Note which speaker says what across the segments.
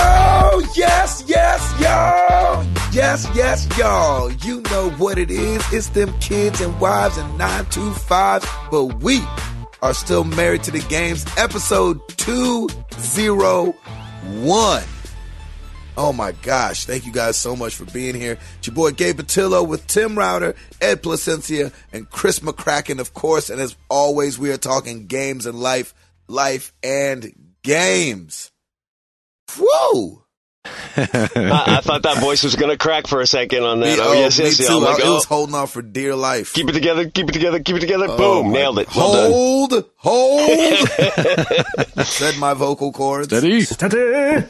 Speaker 1: Oh, Yes, y'all, you know what it is. It's them kids and wives and 925s, but we are still married to the games. Episode 201. Oh my gosh, thank you guys so much for being here. It's your boy Gabe Patillo with Tim Router, Ed Placencia, and Chris McCracken, of course. And as always, we are talking games and life, life and games. Whoa!
Speaker 2: I, I thought that voice was gonna crack for a second on that.
Speaker 1: Me-
Speaker 2: oh, yes,
Speaker 1: me
Speaker 2: yes, yeah.
Speaker 1: too.
Speaker 2: I'm
Speaker 1: I,
Speaker 2: like,
Speaker 1: it
Speaker 2: oh,
Speaker 1: was holding on for dear life.
Speaker 2: keep it together, keep it together, keep it together.
Speaker 1: Oh,
Speaker 2: Boom,
Speaker 1: my-
Speaker 2: nailed it. Well done.
Speaker 1: hold, hold. Said my vocal cords.
Speaker 3: Steady.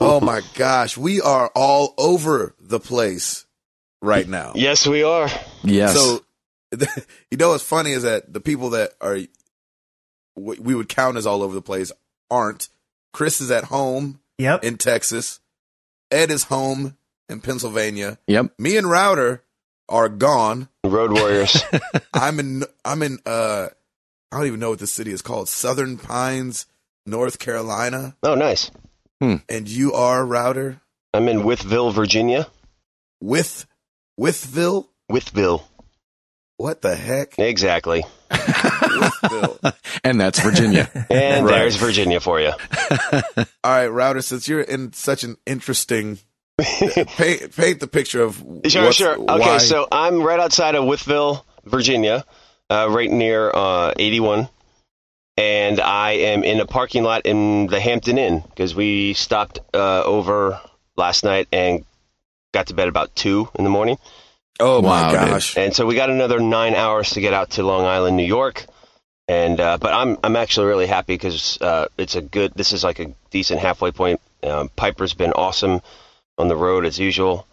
Speaker 1: Oh my gosh, we are all over the place right now.
Speaker 2: Yes, we are.
Speaker 3: Yes.
Speaker 1: So, you know what's funny is that the people that are w- we would count as all over the place aren't. Chris is at home
Speaker 4: Yep.
Speaker 1: in Texas. Ed is home in Pennsylvania.
Speaker 3: yep.
Speaker 1: Me and Router are gone.
Speaker 2: Road Warriors.
Speaker 1: I'm in. I'm in. Uh, I don't even know what the city is called. Southern Pines, North Carolina,
Speaker 2: oh, nice.
Speaker 1: and you are Router
Speaker 2: I'm in Withville, Virginia.
Speaker 1: with Withville.
Speaker 2: Withville.
Speaker 1: What the heck?
Speaker 2: Exactly.
Speaker 1: Withville.
Speaker 3: And that's Virginia.
Speaker 2: And
Speaker 1: Right.
Speaker 2: there's Virginia for you.
Speaker 1: All right, router. Since you're in such an interesting uh, paint, paint the picture of
Speaker 2: Sure,
Speaker 1: what's-
Speaker 2: sure. Okay,
Speaker 1: why-
Speaker 2: so I'm right outside of Withville, Virginia, uh, right near uh, 81, and I am in a parking lot in the Hampton Inn because we stopped uh, over last night and got to bed about two in the morning,
Speaker 1: oh my
Speaker 3: Wow, dude.
Speaker 1: gosh,
Speaker 2: and so we got another nine hours to get out to Long Island, New York. And uh, but I'm I'm actually really happy because uh, it's a good. This is like a decent halfway point. Um, Piper's been awesome on the road as usual.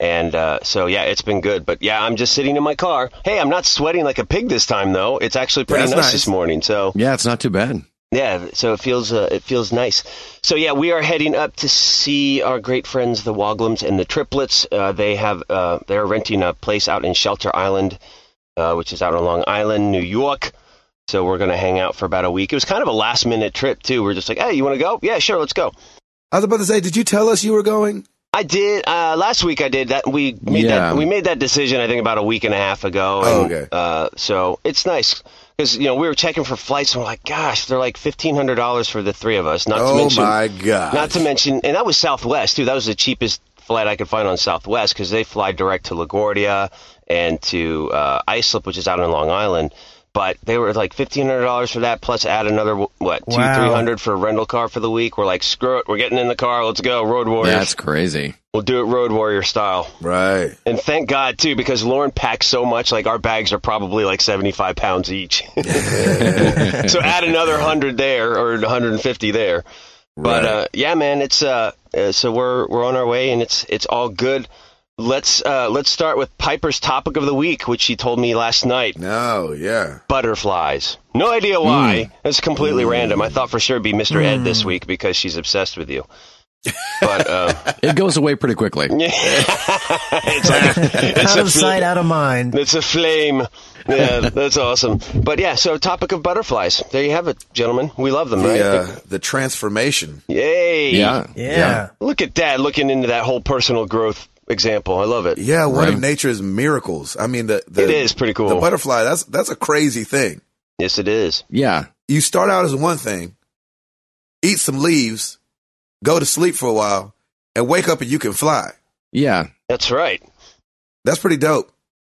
Speaker 2: And uh, so, yeah, it's been good. But yeah, I'm just sitting in my car. Hey, I'm not sweating like a pig this time, though. It's actually pretty
Speaker 1: That's
Speaker 2: nice,
Speaker 1: nice.
Speaker 2: this morning. So
Speaker 3: yeah, it's not too bad.
Speaker 2: yeah, so it feels uh, it feels nice. So yeah, we are heading up to see our great friends the Woglums and the Triplets. Uh, they have uh, they're renting a place out in Shelter Island, uh, which is out on Long Island, New York. So we're gonna hang out for about a week. It was kind of a last minute trip too. We're just like, hey, you want to go? Yeah, sure, let's go.
Speaker 1: I was about to say, did you tell us you were going?
Speaker 2: I did uh, last week. I did that. We made
Speaker 3: Yeah.
Speaker 2: that. We made that decision. I think about a week and a half ago.
Speaker 1: Oh,
Speaker 2: and,
Speaker 1: okay.
Speaker 2: Uh, so it's nice because you know we were checking for flights and we're like, gosh, they're like fifteen hundred dollars for the three of us. Not to
Speaker 1: oh
Speaker 2: mention,
Speaker 1: my god,
Speaker 2: not to mention, and that was Southwest too. That was the cheapest flight I could find on Southwest because they fly direct to LaGuardia and to uh, Islip, which is out on Long Island. But they were like fifteen hundred dollars for that, plus add another what two
Speaker 4: Wow.
Speaker 2: three hundred for a rental car for the week. We're like, screw it, we're getting in the car, let's go, Road Warriors.
Speaker 3: That's crazy.
Speaker 2: We'll do it Road Warrior style.
Speaker 1: right?
Speaker 2: And thank God, too, because Lauren packs so much, like our bags are probably like 75 pounds each. so add another 100 there or 150 there. But
Speaker 1: Right.
Speaker 2: uh, yeah, man, it's uh, uh, so we're we're on our way and it's it's all good. Let's uh, let's start with Piper's topic of the week, which she told me last night:
Speaker 1: No, yeah.
Speaker 2: butterflies. No idea why. It's completely random. I thought for sure it'd be Mr. Ed this week because she's obsessed with you. But um,
Speaker 3: It goes away pretty quickly.
Speaker 2: it's like a, it's
Speaker 4: Out
Speaker 2: a
Speaker 4: of sight,
Speaker 2: fl-
Speaker 4: out of mind.
Speaker 2: It's a flame. Yeah, that's awesome. But yeah, so topic of butterflies. There you have it, gentlemen. We love them, right?
Speaker 1: The uh, the transformation.
Speaker 2: Yay!
Speaker 3: Yeah.
Speaker 4: Yeah.
Speaker 2: Look at that. Looking into that whole personal growth example. I love it.
Speaker 1: Yeah, one of
Speaker 3: Right.
Speaker 1: nature's miracles. I mean, the, the
Speaker 2: It is pretty cool.
Speaker 1: The butterfly. That's that's a crazy thing.
Speaker 2: Yes, it is.
Speaker 3: Yeah.
Speaker 1: You start out as one thing, eat some leaves, go to sleep for a while, and wake up and you can fly.
Speaker 3: Yeah.
Speaker 2: That's right.
Speaker 1: That's pretty dope.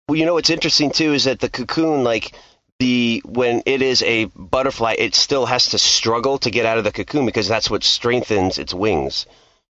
Speaker 2: Well, you know what's interesting too is that the cocoon, like the when it is a butterfly, it still has to struggle to get out of the cocoon because that's what strengthens its wings.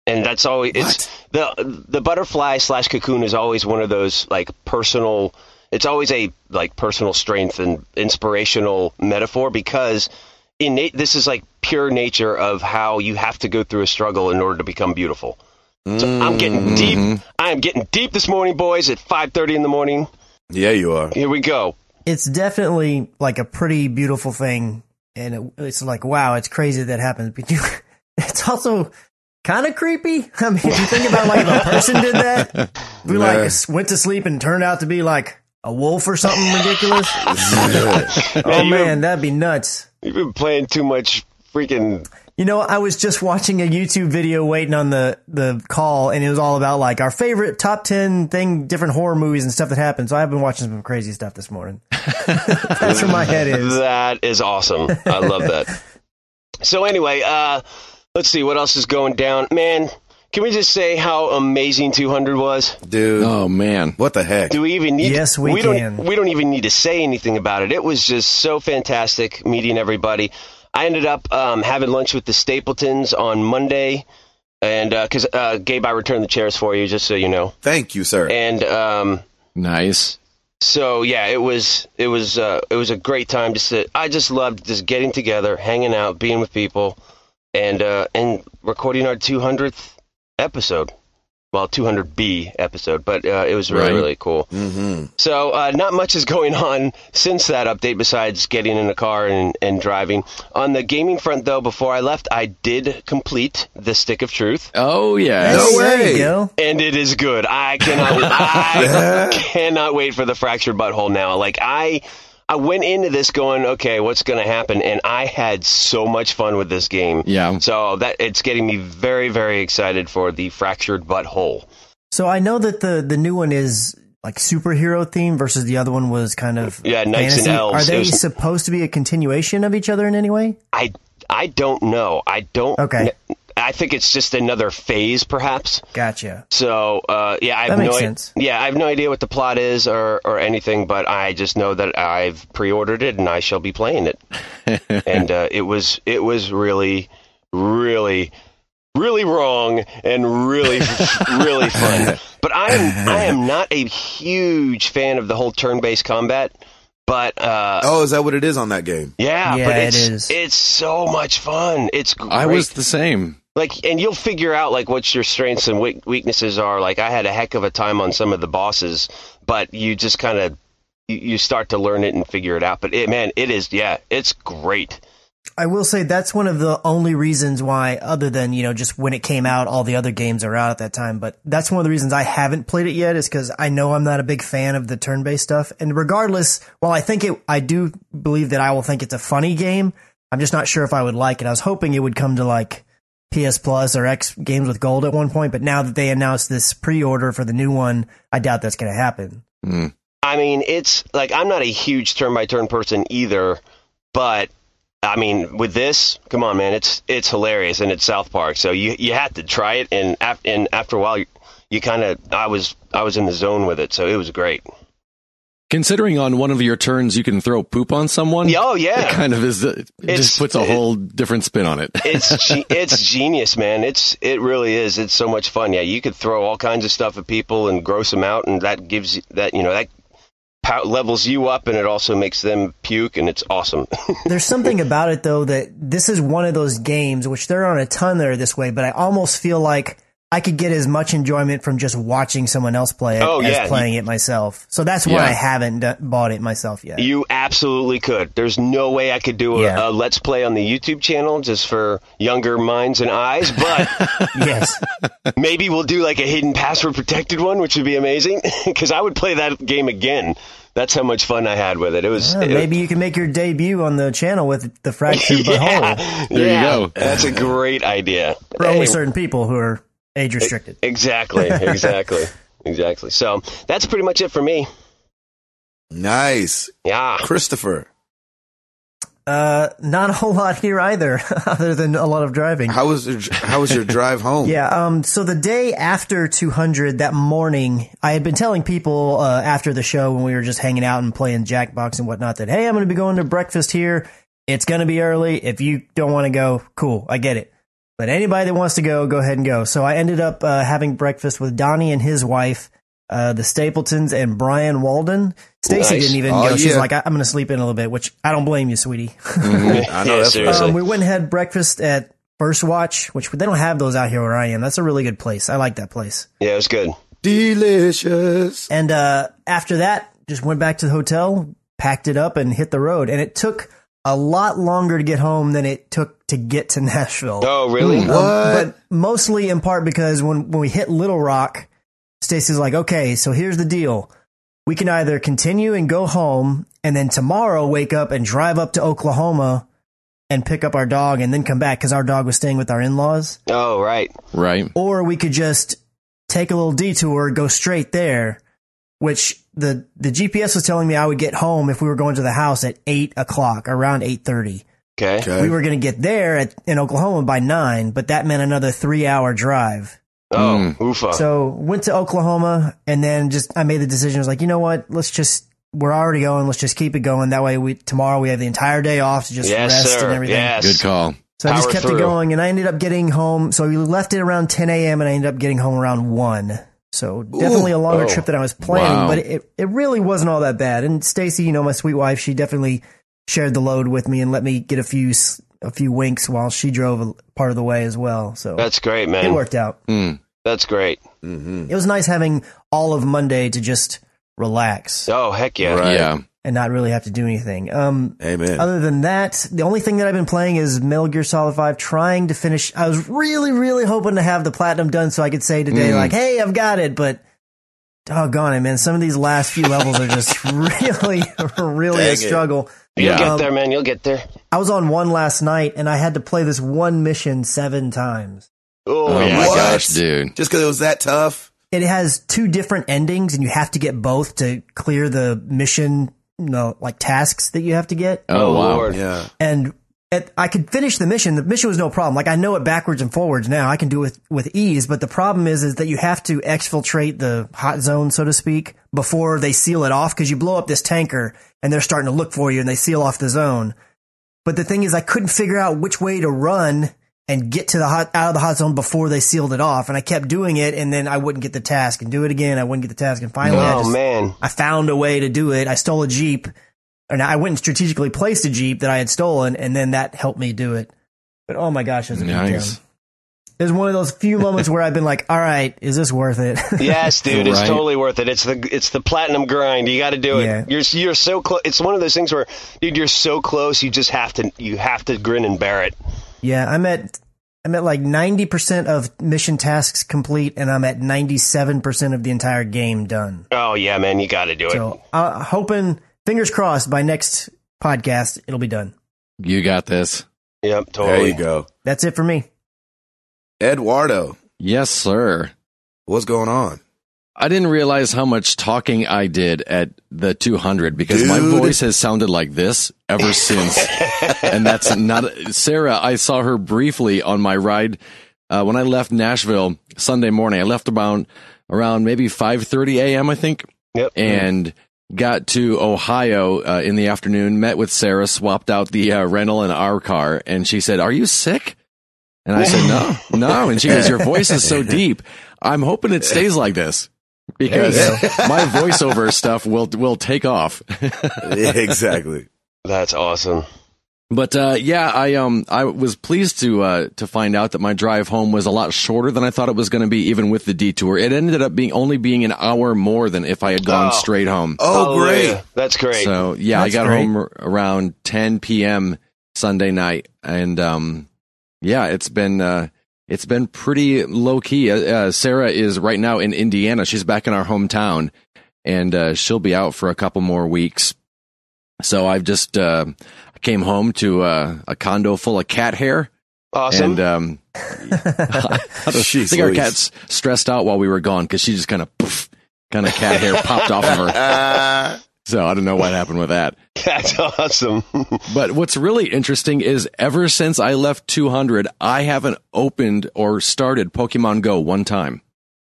Speaker 2: And that's always it's the the butterfly slash cocoon is always one of those like personal. It's always a like personal strength and inspirational metaphor because innate. This is like pure nature of how you have to go through a struggle in order to become beautiful. So I'm getting deep. I am getting deep this morning, boys. At 5:30 in the morning.
Speaker 1: Yeah, you are.
Speaker 2: Here we go.
Speaker 4: It's definitely like a pretty beautiful thing. And it, it's like, wow, it's crazy that happens. But you, it's also kind of creepy. I mean, if you think about like if a person did that, we like
Speaker 1: Nah.
Speaker 4: s- went to sleep and turned out to be like a wolf or something ridiculous.
Speaker 1: Yeah.
Speaker 4: oh man, that'd be nuts.
Speaker 2: You've been playing too much freaking
Speaker 4: You know, I was just watching a YouTube video waiting on the, the call and it was all about like our favorite top 10 thing, different horror movies and stuff that happened. So I've been watching some crazy stuff this morning. That's where my head is.
Speaker 2: That is awesome. I love that. so anyway, uh, let's see what else is going down. Man, can we just say how amazing 200 was?
Speaker 1: Dude,
Speaker 3: Oh man.
Speaker 1: what the heck?
Speaker 2: Do we even need?
Speaker 4: Yes, we can.
Speaker 2: Don't, we don't even need to say anything about it. It was just so fantastic meeting everybody. I ended up um, having lunch with the Stapletons on Monday, and because uh, Gabe, I returned the chairs for you, just so you know.
Speaker 1: Thank you, sir.
Speaker 2: And um,
Speaker 3: Nice.
Speaker 2: so yeah, it was it was uh, it was a great time. Just to, I just loved just getting together, hanging out, being with people, and uh, and recording our 200th episode. Well, 200B episode, but uh, it was really
Speaker 3: Right.
Speaker 2: really cool.
Speaker 1: mm-hmm.
Speaker 2: So uh, not much is going on since that update besides getting in a car and, and driving. On the gaming front, though, before I left, I did complete the Stick of Truth,
Speaker 3: Oh yeah.
Speaker 1: No
Speaker 4: Hey, There
Speaker 1: way.
Speaker 4: you go.
Speaker 2: and it is good. I cannot, I cannot wait for the fractured butthole now. Like I, I went into this going, okay, what's going to happen? And I had so much fun with this game.
Speaker 3: Yeah.
Speaker 2: So that it's getting me very, very excited for the fractured butthole.
Speaker 4: So I know that the, the new one is like superhero theme versus the other one was kind of
Speaker 2: Yeah, knights and
Speaker 4: fantasy.
Speaker 2: elves.
Speaker 4: Are
Speaker 2: It
Speaker 4: they
Speaker 2: was-
Speaker 4: supposed to be a continuation of each other in any way?
Speaker 2: I I don't know. I don't.
Speaker 4: Okay.
Speaker 2: I think it's just another phase, perhaps.
Speaker 4: Gotcha.
Speaker 2: So uh, yeah, I have
Speaker 4: That makes
Speaker 2: no i-
Speaker 4: sense.
Speaker 2: yeah, I have no idea what the plot is or or anything, but I just know that I've pre-ordered it and I shall be playing it. and uh, it was it was really really really wrong and really really fun. But I am I am not a huge fan of the whole turn-based combat, but uh,
Speaker 1: Oh, is that what it is on that game?
Speaker 2: yeah,
Speaker 4: Yeah,
Speaker 2: but
Speaker 4: it
Speaker 2: it's
Speaker 4: is.
Speaker 2: it's so much fun. It's great.
Speaker 3: I was the same.
Speaker 2: like, and you'll figure out like what your strengths and weak- weaknesses are. Like, I had a heck of a time on some of the bosses, but you just kind of you- you start to learn it and figure it out. But it, man, it is yeah, it's great.
Speaker 4: I will say that's one of the only reasons why, other than, you know, just when it came out, all the other games are out at that time. But that's one of the reasons I haven't played it yet is because I know I'm not a big fan of the turn based stuff. And regardless, while I think it, I do believe that I will think it's a funny game, I'm just not sure if I would like it. I was hoping it would come to like PS Plus or X Games with Gold at one point, but now that they announced this pre order for the new one, I doubt that's going to happen.
Speaker 3: Hmm.
Speaker 2: I mean, it's like I'm not a huge turn by turn person either, but I mean, with this, come on, man, it's it's hilarious and it's South Park, so you you had to try it, and af- and after a while, you, you kind of I was I was in the zone with it, so it was great.
Speaker 3: Considering on one of your turns you can throw poop on someone.
Speaker 2: Yeah, oh
Speaker 3: It
Speaker 2: yeah,
Speaker 3: kind of is. It
Speaker 2: It's-
Speaker 3: just puts a
Speaker 2: it-
Speaker 3: whole different spin on it.
Speaker 2: it's ge- it's genius, man. It's it really is. It's so much fun. Yeah, you could throw all kinds of stuff at people and gross them out, and that gives you that you know that pow- levels you up, and it also makes them puke, and it's awesome.
Speaker 4: There's something about it though that this is one of those games which there aren't a ton that are this way, but I almost feel like I could get as much enjoyment from just watching someone else play it
Speaker 2: Oh,
Speaker 4: as
Speaker 2: yeah.
Speaker 4: playing it myself. So that's why
Speaker 3: Yeah.
Speaker 4: I haven't d- bought it myself yet.
Speaker 2: You absolutely could. There's no way I could do a, a
Speaker 4: Yeah.
Speaker 2: let's play on the YouTube channel just for younger minds and eyes, but
Speaker 4: yes,
Speaker 2: maybe we'll do like a hidden password protected one, which would be amazing because I would play that game again. That's how much fun I had with it. It was
Speaker 4: Yeah,
Speaker 2: it-
Speaker 4: maybe you can make your debut on the channel with the fractured butthole
Speaker 2: yeah,
Speaker 3: There you
Speaker 2: yeah,
Speaker 3: go.
Speaker 2: That's a great idea.
Speaker 4: for only
Speaker 2: Anyway,
Speaker 4: certain people who are age restricted.
Speaker 2: exactly, exactly, exactly. So that's pretty much it for me.
Speaker 1: Nice,
Speaker 2: Yeah.
Speaker 1: Christopher.
Speaker 4: Uh, not a whole lot here either, other than a lot of driving.
Speaker 1: How was your, how was your drive home?
Speaker 4: Yeah. Um. So the day after 200, that morning, I had been telling people uh, after the show when we were just hanging out and playing Jackbox and whatnot that hey, I'm going to be going to breakfast here. It's going to be early. If you don't want to go, cool, I get it. But anybody that wants to go, go ahead and go. So I ended up uh, having breakfast with Donnie and his wife, uh, the Stapletons, and Brian Walden. Stacy
Speaker 2: Nice.
Speaker 4: didn't even
Speaker 1: Oh,
Speaker 4: go. She's
Speaker 1: yeah.
Speaker 4: like, I- I'm going to sleep in a little bit, which I don't blame you, sweetie.
Speaker 1: Mm-hmm. I know
Speaker 2: Yeah,
Speaker 1: that's
Speaker 2: seriously.
Speaker 4: Um, we went and had breakfast at First Watch, which they don't have those out here where I am. That's a really good place. I like that place.
Speaker 2: Yeah, it was good.
Speaker 1: delicious.
Speaker 4: And uh, after that, just went back to the hotel, packed it up, and hit the road. And it took a lot longer to get home than it took to get to Nashville.
Speaker 2: Oh, really?
Speaker 4: Mm.
Speaker 1: What?
Speaker 4: Um, But mostly in part because when, when we hit Little Rock, Stacy's like, okay, so here's the deal. We can either continue and go home, and then tomorrow wake up and drive up to Oklahoma and pick up our dog and then come back because our dog was staying with our in laws.
Speaker 2: Oh, right.
Speaker 3: Right.
Speaker 4: Or we could just take a little detour, go straight there, which the, the GPS was telling me I would get home if we were going to the house at eight o'clock, around eight thirty.
Speaker 2: Okay.
Speaker 1: Okay.
Speaker 4: We were going to get there at, in Oklahoma by nine, but that meant another three hour drive.
Speaker 2: Oh,
Speaker 3: Mm.
Speaker 2: oofa.
Speaker 4: So went to Oklahoma and then just I made the decision. I was like, you know what? Let's just we're already going. Let's just keep it going. That way, we tomorrow we have the entire day off to just
Speaker 2: yes,
Speaker 4: rest
Speaker 2: sir.
Speaker 4: and everything.
Speaker 2: Yes.
Speaker 3: Good call.
Speaker 4: So I just
Speaker 2: Power
Speaker 4: kept
Speaker 2: through.
Speaker 4: it going, and I ended up getting home. So we left it around 10 a.m., and I ended up getting home around 1. So definitely a longer
Speaker 2: oh,
Speaker 4: trip than I was planning,
Speaker 3: wow.
Speaker 4: but it, it really wasn't all that bad. And Stacy, you know, my sweet wife, she definitely shared the load with me and let me get a few s- a few winks while she drove a, part of the way as well. So
Speaker 2: That's great,
Speaker 4: it
Speaker 2: man.
Speaker 4: worked out.
Speaker 3: Mm.
Speaker 2: That's great.
Speaker 1: hmm
Speaker 4: It was nice having all of Monday to just relax
Speaker 2: Oh, heck yeah.
Speaker 1: Right.
Speaker 3: Yeah.
Speaker 4: and not really have to do anything. Um,
Speaker 1: Amen.
Speaker 4: Other than that, the only thing that I've been playing is Metal Gear Solid 5, trying to finish. I was really, really hoping to have the platinum done so I could say today,
Speaker 3: Mm.
Speaker 4: like, hey, I've got it, but doggone it, man. Some of these last few levels are just really, really
Speaker 1: Dang
Speaker 4: a
Speaker 1: it.
Speaker 4: struggle. Um,
Speaker 2: You'll
Speaker 3: Yeah.
Speaker 2: get there, man. You'll get there.
Speaker 4: I was on one last night and I had to play this one mission seven times.
Speaker 2: Oh,
Speaker 3: Oh
Speaker 2: yeah.
Speaker 3: my
Speaker 1: What?
Speaker 3: gosh, dude.
Speaker 1: Just because it was that tough.
Speaker 4: It has two different endings and you have to get both to clear the mission, you know, like tasks that you have to get.
Speaker 3: Oh, wow.
Speaker 2: Lord.
Speaker 1: Yeah.
Speaker 4: and at, I could finish the mission. The mission was no problem. Like I know it backwards and forwards now. I can do it with, with ease. But the problem is, is that you have to exfiltrate the hot zone, so to speak, before they seal it off. Cause you blow up this tanker and they're starting to look for you and they seal off the zone. But the thing is, I couldn't figure out which way to run and get to the hot, out of the hot zone before they sealed it off. And I kept doing it and then I wouldn't get the task and do it again. I wouldn't get the task. And finally I
Speaker 2: Oh,
Speaker 4: just
Speaker 2: man.
Speaker 4: I found a way to do it. I stole a Jeep and I went and strategically placed a Jeep that I had stolen and then that helped me do it. But oh my gosh, it was a
Speaker 3: Nice.
Speaker 4: nice. It was one of those few moments where I've been like, all right, is this worth it?
Speaker 2: Yes, dude, it's
Speaker 3: Right.
Speaker 2: totally worth it. It's the it's the platinum grind. You got to do it.
Speaker 4: Yeah.
Speaker 2: You're you're so close. It's one of those things where, dude, you're so close. You just have to you have to grin and bear it.
Speaker 4: yeah, I'm at I'm at like 90% of mission tasks complete and I'm at 97% of the entire game done.
Speaker 2: Oh yeah, man, you got to do it.
Speaker 4: So, uh, hoping fingers crossed by next podcast it'll be done.
Speaker 3: You got this.
Speaker 2: yep, totally.
Speaker 1: There you go.
Speaker 4: That's it for me.
Speaker 1: Eduardo,
Speaker 3: Yes, sir.
Speaker 1: what's going on?
Speaker 3: I didn't realize how much talking I did at the 200 because my
Speaker 1: Dude.
Speaker 3: voice has sounded like this ever since. and that's not Sarah. I saw her briefly on my ride uh, when I left Nashville Sunday morning. I left around around maybe 5:30 a.m. I think
Speaker 2: Yep.
Speaker 3: and got to Ohio uh, in the afternoon, met with Sarah, swapped out the uh, rental in our car, and she said, "Are you sick?" And I said, "No, no." And she goes, "Your voice is so deep. I'm hoping it stays like this." Because
Speaker 1: There
Speaker 3: my voiceover stuff will will take off.
Speaker 1: Yeah, exactly.
Speaker 2: That's awesome.
Speaker 3: But uh, yeah, I um I was pleased to uh, to find out that my drive home was a lot shorter than I thought it was going to be, even with the detour. It ended up being only being an hour more than if I had gone
Speaker 2: Oh.
Speaker 3: straight home.
Speaker 1: Oh,
Speaker 2: Hallelujah.
Speaker 1: great.
Speaker 2: That's great.
Speaker 3: So yeah,
Speaker 4: That's
Speaker 3: I got
Speaker 4: great.
Speaker 3: home ar- around 10 p.m. Sunday night, and um, yeah, it's been uh, it's been pretty low key. Uh, uh, Sarah is right now in Indiana. She's back in our hometown, and uh, she'll be out for a couple more weeks. So I've just uh, came home to uh, a condo full of cat hair,
Speaker 1: uh,
Speaker 2: awesome.
Speaker 3: and um, I
Speaker 1: Jeez
Speaker 3: think our
Speaker 1: Louise.
Speaker 3: cat's stressed out while we were gone because she just kind of poof, kind of cat hair popped off of her.
Speaker 1: Ah,
Speaker 3: So I don't know what happened with that.
Speaker 2: That's awesome.
Speaker 3: But what's really interesting is ever since I left 200, I haven't opened or started Pokemon Go one time.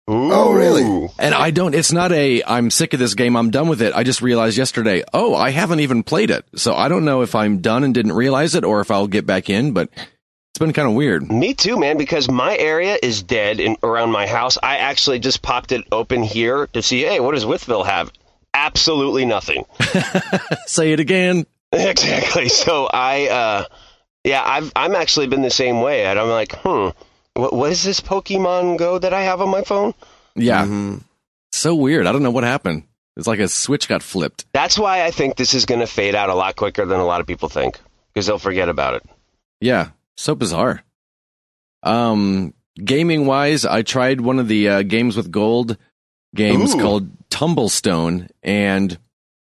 Speaker 1: Oh, really?
Speaker 2: Ooh.
Speaker 3: And I don't, it's not a, I'm sick of this game, I'm done with it. I just realized yesterday, oh, I haven't even played it. So I don't know if I'm done and didn't realize it or if I'll get back in, but it's been kind of weird.
Speaker 2: Me too, man, because my area is dead in, around my house. I actually just popped it open here to see, hey, what does Withville have? Absolutely nothing.
Speaker 3: Say it again.
Speaker 2: Exactly. So I, uh, yeah, I've I'm actually been the same way, and I'm like, hmm, what, what is this Pokemon Go that I have on my phone?
Speaker 3: Yeah.
Speaker 1: mhm.
Speaker 3: So weird. I don't know what happened. It's like a switch got flipped.
Speaker 2: That's why I think this is going to fade out a lot quicker than a lot of people think, because they'll forget about it.
Speaker 3: Yeah, so bizarre. Um, gaming wise, I tried one of the uh, games with gold games
Speaker 2: Ooh.
Speaker 3: called Tumblestone, and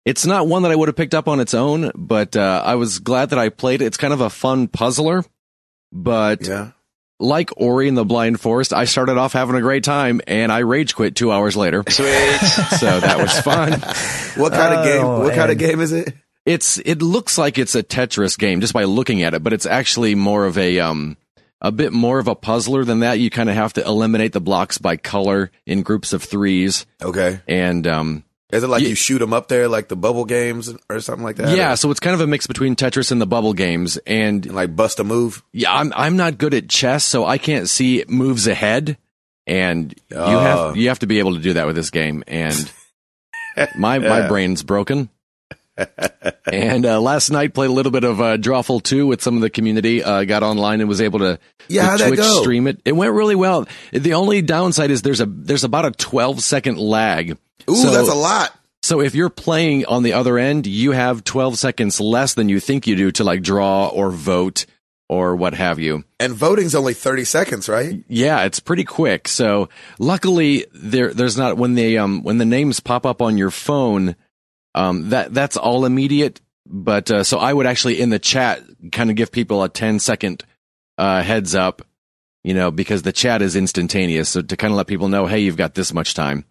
Speaker 3: It's not one that I would have picked up on its own, but uh, I was glad that I played it. It's kind of a fun puzzler, but
Speaker 1: Yeah.
Speaker 3: like Ori and the Blind Forest, I started off having a great time and I rage quit two hours later.
Speaker 2: Sweet.
Speaker 3: so that was fun.
Speaker 1: What kind
Speaker 4: Oh,
Speaker 1: of game? What kind of
Speaker 4: and-
Speaker 1: game is it?
Speaker 3: It's it looks like it's a Tetris game just by looking at it, but it's actually more of a um a bit more of a puzzler than that. You kind of have to eliminate the blocks by color in groups of threes,
Speaker 1: Okay.
Speaker 3: and um
Speaker 1: Is it like
Speaker 3: Ye-
Speaker 1: you shoot them up there, like the bubble games or something like that?
Speaker 3: yeah, so it's kind of a mix between Tetris and the bubble games. And
Speaker 1: And like bust a move.
Speaker 3: yeah, I'm I'm not good at chess, so I can't see moves ahead. And you
Speaker 1: Oh.
Speaker 3: have you have to be able to do that with this game. And my my
Speaker 1: Yeah.
Speaker 3: brain's broken. and uh, last night played a little bit of uh, Drawful two with some of the community. Uh, got online and was able to,
Speaker 1: Yeah,
Speaker 3: to
Speaker 1: how'd that
Speaker 3: Twitch
Speaker 1: go?
Speaker 3: stream it. It went really well. The only downside is there's a there's about a 12 second lag.
Speaker 1: Ooh,
Speaker 3: So-
Speaker 1: that's a lot.
Speaker 3: So if you're playing on the other end, you have 12 seconds less than you think you do to like draw or vote or what have you.
Speaker 1: And voting's only thirty seconds, right?
Speaker 3: Yeah, it's pretty quick. So luckily there there's not when they um when the names pop up on your phone, um that that's all immediate. But uh, so I would actually in the chat kind of give people a 10 second uh, heads up, you know, because the chat is instantaneous. So to kind of let people know, hey, you've got this much time.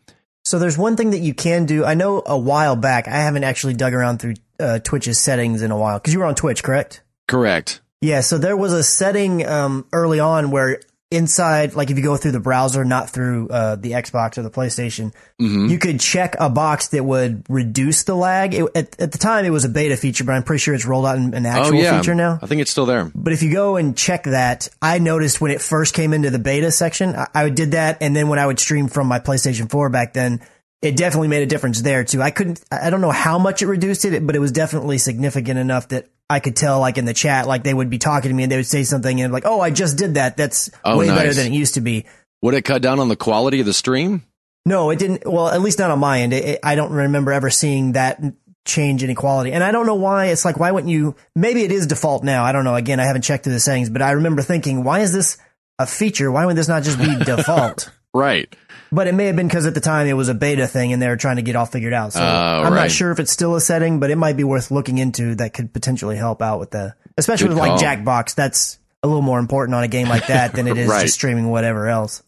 Speaker 4: So there's one thing that you can do. I know a while back, I haven't actually dug around through uh, Twitch's settings in a while because you were on Twitch, correct?
Speaker 3: Correct.
Speaker 4: Yeah. So there was a setting um, early on where inside, like if you go through the browser, not through uh, the Xbox or the PlayStation,
Speaker 3: hmm
Speaker 4: you could check a box that would reduce the lag. It, at, at the time, it was a beta feature, but I'm pretty sure it's rolled out in an
Speaker 3: Oh
Speaker 4: actual
Speaker 3: yeah,
Speaker 4: feature now.
Speaker 3: I think it's still there.
Speaker 4: But if you go and check that, I noticed when it first came into the beta section, I, I did that, and then when I would stream from my PlayStation 4 back then, it definitely made a difference there too. I couldn't, I I don't know how much it reduced it, but it was definitely significant enough that I could tell, like in the chat, like they would be talking to me and they would say something and like, oh, I just did that. That's
Speaker 3: Oh,
Speaker 4: way better
Speaker 3: nice.
Speaker 4: than it used to be.
Speaker 3: Would it cut down on the quality of the stream?
Speaker 4: No, it didn't. Well, at least not on my end. It, it, I don't remember ever seeing that change in equality. And I don't know why. It's like, why wouldn't you? Maybe it is default now. I don't know. Again, I haven't checked through the settings, but I remember thinking, why is this a feature? Why would this not just be default?
Speaker 3: Right.
Speaker 4: But it may have been because at the time it was a beta thing and they were trying to get all figured out. So
Speaker 3: Oh,
Speaker 4: I'm
Speaker 3: right.
Speaker 4: not sure if it's still a setting, but it might be worth looking into that could potentially help out with the, especially
Speaker 3: Good
Speaker 4: with like
Speaker 3: call.
Speaker 4: Jackbox. That's a little more important on a game like that than it is
Speaker 3: Right.
Speaker 4: just streaming whatever else.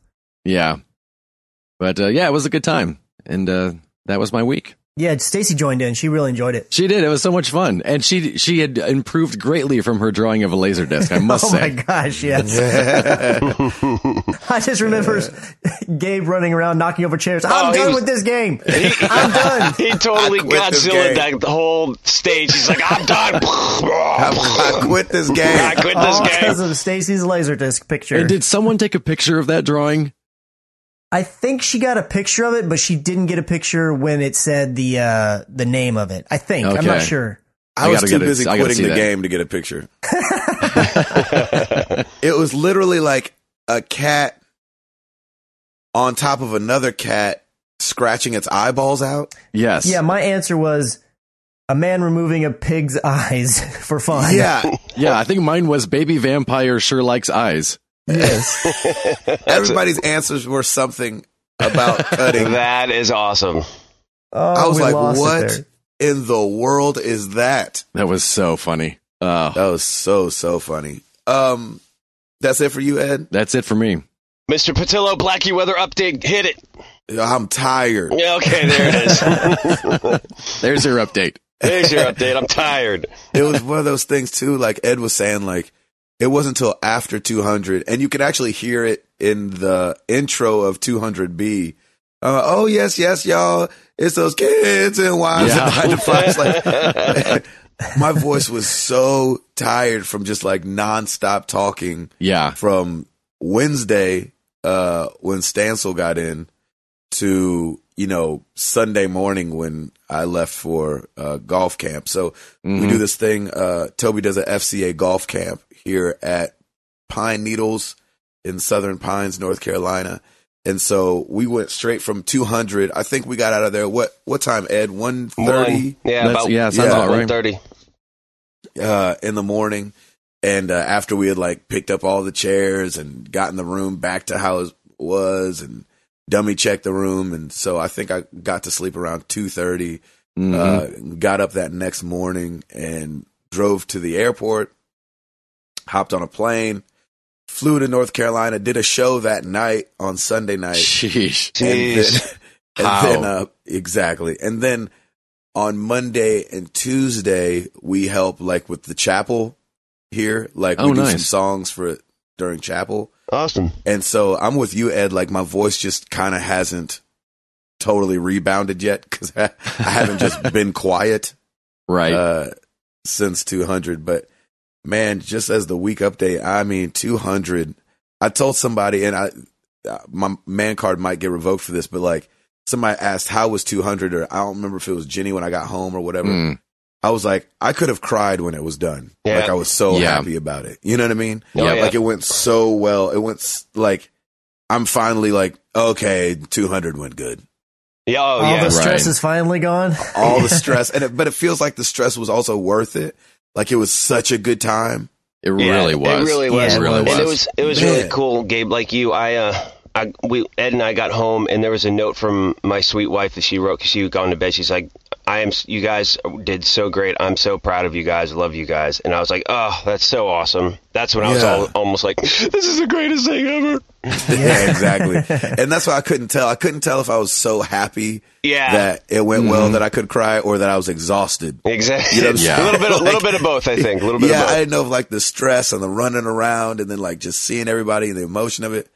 Speaker 3: Yeah. But uh, yeah, it was a good time, and uh, that was my week.
Speaker 4: Yeah, Stacy joined in. She really enjoyed it.
Speaker 3: She did. It was so much fun, and she she had improved greatly from her drawing of a laser disc. I must
Speaker 4: oh my
Speaker 3: say.
Speaker 4: gosh, yes. I just remember Gabe running around knocking over chairs. I'm
Speaker 2: Oh, he
Speaker 4: done
Speaker 2: was-
Speaker 4: with this game. I'm done.
Speaker 2: he totally
Speaker 1: I quit this
Speaker 2: Godzilla
Speaker 1: game.
Speaker 2: that whole stage. He's like, I'm done.
Speaker 3: Oh.
Speaker 1: I
Speaker 2: I
Speaker 1: quit this game. Oh,
Speaker 2: quit
Speaker 4: All
Speaker 2: this
Speaker 4: Oh, because
Speaker 2: game.
Speaker 4: of Stacy's laserdisc picture.
Speaker 3: And did someone take a picture of that drawing?
Speaker 4: I think she got a picture of it, but she didn't get a picture when it said the uh, the name of it. I think I'm not
Speaker 3: Okay.
Speaker 4: sure.
Speaker 1: I,
Speaker 3: I
Speaker 1: was
Speaker 3: gotta
Speaker 1: too
Speaker 3: get it.
Speaker 1: busy
Speaker 3: I gotta
Speaker 1: quitting
Speaker 3: see
Speaker 1: the
Speaker 3: that.
Speaker 1: game to get a picture. it was literally like a cat on top of another cat scratching its eyeballs out.
Speaker 3: Yes.
Speaker 4: Yeah, my answer was a man removing a pig's eyes for fun.
Speaker 1: Yeah,
Speaker 3: Yeah. Oh, I think mine was baby vampire sure likes eyes.
Speaker 4: Yes.
Speaker 1: everybody's answers were something about cutting.
Speaker 2: That is awesome.
Speaker 4: Oh,
Speaker 1: I was
Speaker 4: we
Speaker 1: like,
Speaker 4: lost it
Speaker 1: what
Speaker 4: there.
Speaker 1: in the world is that?
Speaker 3: That was so funny. Uh,
Speaker 1: That was so so funny. Um, that's it for you, Ed.
Speaker 3: that's it for me.
Speaker 2: Mr. Patillo, Blackie weather update. Hit it.
Speaker 1: I'm tired.
Speaker 2: Yeah, okay, there it is.
Speaker 3: There's your update.
Speaker 2: There's your update. I'm tired.
Speaker 1: it was one of those things too. Like Ed was saying, like it wasn't until after 200, and you can actually hear it in the intro of 200B. Uh, oh yes, yes, y'all! It's those kids and wives
Speaker 3: Yeah.
Speaker 1: and nine to fives. Like my voice was so tired from just like nonstop talking
Speaker 3: Yeah.
Speaker 1: from Wednesday uh, when Stancil got in to you know Sunday morning when I left for uh, golf camp. So we
Speaker 3: Mhm.
Speaker 1: do this thing. Uh, Toby does a FCA golf camp here at Pine Needles in Southern Pines, North Carolina. And so we went straight from 200. I think we got out of there. What what time, Ed? 1.30
Speaker 2: One. Yeah,
Speaker 3: That's-
Speaker 2: about,
Speaker 3: yeah, sounds
Speaker 1: yeah.
Speaker 3: about right.
Speaker 2: 130.
Speaker 1: uh, in the morning. And uh, after we had like picked up all the chairs and gotten the room back to how it was and dummy checked the room. And so I think I got to sleep around 2.30
Speaker 3: Mm-hmm.
Speaker 1: Uh, got up that next morning and drove to the airport, hopped on a plane, flew to North Carolina, did a show that night on Sunday night.
Speaker 3: Sheesh.
Speaker 1: And
Speaker 2: Jeez.
Speaker 1: then, and
Speaker 3: How?
Speaker 1: then uh, exactly. And then on Monday and Tuesday, we help like with the chapel here. Like
Speaker 3: Oh,
Speaker 1: we do some
Speaker 3: nice.
Speaker 1: songs for during chapel.
Speaker 2: Awesome.
Speaker 1: And so I'm with you, Ed. Like my voice just kind of hasn't totally rebounded yet because I, I haven't just been quiet
Speaker 3: Right.
Speaker 1: uh, since 200. But man, just as the week update, I mean, 200. I told somebody, and I uh, my man card might get revoked for this, but like somebody asked how was 200, or I don't remember if it was Jenny when I got home or whatever.
Speaker 3: Mm.
Speaker 1: I was like, I could have cried when it was done.
Speaker 2: Yeah.
Speaker 1: Like I was so
Speaker 3: Yeah.
Speaker 1: happy about it. You know what I mean?
Speaker 2: Oh, yeah.
Speaker 1: Like it went so well. It went s- like I'm finally like okay, 200 went good.
Speaker 2: Yeah, oh,
Speaker 4: All
Speaker 2: yeah.
Speaker 4: the stress
Speaker 3: Right.
Speaker 4: is finally gone.
Speaker 1: All the stress, and it, but it feels like the stress was also worth it. Like it was such a good time.
Speaker 3: It
Speaker 2: Yeah,
Speaker 3: really was.
Speaker 2: It really
Speaker 4: Yeah,
Speaker 2: was.
Speaker 4: it
Speaker 3: really
Speaker 2: And it
Speaker 3: was.
Speaker 2: was it was
Speaker 1: Man.
Speaker 2: really cool, Gabe. Like you, I uh, I we Ed and I got home, and there was a note from my sweet wife that she wrote because she had gone to bed. She's like, "I am. You guys did so great. I'm so proud of you guys. Love you guys." And I was like, "Oh, that's so awesome." That's when I was
Speaker 1: Yeah.
Speaker 2: all, almost like, "This is the greatest thing ever."
Speaker 1: Yeah, exactly. and that's why I couldn't tell. I couldn't tell if I was so happy
Speaker 2: Yeah. Mm-hmm.
Speaker 1: that it went well that I could cry, or that I was exhausted.
Speaker 2: Exactly.
Speaker 1: You know what I'm
Speaker 2: A little
Speaker 1: saying?
Speaker 2: bit. A little
Speaker 1: Like-
Speaker 2: bit of both. I think. A little bit.
Speaker 1: Yeah,
Speaker 2: of both.
Speaker 1: I didn't know if like the stress and the running around, and then like just seeing everybody and the emotion of it,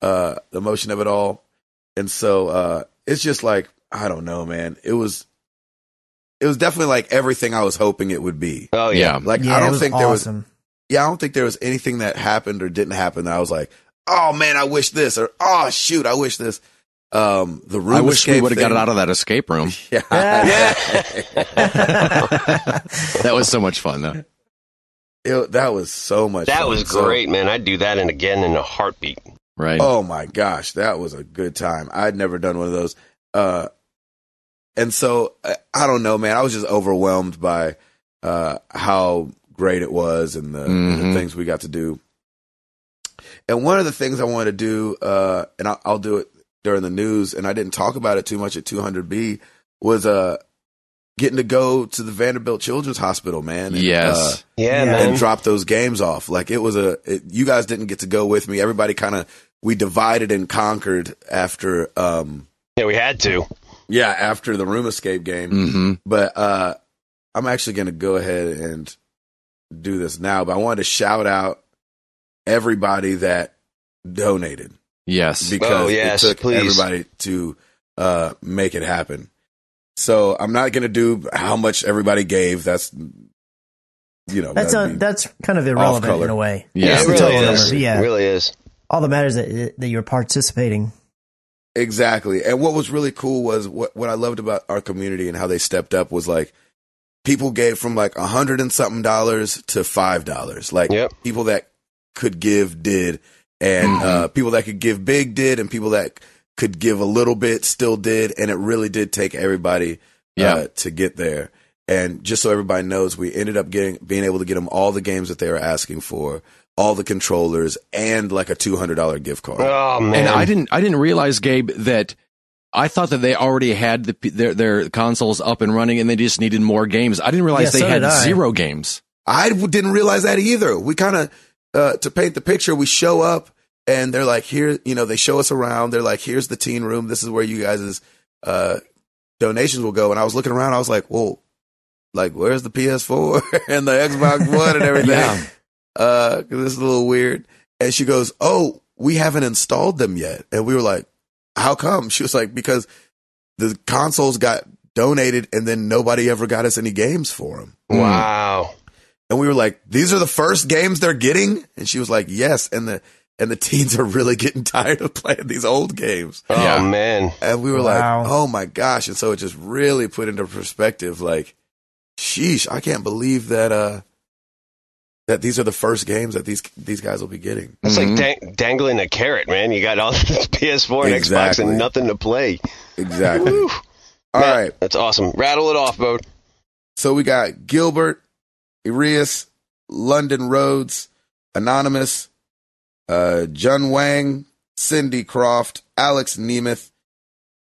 Speaker 1: uh, the emotion of it all. And so uh, it's just like I don't know, man. It was, it was definitely like everything I was hoping it would be.
Speaker 2: oh yeah.
Speaker 3: yeah.
Speaker 1: Like
Speaker 4: Yeah,
Speaker 1: I
Speaker 4: it
Speaker 1: don't
Speaker 4: was
Speaker 1: think there was
Speaker 4: awesome.
Speaker 1: yeah, I don't think there was anything that happened or didn't happen that I was like, oh man, I wish this or oh shoot, I wish this. Um, the room
Speaker 3: I wish we would have got it out of that escape room.
Speaker 1: Yeah,
Speaker 3: that was so much fun, though.
Speaker 1: It- that was so much.
Speaker 2: That
Speaker 1: fun.
Speaker 2: was
Speaker 1: So-
Speaker 2: great, man. I'd do that and again in a heartbeat.
Speaker 3: Right.
Speaker 1: oh my gosh, that was a good time. I'd never done one of those. Uh, and so I, I don't know, man. I was just overwhelmed by uh, how great it was and the, and the
Speaker 3: Mhm.
Speaker 1: things we got to do. And one of the things I wanted to do, uh, and I'll, I'll do it during the news, and I didn't talk about it too much at 200B, was uh, getting to go to the Vanderbilt Children's Hospital, man. And, uh,
Speaker 3: yes.
Speaker 2: Yeah,
Speaker 4: Yeah.
Speaker 2: man.
Speaker 1: and drop those games off. Like it was a, it, you guys didn't get to go with me. Everybody kind of, we divided and conquered after, um,
Speaker 2: yeah, we had to.
Speaker 1: yeah, after the room escape game.
Speaker 2: Mm.
Speaker 3: hmm
Speaker 1: But, uh, I'm actually going to go ahead and do this now, but I wanted to shout out everybody that donated
Speaker 3: Yes.
Speaker 1: because
Speaker 2: Oh, yes,
Speaker 1: it took
Speaker 2: please.
Speaker 1: everybody to, uh, make it happen. So I'm not going to do how much everybody gave. That's, you know,
Speaker 4: That's
Speaker 1: that'd
Speaker 4: a,
Speaker 1: be-
Speaker 4: that's kind of irrelevant
Speaker 1: color.
Speaker 4: in a way.
Speaker 3: Yeah.
Speaker 4: It's
Speaker 2: it
Speaker 4: the
Speaker 2: really
Speaker 4: total
Speaker 2: is.
Speaker 4: number,
Speaker 2: It
Speaker 4: Yeah,
Speaker 2: really is.
Speaker 4: all that matters that that you're participating.
Speaker 1: Exactly. And what was really cool was what what I loved about our community and how they stepped up was like people gave from like a hundred and something dollars to five dollars. Like
Speaker 2: Yep.
Speaker 1: people that could give did, and uh, people that could give big did, and people that could give a little bit still did, and it really did take everybody
Speaker 3: Yeah.
Speaker 1: uh, to get there. And just so everybody knows, we ended up getting being able to get them all the games that they were asking for, all the controllers, and like a two hundred dollar gift card.
Speaker 2: Oh man.
Speaker 3: And I didn't. I didn't realize, Gabe, that I thought that they already had the, p- their their consoles up and running, and they just needed more games. I didn't realize
Speaker 4: Yeah,
Speaker 3: they
Speaker 4: so
Speaker 3: had
Speaker 4: did I.
Speaker 3: zero games.
Speaker 1: I w- didn't realize that either. We kind of, uh, to paint the picture, we show up and they're like, here, you know, they show us around. They're like, here's the teen room. This is where you guys' uh, donations will go. And I was looking around. I was like, whoa, like, where's the PS4 and the Xbox One and everything?
Speaker 3: Yeah.
Speaker 1: Uh, 'cause this is a little weird. And she goes, oh, we haven't installed them yet. And we were like, how come? She was like, because the consoles got donated and then nobody ever got us any games for them.
Speaker 2: Wow.
Speaker 1: And we were like, these are the first games they're getting? And she was like, yes. And the, and the teens are really getting tired of playing these old games.
Speaker 2: Oh
Speaker 3: Yeah.
Speaker 2: man.
Speaker 1: And we were
Speaker 4: Wow.
Speaker 1: like, oh my gosh. And so it just really put into perspective, like, sheesh, I can't believe that, uh, that these are the first games that these, these guys will be getting.
Speaker 2: It's
Speaker 3: Mhm.
Speaker 2: like dang- dangling a carrot, man. You got all this PS4 and Xbox
Speaker 1: Exactly.
Speaker 2: and nothing to play.
Speaker 1: Exactly.
Speaker 2: Woo.
Speaker 1: All
Speaker 2: Man,
Speaker 1: right.
Speaker 2: That's awesome. Rattle it off, Bo.
Speaker 1: So we got Gilbert, Arias, London Rhodes, Anonymous, uh, Jun Wang, Cindy Croft, Alex Nemeth.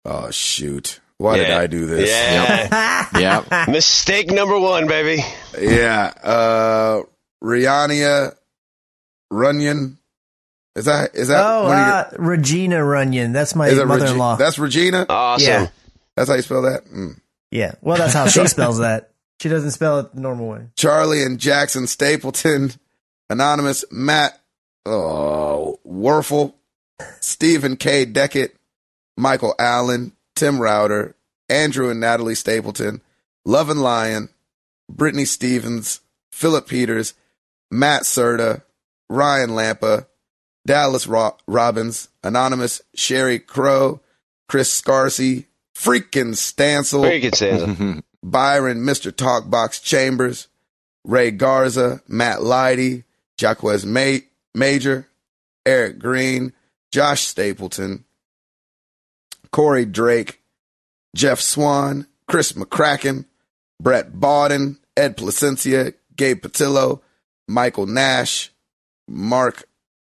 Speaker 1: Oh shoot. Why did
Speaker 2: Yeah.
Speaker 1: I do this?
Speaker 2: Yeah.
Speaker 3: Yeah.
Speaker 2: Mistake number one, baby.
Speaker 1: Yeah. Uh, Rihanna Runyon. Is that is that
Speaker 4: oh,
Speaker 1: one of your-
Speaker 4: uh, Regina Runyon. That's my
Speaker 1: is it Regi-
Speaker 4: mother-in-law.
Speaker 1: That's Regina.
Speaker 2: Awesome.
Speaker 4: Yeah.
Speaker 1: That's how you spell that. Mm.
Speaker 4: yeah. Well, that's how she spells that. She doesn't spell it the normal way.
Speaker 1: Charlie and Jackson Stapleton, anonymous Matt. Oh, Werfel, Stephen K. Deckett, Michael Allen, Tim Router, Andrew and Natalie Stapleton, Love and Lion, Brittany Stevens, Philip Peters, Matt Serta, Ryan Lampa, Dallas Ro- Robbins, Anonymous Sherry Crow, Chris Scarcy, freaking Stancil,
Speaker 2: Very good,
Speaker 3: Mm-hmm.
Speaker 2: Santa.
Speaker 1: Byron, Mr. Talkbox Chambers, Ray Garza, Matt Leidy, Jaquez Ma- Major, Eric Green, Josh Stapleton, Corey Drake, Jeff Swan, Chris McCracken, Brett Bawden, Ed Placencia, Gabe Patillo, Michael Nash, Mark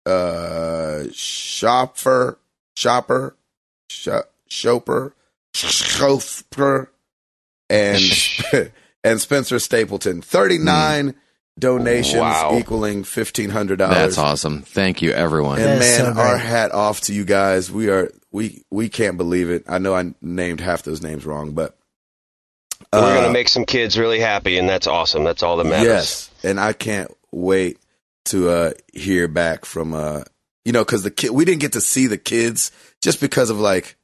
Speaker 1: uh, Shopper, Shopper, Sh- Shopper, Schoper, and and Spencer Stapleton. Thirty nine donations
Speaker 2: Hmm. Wow.
Speaker 1: equaling fifteen hundred dollars.
Speaker 3: That's awesome. Thank you, everyone.
Speaker 1: And
Speaker 4: That is so
Speaker 1: man,
Speaker 4: great.
Speaker 1: our hat off to you guys. We are we we can't believe it. I know I named half those names wrong, but
Speaker 2: We're
Speaker 1: uh,
Speaker 2: gonna make some kids really happy, and that's awesome. That's all that matters.
Speaker 1: Yes, and I can't wait to uh, hear back from uh, you know because the kid we didn't get to see the kids just because of like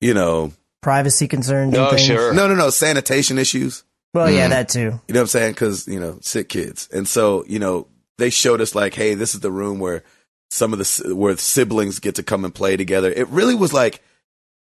Speaker 1: you know
Speaker 4: Privacy concerns.
Speaker 2: No,
Speaker 4: and things.
Speaker 2: sure.
Speaker 1: no no no sanitation issues.
Speaker 4: Well, yeah,
Speaker 3: Mm.
Speaker 4: that too.
Speaker 1: You know what I'm saying? Because you know sick kids, and so you know they showed us like, hey, this is the room where some of the si- where siblings get to come and play together. It really was like.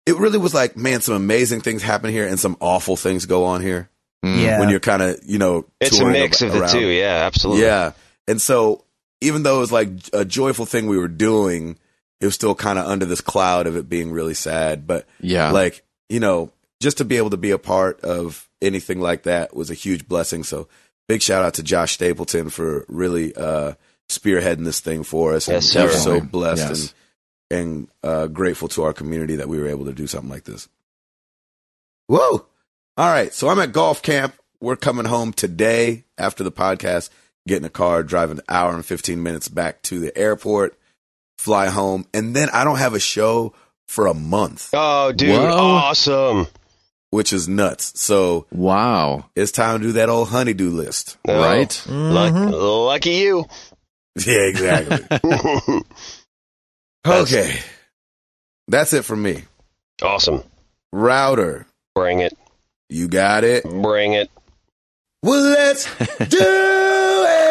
Speaker 1: It really was like, man, some amazing things happen here and some awful things go on here
Speaker 3: Mm.
Speaker 4: Yeah.
Speaker 1: when you're kind of, you know,
Speaker 2: It's a
Speaker 1: touring
Speaker 2: mix of the
Speaker 1: around.
Speaker 2: two. Yeah, absolutely.
Speaker 1: Yeah. And so even though it was like a joyful thing we were doing, it was still kind of under this cloud of it being really sad. But
Speaker 3: Yeah.
Speaker 1: like, you know, just to be able to be a part of anything like that was a huge blessing. So big shout out to Josh Stapleton for really uh, spearheading this thing for us. and
Speaker 2: Yes, sir.
Speaker 1: we're so
Speaker 3: Definitely.
Speaker 1: blessed
Speaker 3: Yes.
Speaker 1: and, and uh, grateful to our community that we were able to do something like this. Whoa. All right. So I'm at golf camp. We're coming home today after the podcast, getting a car, driving an hour and 15 minutes back to the airport, fly home. And then I don't have a show for a month,
Speaker 2: Oh, dude,
Speaker 3: Whoa.
Speaker 2: awesome.
Speaker 1: which is nuts. So
Speaker 3: wow.
Speaker 1: it's time to do that old honeydew list.
Speaker 2: Oh,
Speaker 3: Right?
Speaker 2: luck-
Speaker 1: Mm-hmm.
Speaker 4: Mhm.
Speaker 2: lucky you.
Speaker 1: Yeah, exactly. okay. That's it for me.
Speaker 2: awesome.
Speaker 1: Router.
Speaker 2: Bring it.
Speaker 1: You got it.
Speaker 2: Bring it.
Speaker 1: Well, let's do it.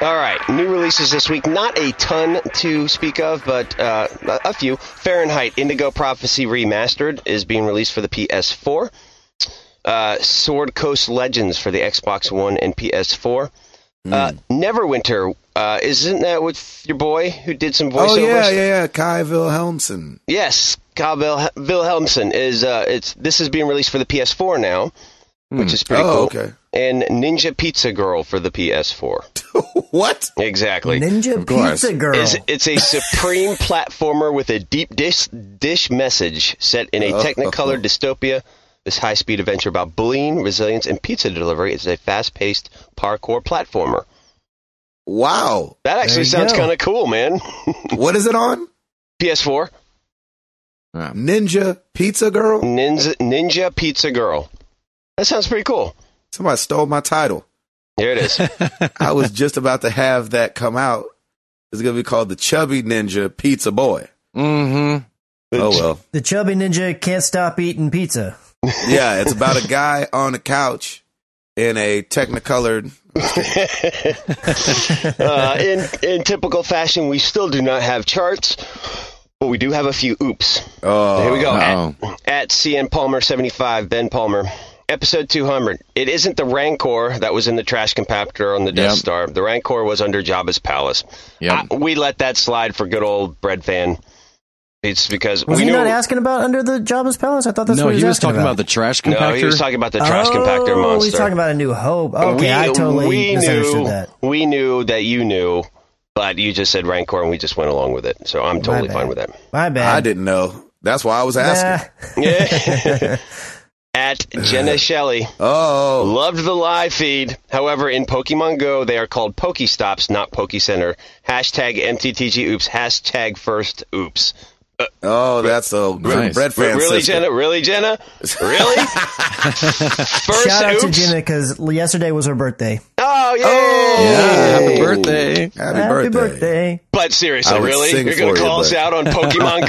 Speaker 2: All right, new releases this week. Not a ton to speak of, but uh, a a few. Fahrenheit Indigo Prophecy Remastered is being released for the PS4. Uh, Sword Coast Legends for the Xbox One and PS4. Uh,
Speaker 1: Hmm.
Speaker 2: Neverwinter, uh, isn't that with your boy who did some voiceovers?
Speaker 1: Oh yeah, yeah, yeah. Kai Wilhelmsen.
Speaker 2: Yes, Kyle Wil- Wilhelmsen is. Uh, it's this is being released for the PS4 now,
Speaker 4: Hmm.
Speaker 2: which is pretty
Speaker 1: Oh,
Speaker 2: cool.
Speaker 1: okay.
Speaker 2: And Ninja Pizza Girl for the PS4.
Speaker 1: what?
Speaker 2: Exactly.
Speaker 4: Mm-hmm. Ninja
Speaker 3: course.
Speaker 4: Pizza Girl.
Speaker 2: It's, it's a supreme platformer with a deep dish, dish message set in a
Speaker 4: Uh-huh.
Speaker 2: technicolor dystopia. This high speed adventure about bullying, resilience, and pizza delivery is a fast paced parkour platformer.
Speaker 1: Wow.
Speaker 2: That actually
Speaker 4: you
Speaker 2: sounds
Speaker 4: go.
Speaker 2: kind of cool, man.
Speaker 1: What is it on?
Speaker 2: PS4,
Speaker 3: Yeah.
Speaker 1: Ninja Pizza Girl?
Speaker 2: Ninja, Ninja Pizza Girl. That sounds pretty cool.
Speaker 1: Somebody stole my title.
Speaker 2: Here it is.
Speaker 1: I was just about to have that come out. It's going to be called the Chubby Ninja Pizza Boy.
Speaker 3: Mm-hmm.
Speaker 1: Oh, well.
Speaker 4: the chubby ninja can't stop eating pizza.
Speaker 1: Yeah, it's about a guy on a couch in a Technicolor.
Speaker 2: uh, in, in typical fashion, we still do not have charts, but we do have a few oops.
Speaker 1: Oh,
Speaker 2: Here we go.
Speaker 3: Uh-oh.
Speaker 2: At, at CN Palmer 75, Ben Palmer. Episode 200. It isn't the Rancor that was in the trash compactor on the Death
Speaker 3: Yep.
Speaker 2: Star. The Rancor was under Jabba's palace.
Speaker 3: Yep.
Speaker 2: I- we let that slide for good old bread fan. It's because
Speaker 4: Was
Speaker 2: we
Speaker 4: he
Speaker 2: knew
Speaker 4: not asking about under the Jabba's palace? I thought that's
Speaker 3: no,
Speaker 4: what
Speaker 3: he was
Speaker 4: asking
Speaker 3: talking about. the trash compactor.
Speaker 2: no, he was talking about the trash compactor
Speaker 4: Oh,
Speaker 2: monster.
Speaker 4: He's talking about a new hope. Okay, I totally misunderstood
Speaker 2: knew,
Speaker 4: that.
Speaker 2: We knew that you knew, but you just said Rancor, and we just went along with it. So I'm totally
Speaker 4: bad.
Speaker 2: fine with that.
Speaker 4: My bad.
Speaker 1: I didn't know. That's why I was asking.
Speaker 4: Nah.
Speaker 2: Yeah. At Jenna Shelley,
Speaker 1: Oh,
Speaker 2: loved the live feed. However, in Pokemon Go, they are called Pokestops, not Poke Center. Hashtag MTTG Oops. Hashtag First Oops.
Speaker 1: oh, that's a great
Speaker 3: Nice.
Speaker 1: bread fan.
Speaker 2: really,
Speaker 1: sister.
Speaker 2: Jenna? Really, Jenna? Really? First
Speaker 4: Shout out
Speaker 2: Oops.
Speaker 4: to Jenna because yesterday was her birthday.
Speaker 2: Oh yeah.
Speaker 3: Yeah, happy
Speaker 1: Hey.
Speaker 3: birthday.
Speaker 1: Happy,
Speaker 4: Happy
Speaker 1: birthday.
Speaker 4: birthday.
Speaker 2: But seriously,
Speaker 1: I would
Speaker 2: really?
Speaker 1: sing
Speaker 2: You're going
Speaker 1: for
Speaker 2: to
Speaker 1: you,
Speaker 2: call us
Speaker 1: but-
Speaker 2: out on Pokemon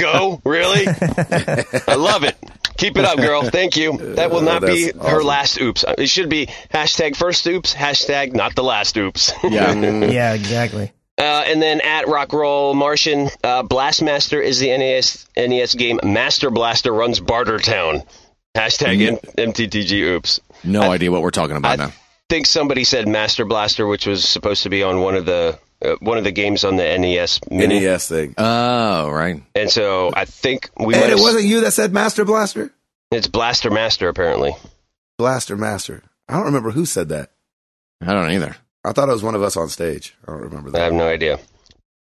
Speaker 2: Go? Really? I love it. Keep it up, girl. Thank you. That will not be
Speaker 1: that's
Speaker 2: her
Speaker 1: awesome.
Speaker 2: last oops. It should be hashtag first oops, hashtag not the last oops.
Speaker 3: Yeah.
Speaker 1: Mm.
Speaker 4: Yeah, exactly.
Speaker 2: Uh, and then at Rock Roll Martian, uh, Blastmaster is the E NES NES game. Master Blaster runs Barter Town. Hashtag
Speaker 1: Mm.
Speaker 2: M- MTTG oops.
Speaker 3: No idea what we're talking about
Speaker 2: I
Speaker 3: now.
Speaker 2: think somebody said Master Blaster, which was supposed to be on one of the uh, one of the games on the NES mini.
Speaker 1: NES thing.
Speaker 3: Oh, right.
Speaker 2: And so I think we might
Speaker 1: and it
Speaker 2: have s-
Speaker 1: wasn't you that said Master Blaster?
Speaker 2: It's Blaster Master, apparently.
Speaker 1: Blaster Master. I don't remember who said that.
Speaker 3: I don't either.
Speaker 1: I thought it was one of us on stage. I don't remember
Speaker 2: I
Speaker 1: that.
Speaker 2: have no idea.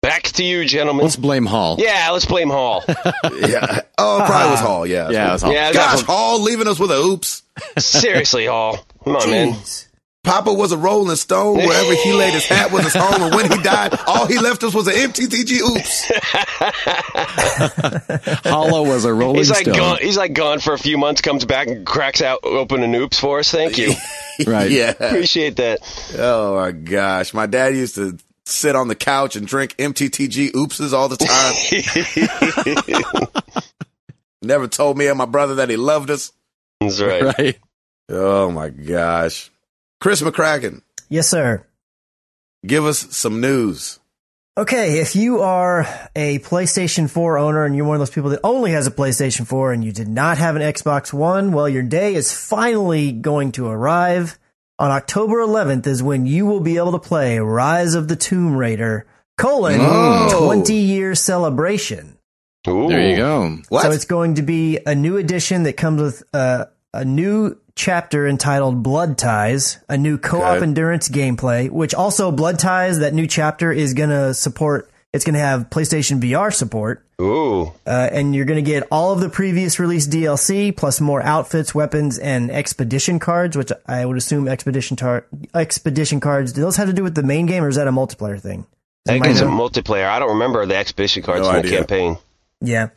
Speaker 2: Back to you, gentlemen.
Speaker 3: Let's blame Hall.
Speaker 2: yeah, let's blame Hall.
Speaker 1: yeah. Oh, it probably was Hall. Yeah.
Speaker 3: Yeah, it was Hall.
Speaker 2: Yeah,
Speaker 1: Gosh,
Speaker 2: that's-
Speaker 1: Hall leaving us with a oops.
Speaker 2: seriously, Hall. Come on, man.
Speaker 4: Jeez.
Speaker 1: Papa was a Rolling Stone. Wherever he laid his hat was his home. And when he died, all he left us was an MTTG oops.
Speaker 3: Hollow was a Rolling
Speaker 2: He's like
Speaker 3: Stone.
Speaker 2: gone. He's like gone for a few months. Comes back and cracks out open an oops for us. Thank you.
Speaker 3: Right.
Speaker 1: Yeah.
Speaker 2: Appreciate that.
Speaker 1: Oh my gosh. My dad used to sit on the couch and drink MTTG oopses all the time. Never told me and my brother that he loved us.
Speaker 2: That's right.
Speaker 3: Right.
Speaker 1: Oh my gosh. Chris McCracken,
Speaker 4: Yes, sir.
Speaker 1: give us some news.
Speaker 4: Okay, if you are a PlayStation 4 owner and you're one of those people that only has a PlayStation 4 and you did not have an Xbox One, well, your day is finally going to arrive. On October 11th is when you will be able to play Rise of the Tomb Raider colon
Speaker 1: Oh.
Speaker 4: 20 year celebration.
Speaker 2: Ooh.
Speaker 3: There you go.
Speaker 1: What?
Speaker 4: So it's going to be a new edition that comes with uh, a new chapter entitled Blood Ties, a new co-op
Speaker 1: Okay.
Speaker 4: endurance gameplay, which also Blood Ties, that new chapter is going to support, it's going to have PlayStation VR support.
Speaker 2: Ooh.
Speaker 4: Uh, and you're going to get all of the previous release DLC plus more outfits, weapons, and expedition cards, which I would assume expedition tar- expedition cards. Do those have to do with the main game, or is that a multiplayer thing?
Speaker 2: I think
Speaker 4: Does
Speaker 2: it's a
Speaker 4: anybody know?
Speaker 2: multiplayer. I don't remember the exhibition
Speaker 1: No
Speaker 2: cards in the
Speaker 1: idea.
Speaker 2: campaign.
Speaker 4: Yeah.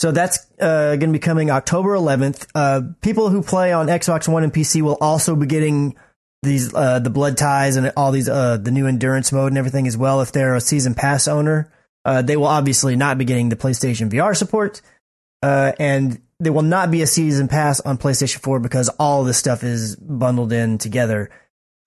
Speaker 4: So that's uh, going to be coming October 11th. Uh, people who play on Xbox One and PC will also be getting these uh, the blood ties and all these uh, the new endurance mode and everything as well. If they're a season pass owner, uh, they will obviously not be getting the PlayStation VR support, uh, and they will not be a season pass on PlayStation 4 because all this stuff is bundled in together.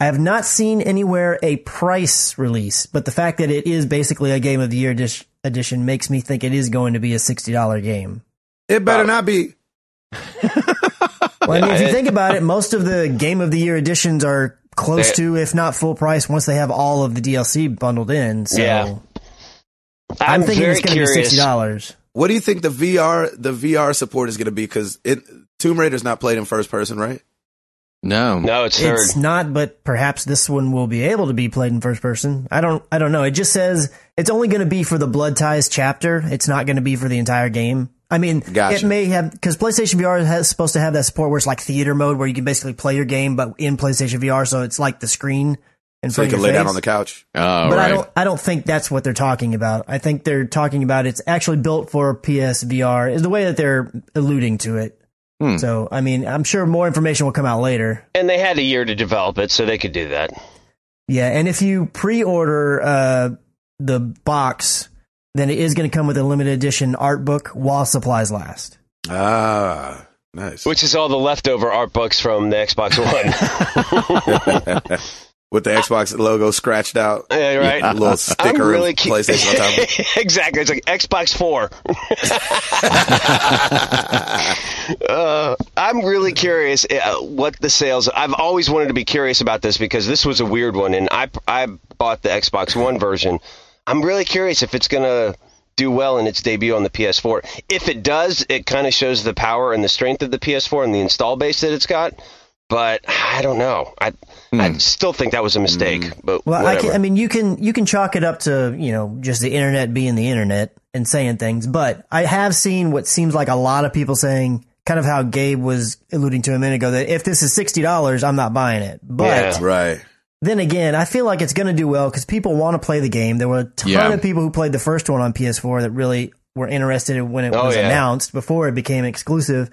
Speaker 4: I have not seen anywhere a price release, but the fact that it is basically a game of the year dish- edition makes me think it is going to be a $60 game.
Speaker 1: It
Speaker 4: uh,
Speaker 1: better not be.
Speaker 4: Well, I mean, if
Speaker 2: Yeah,
Speaker 4: you
Speaker 2: it-
Speaker 4: think about it, most of the game of the year editions are close
Speaker 2: They-
Speaker 4: to, if not full price, once they have all of the DLC bundled in. So
Speaker 2: Yeah.
Speaker 4: I'm,
Speaker 2: I'm,
Speaker 4: thinking
Speaker 2: very
Speaker 4: it's going to be
Speaker 2: curious.
Speaker 4: $60.
Speaker 1: What do you think the VR the VR support is going to be? Because it Tomb Raider's not played in first person, right?
Speaker 3: No.
Speaker 2: No, it's third.
Speaker 4: It's not, but perhaps this one will be able to be played in first person. I don't, I don't know. It just says it's only going to be for the Blood Ties chapter. It's not going to be for the entire game. I mean,
Speaker 1: Gotcha.
Speaker 4: it may have because PlayStation VR has supposed to have that support where it's like theater mode, where you can basically play your game, but in PlayStation VR, so it's like the screen in
Speaker 1: So you
Speaker 4: front
Speaker 1: can
Speaker 4: of
Speaker 1: lay
Speaker 4: your
Speaker 1: down
Speaker 4: face.
Speaker 1: on the couch.
Speaker 3: Oh,
Speaker 4: But
Speaker 3: right.
Speaker 4: I don't, I don't think that's what they're talking about. I think they're talking about it's actually built for PSVR is the way that they're alluding to it.
Speaker 3: Hmm.
Speaker 4: So, I mean, I'm sure more information will come out later.
Speaker 2: and they had a year to develop it, so they could do that.
Speaker 4: Yeah, and if you pre-order uh, the box, then it is going to come with a limited edition art book while supplies last.
Speaker 1: Ah, nice.
Speaker 2: Which is all the leftover art books from the Xbox One.
Speaker 1: With the Xbox logo scratched out,
Speaker 2: yeah, right.
Speaker 1: a little sticker
Speaker 2: I'm really
Speaker 1: of
Speaker 2: cu-
Speaker 1: PlayStation on top. of it.
Speaker 2: exactly. It's like Xbox Four. uh, I'm really curious uh, what the sales. I've always wanted to be curious about this because this was a weird one, and I I bought the Xbox One version. I'm really curious if it's gonna do well in its debut on the PS4. If it does, it kind of shows the power and the strength of the PS4 and the install base that it's got. But I don't know. I
Speaker 1: Hmm.
Speaker 2: I still think that was a mistake. But
Speaker 4: Well, I,
Speaker 2: whatever.
Speaker 4: can, I mean, you can you can chalk it up to you know just the internet being the internet and saying things, but I have seen what seems like a lot of people saying, kind of how Gabe was alluding to a minute ago, that if this is sixty dollars, I'm not buying it. But
Speaker 2: Yeah.
Speaker 1: Right.
Speaker 4: then again, I feel like it's going to do well because people want to play the game. There were a ton
Speaker 3: Yeah.
Speaker 4: of people who played the first one on PS4 that really were interested in when it
Speaker 2: Oh,
Speaker 4: was
Speaker 2: yeah.
Speaker 4: announced before it became exclusive.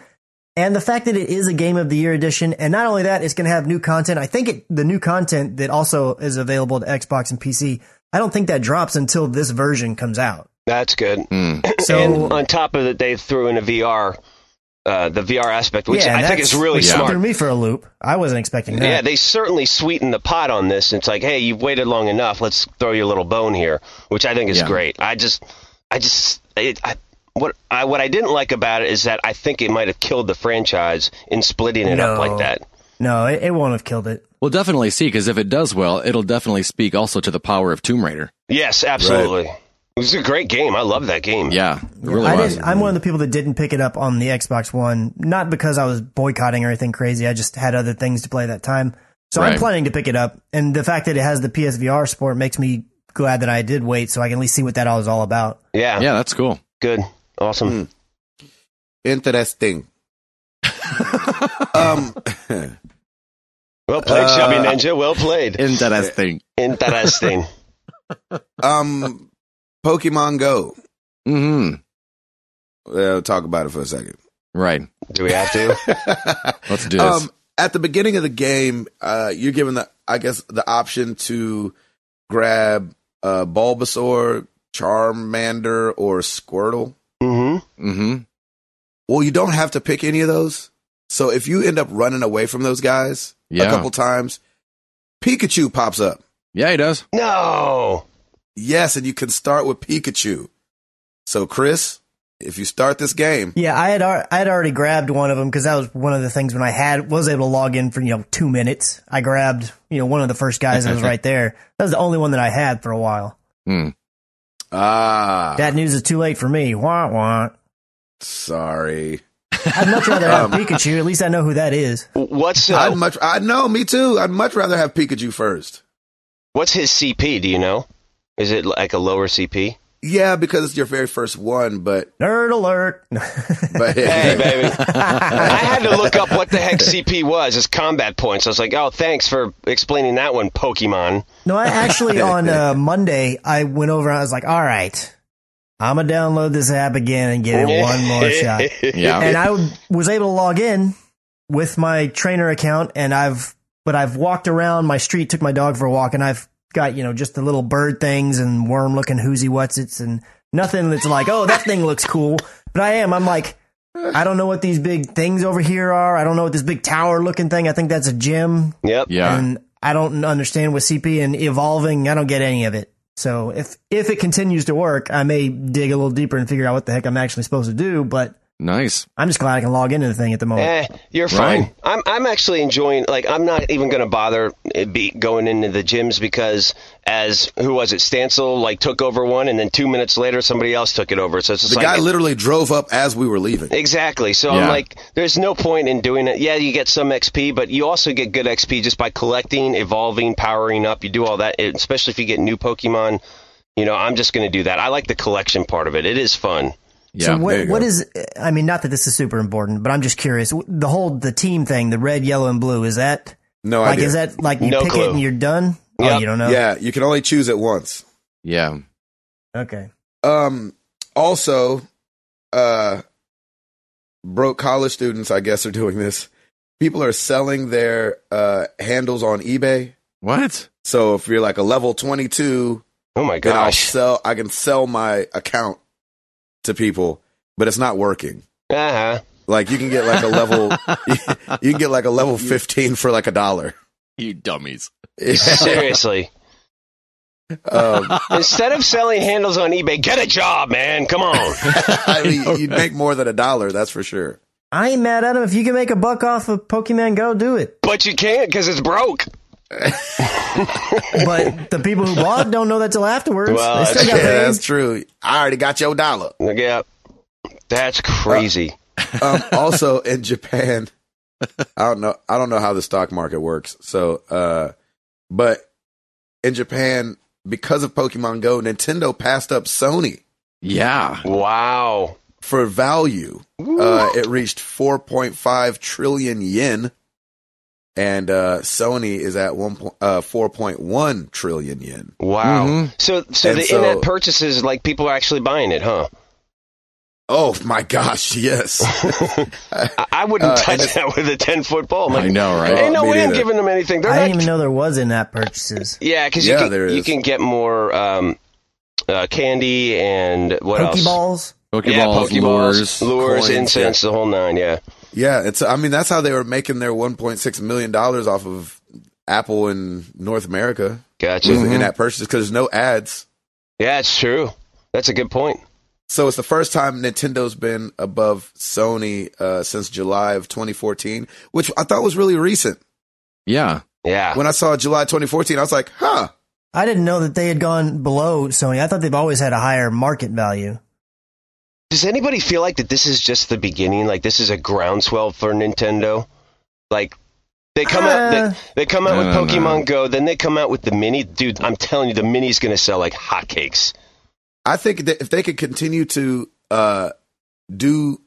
Speaker 4: And the fact that it is a game of the year edition, and not only that, it's going to have new content. I think it, the new content that also is available to Xbox and PC. I don't think that drops until this version comes out.
Speaker 2: that's good.
Speaker 3: Hmm.
Speaker 4: So
Speaker 2: and on top of it, they threw in a VR, uh, the VR aspect, which
Speaker 4: yeah,
Speaker 2: I think
Speaker 4: that's-
Speaker 2: is really
Speaker 4: which
Speaker 2: smart.
Speaker 4: Threw me for a loop. I wasn't expecting that.
Speaker 2: Yeah, they certainly sweeten the pot on this. It's like, hey, you've waited long enough. Let's throw you a little bone here, which I think is
Speaker 3: Yeah.
Speaker 2: great. I just, I just, it, I, what I what I didn't like about it is that I think it might have killed the franchise in splitting it up
Speaker 4: No.
Speaker 2: like that.
Speaker 4: no, it, it won't have killed it.
Speaker 3: We'll definitely see because if it does well, it'll definitely speak also to the power of Tomb Raider.
Speaker 2: Yes, absolutely. It was a great game. I love that game.
Speaker 3: Yeah, it really
Speaker 4: I
Speaker 3: was.
Speaker 4: didn't, I'm one of the people that didn't pick it up on the Xbox One, not because I was boycotting or anything crazy. I just had other things to play that time. So
Speaker 3: Right.
Speaker 4: I'm planning to pick it up. And the fact that it has the PSVR support makes me glad that I did wait so I can at least see what that all is all about.
Speaker 2: Yeah,
Speaker 3: Yeah, that's cool.
Speaker 2: good, awesome.
Speaker 1: Interesting. um,
Speaker 2: Well played,
Speaker 1: Uh,
Speaker 2: Chubby Ninja. Well played.
Speaker 3: Interesting.
Speaker 2: Interesting.
Speaker 1: um, Pokemon Go.
Speaker 3: hmm
Speaker 1: Uh, talk about it for a second.
Speaker 3: Right.
Speaker 2: Do we have to?
Speaker 3: Let's do this.
Speaker 1: Um,
Speaker 4: Um,
Speaker 1: at the beginning of the game, uh, you're given the, I guess, the option to grab uh, Bulbasaur, Charmander, or Squirtle.
Speaker 2: hmm
Speaker 3: hmm
Speaker 1: Well, you don't have to pick any of those. So if you end up running away from those guys a
Speaker 3: Yeah.
Speaker 1: couple times, Pikachu pops up.
Speaker 3: Yeah, he does.
Speaker 2: No.
Speaker 1: Yes, and you can start with Pikachu. So, Chris, if you start this game,
Speaker 4: Yeah, I had al- I had already grabbed one of them because that was one of the things when I had was able to log in for you know two minutes. I grabbed you know one of the first guys that was right there. That was the only one that I had for a while.
Speaker 3: Mm.
Speaker 1: ah,
Speaker 4: That news is too late for me. Wah wah.
Speaker 1: sorry.
Speaker 4: I'd much rather have
Speaker 3: Um,
Speaker 4: Pikachu. At least I know who that is.
Speaker 2: What's
Speaker 1: I'd
Speaker 2: uh,
Speaker 1: much. I know, me too. I'd much rather have Pikachu first.
Speaker 2: what's his CP? Do you know? Is it like a lower CP?
Speaker 1: Yeah, because it's your very first one, but
Speaker 4: Nerd alert.
Speaker 1: but
Speaker 2: Hey, baby. I had to look up what the heck CP was. It's combat points. I was like, oh, thanks for explaining that one, Pokemon.
Speaker 4: no, I actually on uh, Monday I went over and I was like, all right, I'm gonna download this app again and give it one more shot.
Speaker 3: Yeah.
Speaker 4: And I was able to log in with my trainer account, and I've but I've walked around my street, took my dog for a walk, and I've got you know just the little bird things and worm looking whoozy what's its and nothing that's like oh that thing looks cool, but I am I'm like. I don't know what these big things over here are. I don't know what this big tower looking thing. I think that's a gym.
Speaker 2: Yep.
Speaker 3: yeah.
Speaker 4: and I don't understand with CP and evolving. I don't get any of it. So if if it continues to work, I may dig a little deeper and figure out what the heck I'm actually supposed to do. But
Speaker 3: Nice.
Speaker 4: I'm just glad I can log into the thing at the moment.
Speaker 2: Eh, you're fine.
Speaker 3: Right.
Speaker 2: I'm I'm actually enjoying. Like, I'm not even going to bother uh, be going into the gyms because as who was it? Stancil like took over one, and then two minutes later somebody else took it over. So it's just
Speaker 1: the
Speaker 2: like
Speaker 1: guy literally drove up as we were leaving.
Speaker 2: Exactly. So I'm
Speaker 3: Yeah.
Speaker 2: like, there's no point in doing it. Yeah, you get some XP, but you also get good XP just by collecting, evolving, powering up. You do all that, it- especially if you get new Pokemon. You know, I'm just going to do that. I like the collection part of it. It is fun.
Speaker 1: there
Speaker 3: Yeah.
Speaker 4: so what
Speaker 1: you
Speaker 4: what
Speaker 1: go.
Speaker 4: is? I mean, not that this is super important, but I'm just curious. The whole the team thing, the red, yellow, and blue. Is that
Speaker 1: No
Speaker 4: like
Speaker 1: idea.
Speaker 4: is that like you
Speaker 2: No
Speaker 4: pick it
Speaker 2: clue.
Speaker 4: and you're done? Oh,
Speaker 2: Yep.
Speaker 4: you don't know.
Speaker 1: yeah, you can only choose it once.
Speaker 3: yeah.
Speaker 4: Okay.
Speaker 1: Um, also, uh, broke college students, I guess, are doing this. People are selling their uh, handles on eBay.
Speaker 3: What?
Speaker 1: So if you're like a level 22,
Speaker 2: Oh my
Speaker 1: then I'll
Speaker 2: gosh.
Speaker 1: sell. I can sell my account to people, but it's not working.
Speaker 2: Uh huh.
Speaker 1: Like you can get like a level, you can get like a level 15 for like a dollar.
Speaker 3: You dummies.
Speaker 2: Uh-huh. Seriously.
Speaker 1: um,
Speaker 2: Instead of selling handles on eBay, get a job, man. Come on.
Speaker 1: I mean, you'd make more than a dollar, that's for sure.
Speaker 4: I ain't mad at him. If you can make a buck off of Pokemon Go, do it.
Speaker 2: But you can't because it's broke.
Speaker 4: but the people who bought don't know that till afterwards.
Speaker 2: Well,
Speaker 4: they still
Speaker 1: yeah,
Speaker 4: got paid.
Speaker 1: that's true. I already got your dollar.
Speaker 2: Yeah.
Speaker 1: Uh,
Speaker 2: That's crazy.
Speaker 1: um, also in Japan, I don't know. I don't know how the stock market works. So, uh, but in Japan, because of Pokemon Go, Nintendo passed up Sony
Speaker 3: Yeah.
Speaker 2: wow.
Speaker 1: for value. Uh, it reached 4.5 trillion yen, and uh, Sony is at one po- uh, 4.1 trillion yen.
Speaker 2: Wow.
Speaker 3: Mhm.
Speaker 2: So so
Speaker 1: mm-hmm. And
Speaker 2: the
Speaker 1: so-
Speaker 2: internet purchases like people are actually buying it, huh?
Speaker 1: Oh my gosh! Yes,
Speaker 2: I, I wouldn't
Speaker 1: Uh, and
Speaker 2: touch
Speaker 1: it's- Oh,
Speaker 2: that with a ten foot pole. I'm
Speaker 3: I
Speaker 2: Like,
Speaker 3: know, right?
Speaker 2: ain't no
Speaker 1: me
Speaker 2: way I'm
Speaker 1: neither.
Speaker 2: giving them anything. They're
Speaker 4: I
Speaker 2: not
Speaker 4: didn't even know there was in-app purchases.
Speaker 2: Yeah, because
Speaker 1: Yeah,
Speaker 2: you,
Speaker 1: there
Speaker 2: can, you
Speaker 1: is.
Speaker 2: can get more um, uh, candy and what else?
Speaker 4: Pokeballs.
Speaker 3: Pokeballs,
Speaker 2: Yeah,
Speaker 3: lures.
Speaker 2: Pokeballs, lures,
Speaker 1: coins,
Speaker 2: incense, the whole nine. Yeah,
Speaker 1: yeah. It's. I mean, that's how they were making their 1.6 million dollars off of Apple in North America.
Speaker 2: gotcha. Mm-hmm.
Speaker 1: was in that purchase because there's no ads.
Speaker 2: Yeah, it's true. That's a good point.
Speaker 1: So it's the first time Nintendo's been above Sony uh, since July of 2014, which I thought was really recent.
Speaker 3: Yeah.
Speaker 2: Yeah,
Speaker 1: When I saw July 2014, I was like, huh.
Speaker 4: I didn't know that they had gone below Sony. I thought they've always had a higher market value.
Speaker 2: Does anybody feel like that this is just the beginning? Like this is a groundswell for Nintendo? Like they come out
Speaker 4: Uh.
Speaker 2: they, they come out
Speaker 3: No,
Speaker 2: with
Speaker 3: no, no.
Speaker 2: Pokemon Go, then they come out with the mini. Dude, I'm telling you, the mini's gonna sell like hotcakes.
Speaker 1: I think that if they could continue to uh, do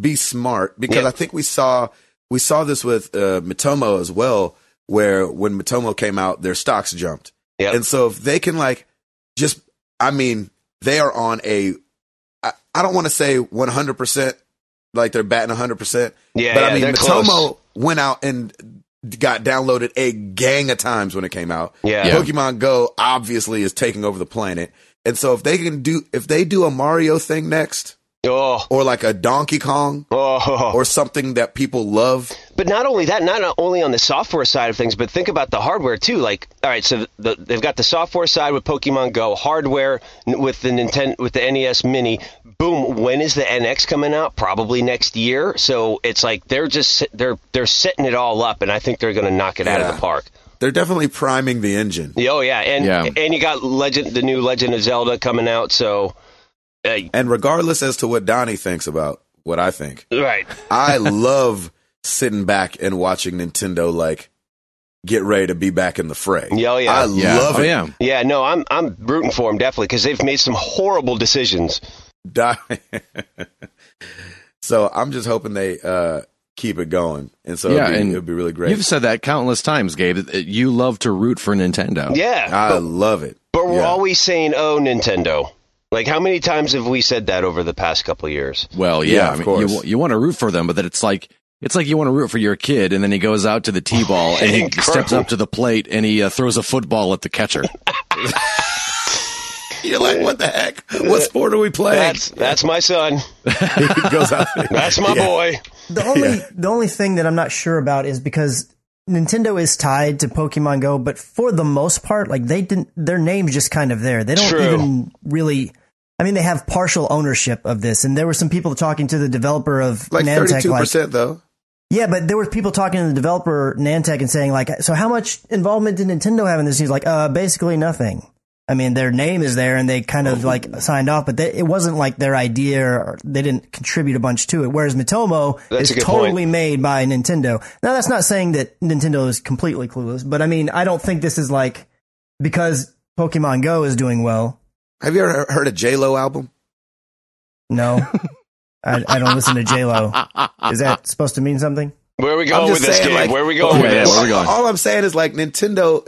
Speaker 1: be smart, because
Speaker 2: Yeah.
Speaker 1: I think we saw we saw this with uh, Mitomo as well, where when Mitomo came out, their stocks jumped.
Speaker 2: Yep.
Speaker 1: And so if they can like just, I mean, they are on a. I, I don't want to say 100 percent, like they're batting 100 percent.
Speaker 2: Yeah,
Speaker 1: but
Speaker 2: yeah,
Speaker 1: I mean,
Speaker 2: they're
Speaker 1: Matomo
Speaker 2: close.
Speaker 1: went out and got downloaded a gang of times when it came out.
Speaker 2: Yeah.
Speaker 3: Yeah.
Speaker 1: Pokemon Go obviously is taking over the planet. And so if they can do if they do a Mario thing next
Speaker 2: Oh,
Speaker 1: or like a Donkey Kong
Speaker 2: oh.
Speaker 1: or something that people love,
Speaker 2: But not only that, not only on the software side of things, but think about the hardware too. Like, all right, so the, they've got the software side with Pokemon Go, hardware n- with the Nintendo with the NES Mini. Boom! When is the NX coming out? Probably next year. So it's like they're just they're they're setting it all up, and I think they're going to knock it out of
Speaker 1: Yeah.
Speaker 2: the park.
Speaker 1: they're definitely priming the engine.
Speaker 2: Yeah, Oh yeah, and
Speaker 3: Yeah.
Speaker 2: and you got Legend, the new Legend of Zelda coming out. So, uh,
Speaker 1: And regardless as to what Donnie thinks about what I think,
Speaker 2: right,
Speaker 1: I love sitting back and watching Nintendo like get ready to be back in the fray.
Speaker 2: Yeah, oh, yeah.
Speaker 1: I
Speaker 3: Yeah.
Speaker 1: love
Speaker 3: oh,
Speaker 1: it.
Speaker 3: yeah.
Speaker 2: yeah, no, I'm I'm rooting for them definitely because they've made some horrible decisions.
Speaker 1: die. so I'm just hoping they uh, keep it going, and so
Speaker 3: Yeah,
Speaker 1: it'd, be,
Speaker 3: and
Speaker 1: it'd be really great.
Speaker 3: You've said that countless times, Gabe. that You love to root for Nintendo.
Speaker 2: Yeah,
Speaker 1: I love it.
Speaker 2: But we're
Speaker 1: Yeah.
Speaker 2: always saying, "Oh, Nintendo." Like, how many times have we said that over the past couple years?
Speaker 3: Well, yeah,
Speaker 1: Yeah,
Speaker 3: I
Speaker 1: of
Speaker 3: mean,
Speaker 1: course.
Speaker 3: You, you want to root for them, but then it's like it's like you want to root for your kid, and then he goes out to the t-ball and he
Speaker 2: Incredible.
Speaker 3: steps up to the plate and he uh, throws a football at the catcher.
Speaker 1: You're like, what the heck? What sport are we playing?
Speaker 2: That's that's my son.
Speaker 1: he goes out.
Speaker 2: That's my
Speaker 1: Yeah.
Speaker 2: boy.
Speaker 4: The only the only thing that I'm not sure about is because Nintendo is tied to Pokemon Go, but for the most part, like they didn't their name's just kind of there. They don't
Speaker 2: True.
Speaker 4: even really I mean they have partial ownership of this and there were some people talking to the developer of
Speaker 1: Like
Speaker 4: Nantech
Speaker 1: thirty-two
Speaker 4: like
Speaker 1: percent though.
Speaker 4: Yeah, but there were people talking to the developer Nantech and saying like, so how much involvement did Nintendo have in this? He's like, uh, basically nothing. I mean, their name is there and they kind of
Speaker 2: Oh.
Speaker 4: like signed off, but they, it wasn't like their idea or they didn't contribute a bunch to it. Whereas Mitomo
Speaker 2: That's a
Speaker 4: is
Speaker 2: good
Speaker 4: totally made by Nintendo. Now that's not saying that Nintendo is completely clueless, but I mean, I don't think this is like because Pokemon Go is doing well.
Speaker 1: Have you ever heard a J Lo album?
Speaker 4: No, I, I don't listen to JLo. Is that supposed to mean something?
Speaker 2: Where are we going
Speaker 1: I'm
Speaker 2: with
Speaker 1: just
Speaker 2: this
Speaker 1: saying,
Speaker 2: game?
Speaker 1: like- oh,
Speaker 2: where are we going
Speaker 3: Oh, Yeah,
Speaker 2: with
Speaker 3: yeah,
Speaker 2: this?
Speaker 3: where we going?
Speaker 1: All I'm saying is like Nintendo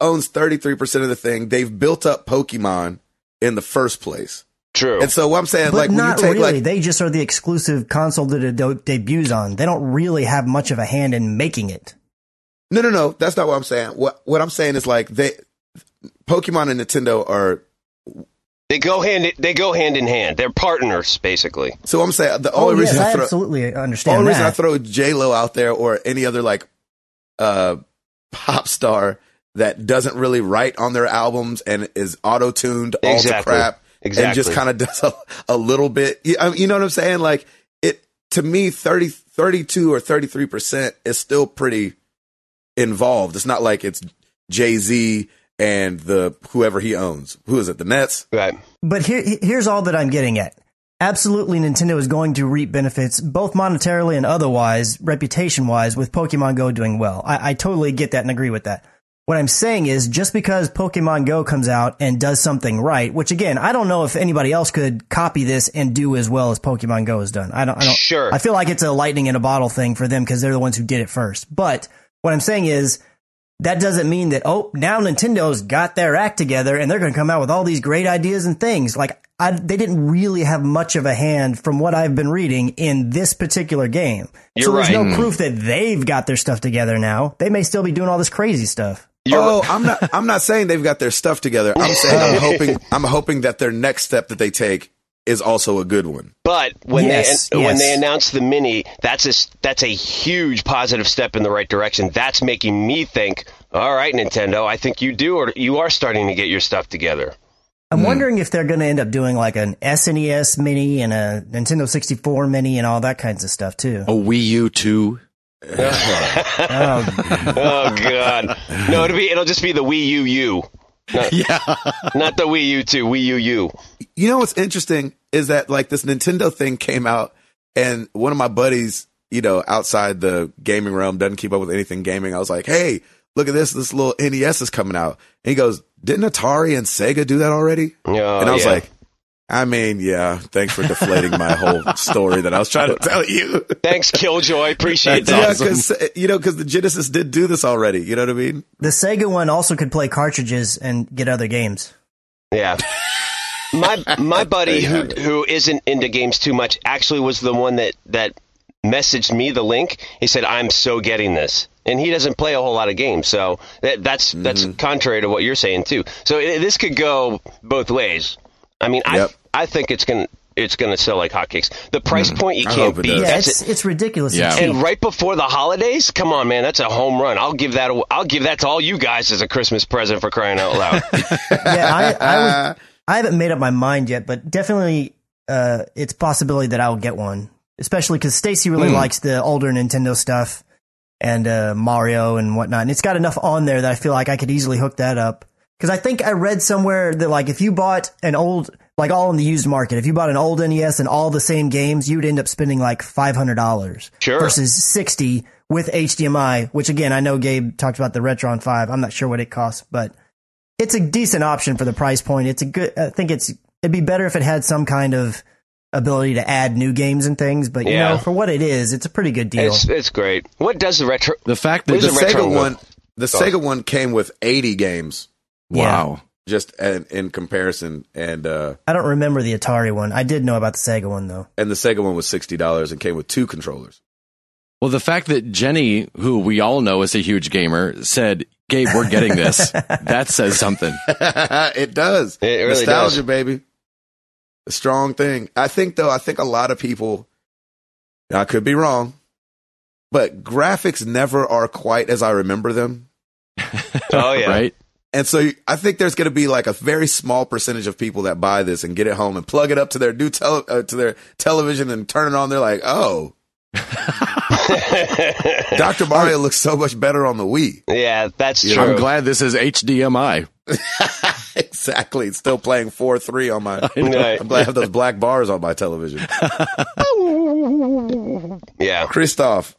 Speaker 1: owns thirty-three percent of the thing. They've built up Pokemon in the first place,
Speaker 2: True.
Speaker 1: and so what I'm saying,
Speaker 4: But
Speaker 1: like, when you
Speaker 4: not
Speaker 1: take
Speaker 4: really.
Speaker 1: like
Speaker 4: they just are the exclusive console that it de- debuts on. They don't really have much of a hand in making it.
Speaker 1: No, no, no. That's not what I'm saying. What what I'm saying is like they, Pokemon and Nintendo are.
Speaker 2: they go hand they go hand in hand. They're partners, basically.
Speaker 1: So I'm saying the only reason
Speaker 4: Oh, yes, I,
Speaker 1: I throw
Speaker 4: absolutely
Speaker 1: only
Speaker 4: understand
Speaker 1: reason I
Speaker 4: that.
Speaker 1: throw J Lo out there or any other like, uh, pop star that doesn't really write on their albums and is auto tuned all to
Speaker 2: Exactly.
Speaker 1: crap and just
Speaker 2: Exactly.
Speaker 1: kind of does a, a little bit. You, I mean, you know what I'm saying? Like it to me, 30, 32 or 33 percent is still pretty involved. It's not like it's Jay Z and the whoever he owns. Who is it? The Nets.
Speaker 2: Right.
Speaker 4: But here, here's all that I'm getting at. Absolutely, Nintendo is going to reap benefits, both monetarily and otherwise, reputation wise, with Pokemon Go doing well. I, I totally get that and agree with that. What I'm saying is just because Pokemon Go comes out and does something right, which again, I don't know if anybody else could copy this and do as well as Pokemon Go has done. I don't, I don't,
Speaker 2: Sure.
Speaker 4: I feel like it's a lightning in a bottle thing for them because they're the ones who did it first. But what I'm saying is that doesn't mean that, oh, now Nintendo's got their act together and they're going to come out with all these great ideas and things. Like, I, they didn't really have much of a hand from what I've been reading in this particular game.
Speaker 2: You're
Speaker 4: so there's
Speaker 2: right.
Speaker 4: no proof that they've got their stuff together now. They may still be doing all this crazy stuff.
Speaker 2: You're
Speaker 1: oh, I'm not. I'm not saying they've got their stuff together. I'm saying I'm hoping. I'm hoping that their next step that they take is also a good one.
Speaker 2: But when
Speaker 4: Yes,
Speaker 2: they when
Speaker 4: yes.
Speaker 2: they announced the mini, that's a s- that's a huge positive step in the right direction. That's making me think. All right, Nintendo, I think you do, or you are starting to get your stuff together.
Speaker 4: I'm
Speaker 2: Hmm.
Speaker 4: wondering if they're going to end up doing like an SNES mini and a Nintendo 64 mini and all that kinds of stuff too.
Speaker 3: A Wii U two.
Speaker 4: Oh,
Speaker 2: Oh God, no, it'll be it'll just be the Wii U U,
Speaker 3: Yeah.
Speaker 2: not the Wii U two, Wii U U.
Speaker 1: You know what's interesting is that like this Nintendo thing came out, and one of my buddies, you know, outside the gaming realm, doesn't keep up with anything gaming. I was like, hey, look at this. This little NES is coming out, and he goes, didn't Atari and Sega do that already?
Speaker 2: Oh,
Speaker 1: and I was
Speaker 2: yeah.
Speaker 1: like. I mean, yeah. Thanks for deflating my whole story that I was trying to tell you.
Speaker 2: thanks, Killjoy, appreciate
Speaker 3: That's
Speaker 2: that.
Speaker 1: Yeah,
Speaker 3: awesome.
Speaker 1: because you know, because the Genesis did do this already. You know what I mean?
Speaker 4: the Sega one also could play cartridges and get other games.
Speaker 2: Yeah. My my buddy
Speaker 3: There you
Speaker 2: who
Speaker 3: have it.
Speaker 2: who isn't into games too much actually was the one that that messaged me the link. He said, "I'm so getting this." And he doesn't play a whole lot of games, so that, that's
Speaker 1: Mm-hmm.
Speaker 2: that's contrary to what you're saying too. So i this could go both ways. I mean,
Speaker 1: Yep.
Speaker 2: I I think it's gonna it's gonna sell like hotcakes. The price point you
Speaker 1: Mm-hmm. I
Speaker 2: can't
Speaker 1: hope it
Speaker 2: beat.
Speaker 1: does.
Speaker 4: Yeah,
Speaker 2: That's
Speaker 4: it's
Speaker 2: it.
Speaker 4: it's ridiculous.
Speaker 3: Yeah.
Speaker 4: Yeah.
Speaker 2: And right before the holidays, come on, man, that's a home run. I'll give that. a- I'll give that to all you guys as a Christmas present for crying out loud.
Speaker 4: yeah, I, I, was, I haven't made up my mind yet, but definitely, uh, it's a possibility that I'll get one, especially because Stacy really likes the older Nintendo stuff and uh, Mario and whatnot, and it's got enough on there that I feel like I could easily hook that up. Because I think I read somewhere that like if you bought an old, like all in the used market, if you bought an old NES and all the same games, you'd end up spending like five hundred dollars
Speaker 2: Sure.
Speaker 4: versus sixty with HDMI. Which again, I know Gabe talked about the Retron Five. I'm not sure what it costs, but it's a decent option for the price point. It's a good. I think it's it'd be better if it had some kind of ability to add new games and things. But you
Speaker 2: Yeah.
Speaker 4: know, for what it is, it's a pretty good deal.
Speaker 2: It's it's great. What does the retro?
Speaker 3: The fact that
Speaker 2: Where's
Speaker 1: The
Speaker 2: There's a retro
Speaker 1: Sega
Speaker 2: one.
Speaker 1: one, the
Speaker 2: Sorry.
Speaker 1: Sega one came with 80 games
Speaker 3: wow.
Speaker 1: just in, in comparison, and uh,
Speaker 4: I don't remember the Atari one. I did know about the Sega one though.
Speaker 1: and the Sega one was sixty dollars and came with two controllers.
Speaker 3: Well, the fact that Jenny, who we all know is a huge gamer, said, "Gabe, we're getting this." that says something.
Speaker 1: it does.
Speaker 2: It really
Speaker 1: Nostalgia,
Speaker 2: does.
Speaker 1: baby. A strong thing. I think though. I think a lot of people. I could be wrong, but graphics never are quite as I remember them.
Speaker 2: Oh yeah.
Speaker 3: Right?
Speaker 1: And so I think there's going to be like a very small percentage of people that buy this and get it home and plug it up to their new tele- uh, to their television and turn it on. They're like, "Oh, Dr. Mario looks so much better on the Wii."
Speaker 2: Yeah, that's
Speaker 1: Yeah.
Speaker 2: true.
Speaker 3: I'm glad this is HDMI.
Speaker 1: exactly. It's still playing 4-3 on my
Speaker 2: Right.
Speaker 1: I'm glad I have those black bars on my television.
Speaker 2: Yeah.
Speaker 1: Christoph,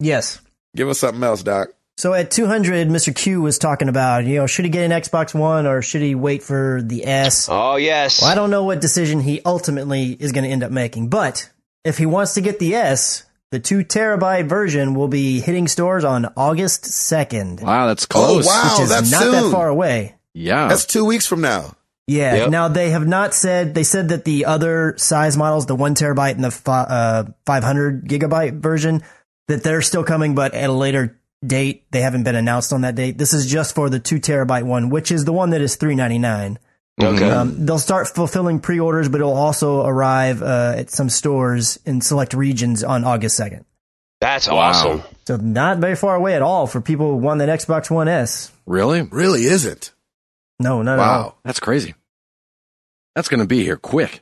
Speaker 4: Yes.
Speaker 1: give us something else, doc.
Speaker 4: So at 200, Mr. Q was talking about, you know, should he get an Xbox One or should he wait for the S?
Speaker 2: Oh yes.
Speaker 4: Well, I don't know what decision he ultimately is going to end up making, but if he wants to get the S, the two terabyte version will be hitting stores on August 2nd, which
Speaker 3: Wow, that's close.
Speaker 1: Oh, wow.
Speaker 4: is
Speaker 1: that's
Speaker 4: not
Speaker 1: soon.
Speaker 4: that far away.
Speaker 3: Yeah.
Speaker 1: That's 2 weeks from now.
Speaker 4: Yeah.
Speaker 2: Yep.
Speaker 4: Now they have not said. They said that the other size models, the one terabyte and the fi- uh, five hundred gigabyte version, that they're still coming, but at a later date. They haven't been announced on that date. This is just for the two terabyte one, which is the one that is three ninety nine.
Speaker 3: Mm-hmm.
Speaker 2: okay.
Speaker 4: Um, they'll start fulfilling pre orders, but it'll also arrive uh, at some stores in select regions on August second.
Speaker 2: that's
Speaker 3: Wow.
Speaker 2: awesome.
Speaker 4: So not very far away at all for people who want that Xbox One S.
Speaker 3: Really?
Speaker 1: Really isn't.
Speaker 4: No, not at all.
Speaker 1: Wow.
Speaker 3: That's crazy. That's going to be here quick.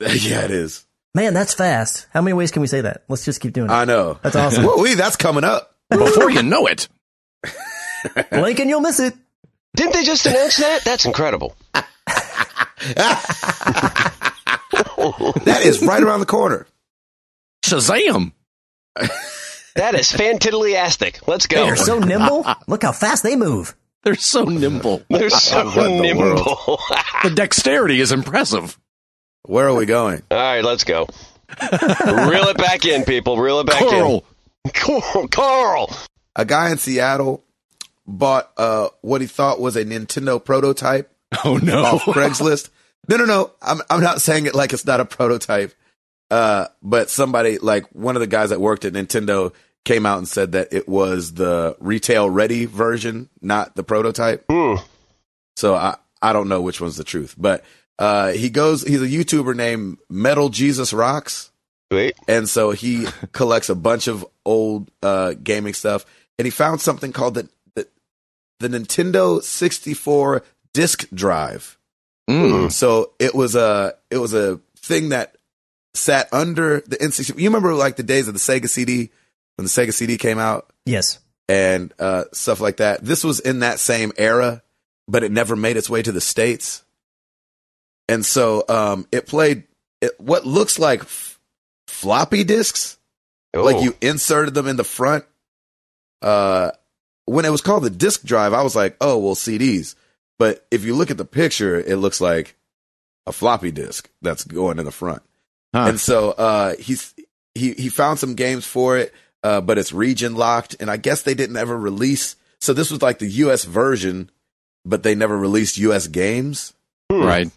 Speaker 1: yeah, it is.
Speaker 4: Man, that's fast. How many ways can we say that? Let's just keep doing it.
Speaker 1: I know.
Speaker 4: that's awesome.
Speaker 1: Woo-wee, that's coming up.
Speaker 3: Before you know it.
Speaker 4: Blink and you'll miss it.
Speaker 2: Didn't they just announce that? That's incredible.
Speaker 1: That is right around the corner.
Speaker 3: Shazam!
Speaker 2: That is fantiddlyastic. Let's
Speaker 4: They
Speaker 2: go.
Speaker 4: are so nimble. Look how fast they move.
Speaker 3: They're so nimble.
Speaker 2: They're so
Speaker 1: What in the
Speaker 2: nimble.
Speaker 1: world?
Speaker 2: All
Speaker 3: The dexterity is impressive.
Speaker 1: Where are we going?
Speaker 2: right, let's go. Reel it back in, people. Reel it back
Speaker 3: Coral.
Speaker 2: in. Coral. Coral.
Speaker 1: A guy in Seattle bought uh, what he thought was a Nintendo prototype
Speaker 3: Oh no!
Speaker 1: off Craigslist. No, no, no. I'm I'm not saying it like it's not a prototype. Uh, but somebody like one of the guys that worked at Nintendo came out and said that it was the retail ready version, not the prototype.
Speaker 2: Hmm.
Speaker 1: So I I don't know which one's the truth, but uh, he goes. He's a YouTuber named Metal Jesus Rocks,
Speaker 2: Wait.
Speaker 1: and so he collects a bunch of old uh, gaming stuff. And he found something called the the, the Nintendo 64 disc drive. Hmm.
Speaker 3: Mm.
Speaker 1: So it was a it was a thing that sat under the N64. You remember like the days of the Sega CD when the Sega CD came out
Speaker 4: Yes.
Speaker 1: and uh, stuff like that. This was in that same era, but it never made its way to the states. And so um, it played it, what looks like f- floppy disks
Speaker 2: Oh.
Speaker 1: like you inserted them in the front. Uh, when it was called the disk drive, I was like, oh well, CDs. But if you look at the picture, it looks like a floppy disk that's going in the front.
Speaker 3: Huh.
Speaker 1: And so uh, he's he he found some games for it, uh, but it's region locked, and I guess they didn't ever release. So this was like the U.S. version, but they never released U.S. games.
Speaker 2: Hmm.
Speaker 3: Right.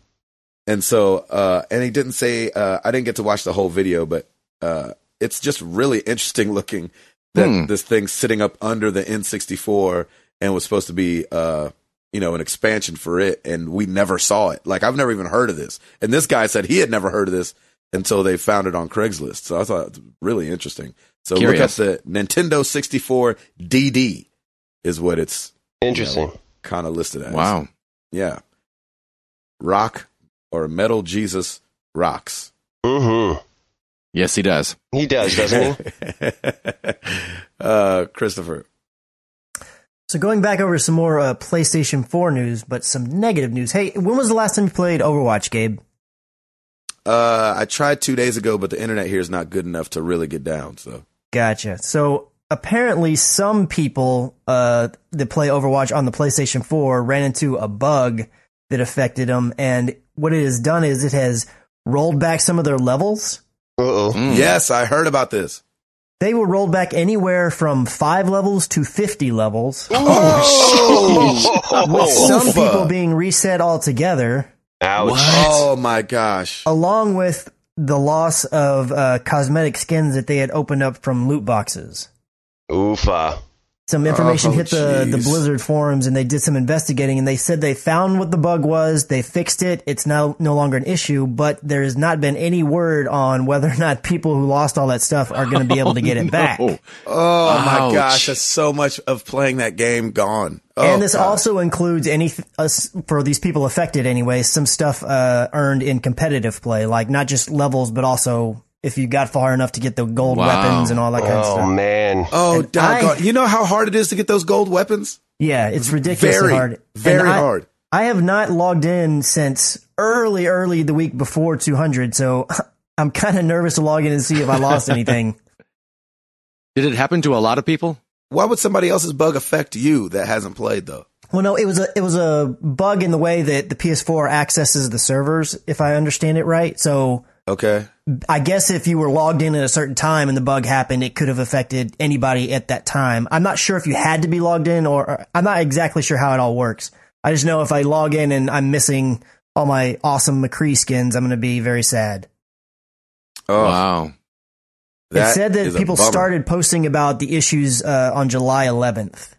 Speaker 1: And so, uh, and he didn't say, uh, I didn't get to watch the whole video, but, uh, it's just really interesting looking that
Speaker 3: Hmm.
Speaker 1: this thing's sitting up under the N64 and was supposed to be, uh, you know, an expansion for it. And we never saw it. Like, I've never even heard of this. And this guy said he had never heard of this until they found it on Craigslist. So I thought it was really interesting. So
Speaker 3: Curious.
Speaker 1: look up the Nintendo 64 DD is what it's
Speaker 2: Interesting.
Speaker 1: kind of listed as.
Speaker 3: Wow.
Speaker 1: Yeah. Rock or Metal Jesus Rocks.
Speaker 2: Mm-hmm.
Speaker 3: Yes, he does.
Speaker 2: He does, doesn't he?
Speaker 1: uh, Christopher.
Speaker 4: So going back over some more uh, PlayStation 4 news, but some negative news. Hey, when was the last time you played Overwatch, Gabe?
Speaker 1: Uh, I tried two days ago, but the internet here is not good enough to really get down. So
Speaker 4: Gotcha. So apparently, some people uh, that play Overwatch on the PlayStation 4 ran into a bug that affected them, and what it has done is it has rolled back some of their levels.
Speaker 2: Uh-oh.
Speaker 3: Mm.
Speaker 1: yes, I heard about this.
Speaker 4: They were rolled back anywhere from five levels to 50 levels, with
Speaker 1: Oh,
Speaker 4: some
Speaker 1: fuck.
Speaker 4: people being reset altogether,
Speaker 2: Ouch.
Speaker 1: Oh my gosh.
Speaker 4: along with the loss of uh, cosmetic skins that they had opened up from loot boxes.
Speaker 2: Oofa.
Speaker 4: some information
Speaker 1: Oh,
Speaker 4: hit the, the
Speaker 1: jeez.
Speaker 4: Blizzard forums and they did some investigating and they said they found what the bug was. They fixed it. It's now no longer an issue, but there has not been any word on whether or not people who lost all that stuff are going to be able to get it back.
Speaker 3: Oh,
Speaker 1: Oh my
Speaker 3: Ouch.
Speaker 1: gosh. That's so much of playing that game gone. Oh,
Speaker 4: and this
Speaker 1: God.
Speaker 4: also includes any us for these people affected anyway, some stuff uh, earned in competitive play, like not just levels, but also if you got far enough to get the gold
Speaker 3: Wow.
Speaker 4: weapons and all that kind of
Speaker 2: Oh,
Speaker 4: stuff.
Speaker 2: man.
Speaker 1: Oh,
Speaker 4: and I-
Speaker 1: doggone. You know how hard it is to get those gold weapons?
Speaker 4: Yeah, it's ridiculously
Speaker 1: Very,
Speaker 4: hard. And
Speaker 1: very
Speaker 4: I-
Speaker 1: hard.
Speaker 4: I have not logged in since early, early the week before 200, so I'm kind of nervous to log in and see if I lost anything.
Speaker 3: did it happen to a lot of people?
Speaker 1: Why would somebody else's bug affect you that hasn't played though?
Speaker 4: Well, no, it was a it was a bug in the way that the PS4 accesses the servers, if I understand it right. So
Speaker 1: Okay.
Speaker 4: I guess if you were logged in at a certain time and the bug happened, it could have affected anybody at that time. I'm not sure if you had to be logged in, or, or I'm not exactly sure how it all works. I just know if I log in and I'm missing all my awesome McCree skins, I'm going to be very sad.
Speaker 1: Oh,
Speaker 3: Wow.
Speaker 4: it
Speaker 1: that
Speaker 4: said
Speaker 1: is
Speaker 4: that
Speaker 1: a
Speaker 4: people
Speaker 1: bummer.
Speaker 4: started posting about the issues uh, on July 11th.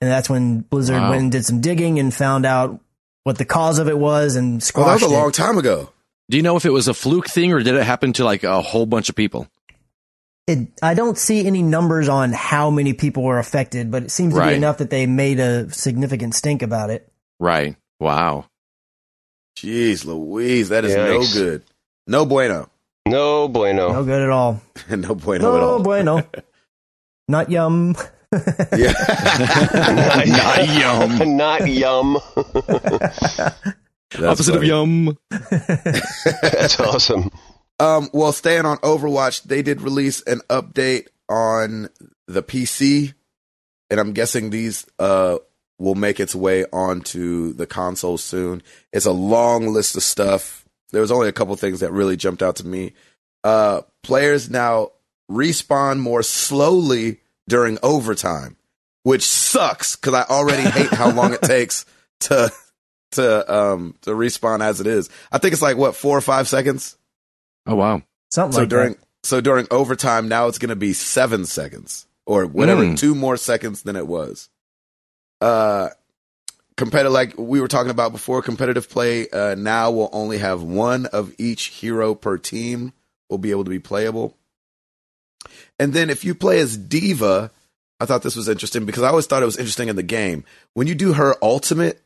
Speaker 4: And that's when Blizzard
Speaker 3: Wow.
Speaker 4: went and did some digging and found out what the cause of it was and
Speaker 1: Well, Oh, that
Speaker 4: squashed
Speaker 1: was a long
Speaker 4: it.
Speaker 1: time ago.
Speaker 3: Do you know if it was a fluke thing or did it happen to like a whole bunch of people?
Speaker 4: It, I don't see any numbers on how many people were affected, but it seems to
Speaker 3: Right.
Speaker 4: be enough that they made a significant stink about it.
Speaker 3: Right. Wow.
Speaker 1: Jeez Louise, that is
Speaker 2: Yikes.
Speaker 1: no good. No bueno.
Speaker 2: No bueno.
Speaker 3: Oh.
Speaker 4: No good at all.
Speaker 1: no bueno at
Speaker 4: No
Speaker 1: all.
Speaker 4: bueno. Not yum.
Speaker 1: Yeah.
Speaker 2: Not,
Speaker 3: Not yum.
Speaker 2: Not yum.
Speaker 1: That's
Speaker 3: Opposite
Speaker 1: funny.
Speaker 3: of yum.
Speaker 2: That's awesome.
Speaker 1: Um, well, staying on Overwatch, they did release an update on the PC, and I'm guessing these uh will make its way onto the console soon. It's a long list of stuff. There was only a couple things that really jumped out to me. Uh, players now respawn more slowly during overtime, which sucks because I already hate how long it takes to to um to respawn as it is. I think it's like what four or five seconds
Speaker 3: Oh wow.
Speaker 4: Something
Speaker 1: so
Speaker 4: like
Speaker 1: during
Speaker 4: that.
Speaker 1: so during overtime now it's going to be seven seconds or whatever
Speaker 3: Mm.
Speaker 1: two more seconds than it was uh competitive like we were talking about before competitive play uh now will only have one of each hero per team will be able to be playable and then if you play as diva i thought this was interesting because i always thought it was interesting in the game when you do her ultimate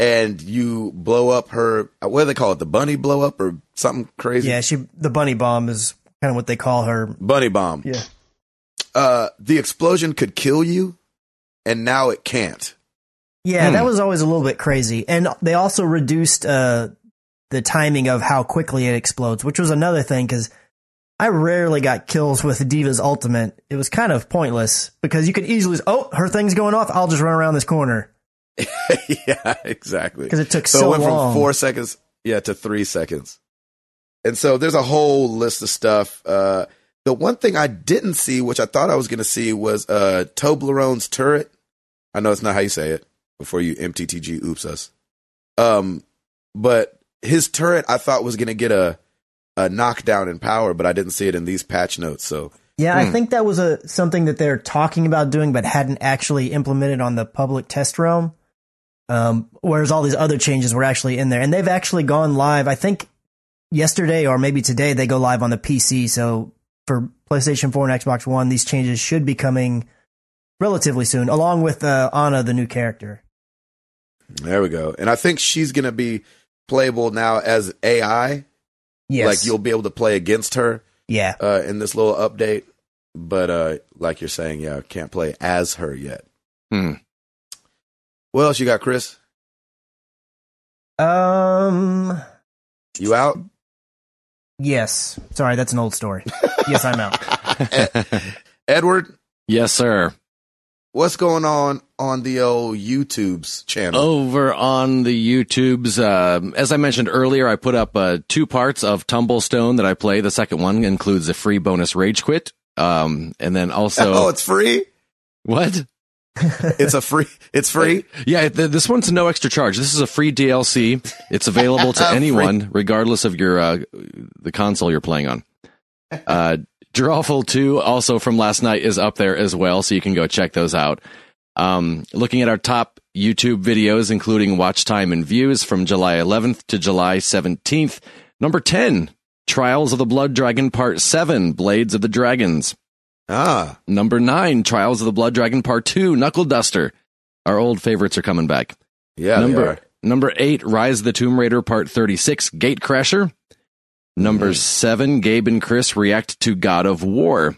Speaker 1: and you blow up her what do they call it the bunny blow up or something crazy
Speaker 4: Yeah, she the bunny bomb is kind of what they call her.
Speaker 1: bunny bomb
Speaker 4: Yeah.
Speaker 1: uh, the explosion could kill you, and now it can't.
Speaker 4: Yeah,
Speaker 3: Hmm.
Speaker 4: that was always a little bit crazy. And they also reduced uh, the timing of how quickly it explodes, which was another thing because I rarely got kills with Diva's ultimate. It was kind of pointless because you could easily, oh, her thing's going off. I'll just run around this corner
Speaker 1: yeah, exactly.
Speaker 4: because it took
Speaker 1: So,
Speaker 4: so,
Speaker 1: it went
Speaker 4: long.
Speaker 1: from four seconds, yeah, to three seconds. And so there's a whole list of stuff. Uh, the one thing I didn't see, which I thought I was going to see, was uh, Toblerone's turret. I know it's not how you say it before you MTTG oops us. Um, but his turret I thought was going to get a a knockdown in power, but I didn't see it in these patch notes. So
Speaker 4: yeah,
Speaker 3: Hmm.
Speaker 4: I think that was a something that they're talking about doing, but hadn't actually implemented on the public test realm. Um, whereas all these other changes were actually in there, and they've actually gone live. I think yesterday or maybe today they go live on the PC. So for PlayStation 4 and Xbox One, these changes should be coming relatively soon, along with uh, Anna, the new character.
Speaker 1: There we go. And I think she's going to be playable now as AI.
Speaker 4: Yes.
Speaker 1: Like you'll be able to play against her
Speaker 4: yeah.
Speaker 1: uh, in this little update. But uh, like you're saying, yeah, can't play as her yet.
Speaker 3: Hmm.
Speaker 1: What else you got, Chris?
Speaker 4: Um.
Speaker 1: You out?
Speaker 4: Yes. Sorry, that's an old story. yes, I'm out.
Speaker 1: Edward,
Speaker 3: yes, sir.
Speaker 1: what's going on on the old YouTube's channel?
Speaker 3: Over on the YouTubes, um as I mentioned earlier, I put up uh, two parts of Tumblestone that I play. The second one includes a free bonus rage quit, um, and then also
Speaker 1: oh, it's free?
Speaker 3: what?
Speaker 1: It's a free. It's free?
Speaker 3: Yeah, th- this one's no extra charge. This is a free DLC. It's available to
Speaker 1: Free.
Speaker 3: anyone, regardless of your uh, the console you're playing on. Uh, Drawful Two, also from last night, is up there as well, so you can go check those out. Um, looking at our top YouTube videos, including watch time and views from July 11th to July 17th. Number 10, Trials of the Blood Dragon Part 7, Blades of the Dragons.
Speaker 1: ah.
Speaker 3: Number nine, Trials of the Blood Dragon Part Two, Knuckle Duster. Our old favorites are coming back.
Speaker 1: Yeah. they
Speaker 3: number
Speaker 1: are.
Speaker 3: number eight, Rise of the Tomb Raider Part Thirty Six, Gate Crasher. Number
Speaker 1: Mhm.
Speaker 3: seven, Gabe and Chris react to God of War.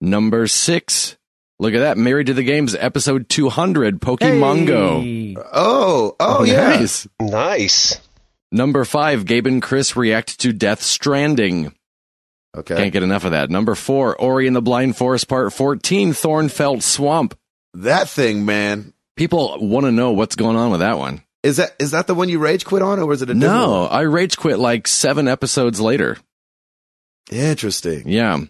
Speaker 3: Number six, look at that, Married to the Games Episode Two Hundred, Pokemongo.
Speaker 4: Hey.
Speaker 1: Oh, oh, yeah.
Speaker 3: nice.
Speaker 2: Nice.
Speaker 3: Number five, Gabe and Chris react to Death Stranding.
Speaker 1: Okay.
Speaker 3: Can't get enough of that. Number four, Ori and the Blind Forest Part Fourteen, Thornfelt Swamp.
Speaker 1: That thing, man.
Speaker 3: People want to know what's going on with that one.
Speaker 1: Is that is that the one you rage quit on, or was it a different
Speaker 3: No, I rage quit like seven episodes later.
Speaker 1: one? Interesting.
Speaker 3: Yeah.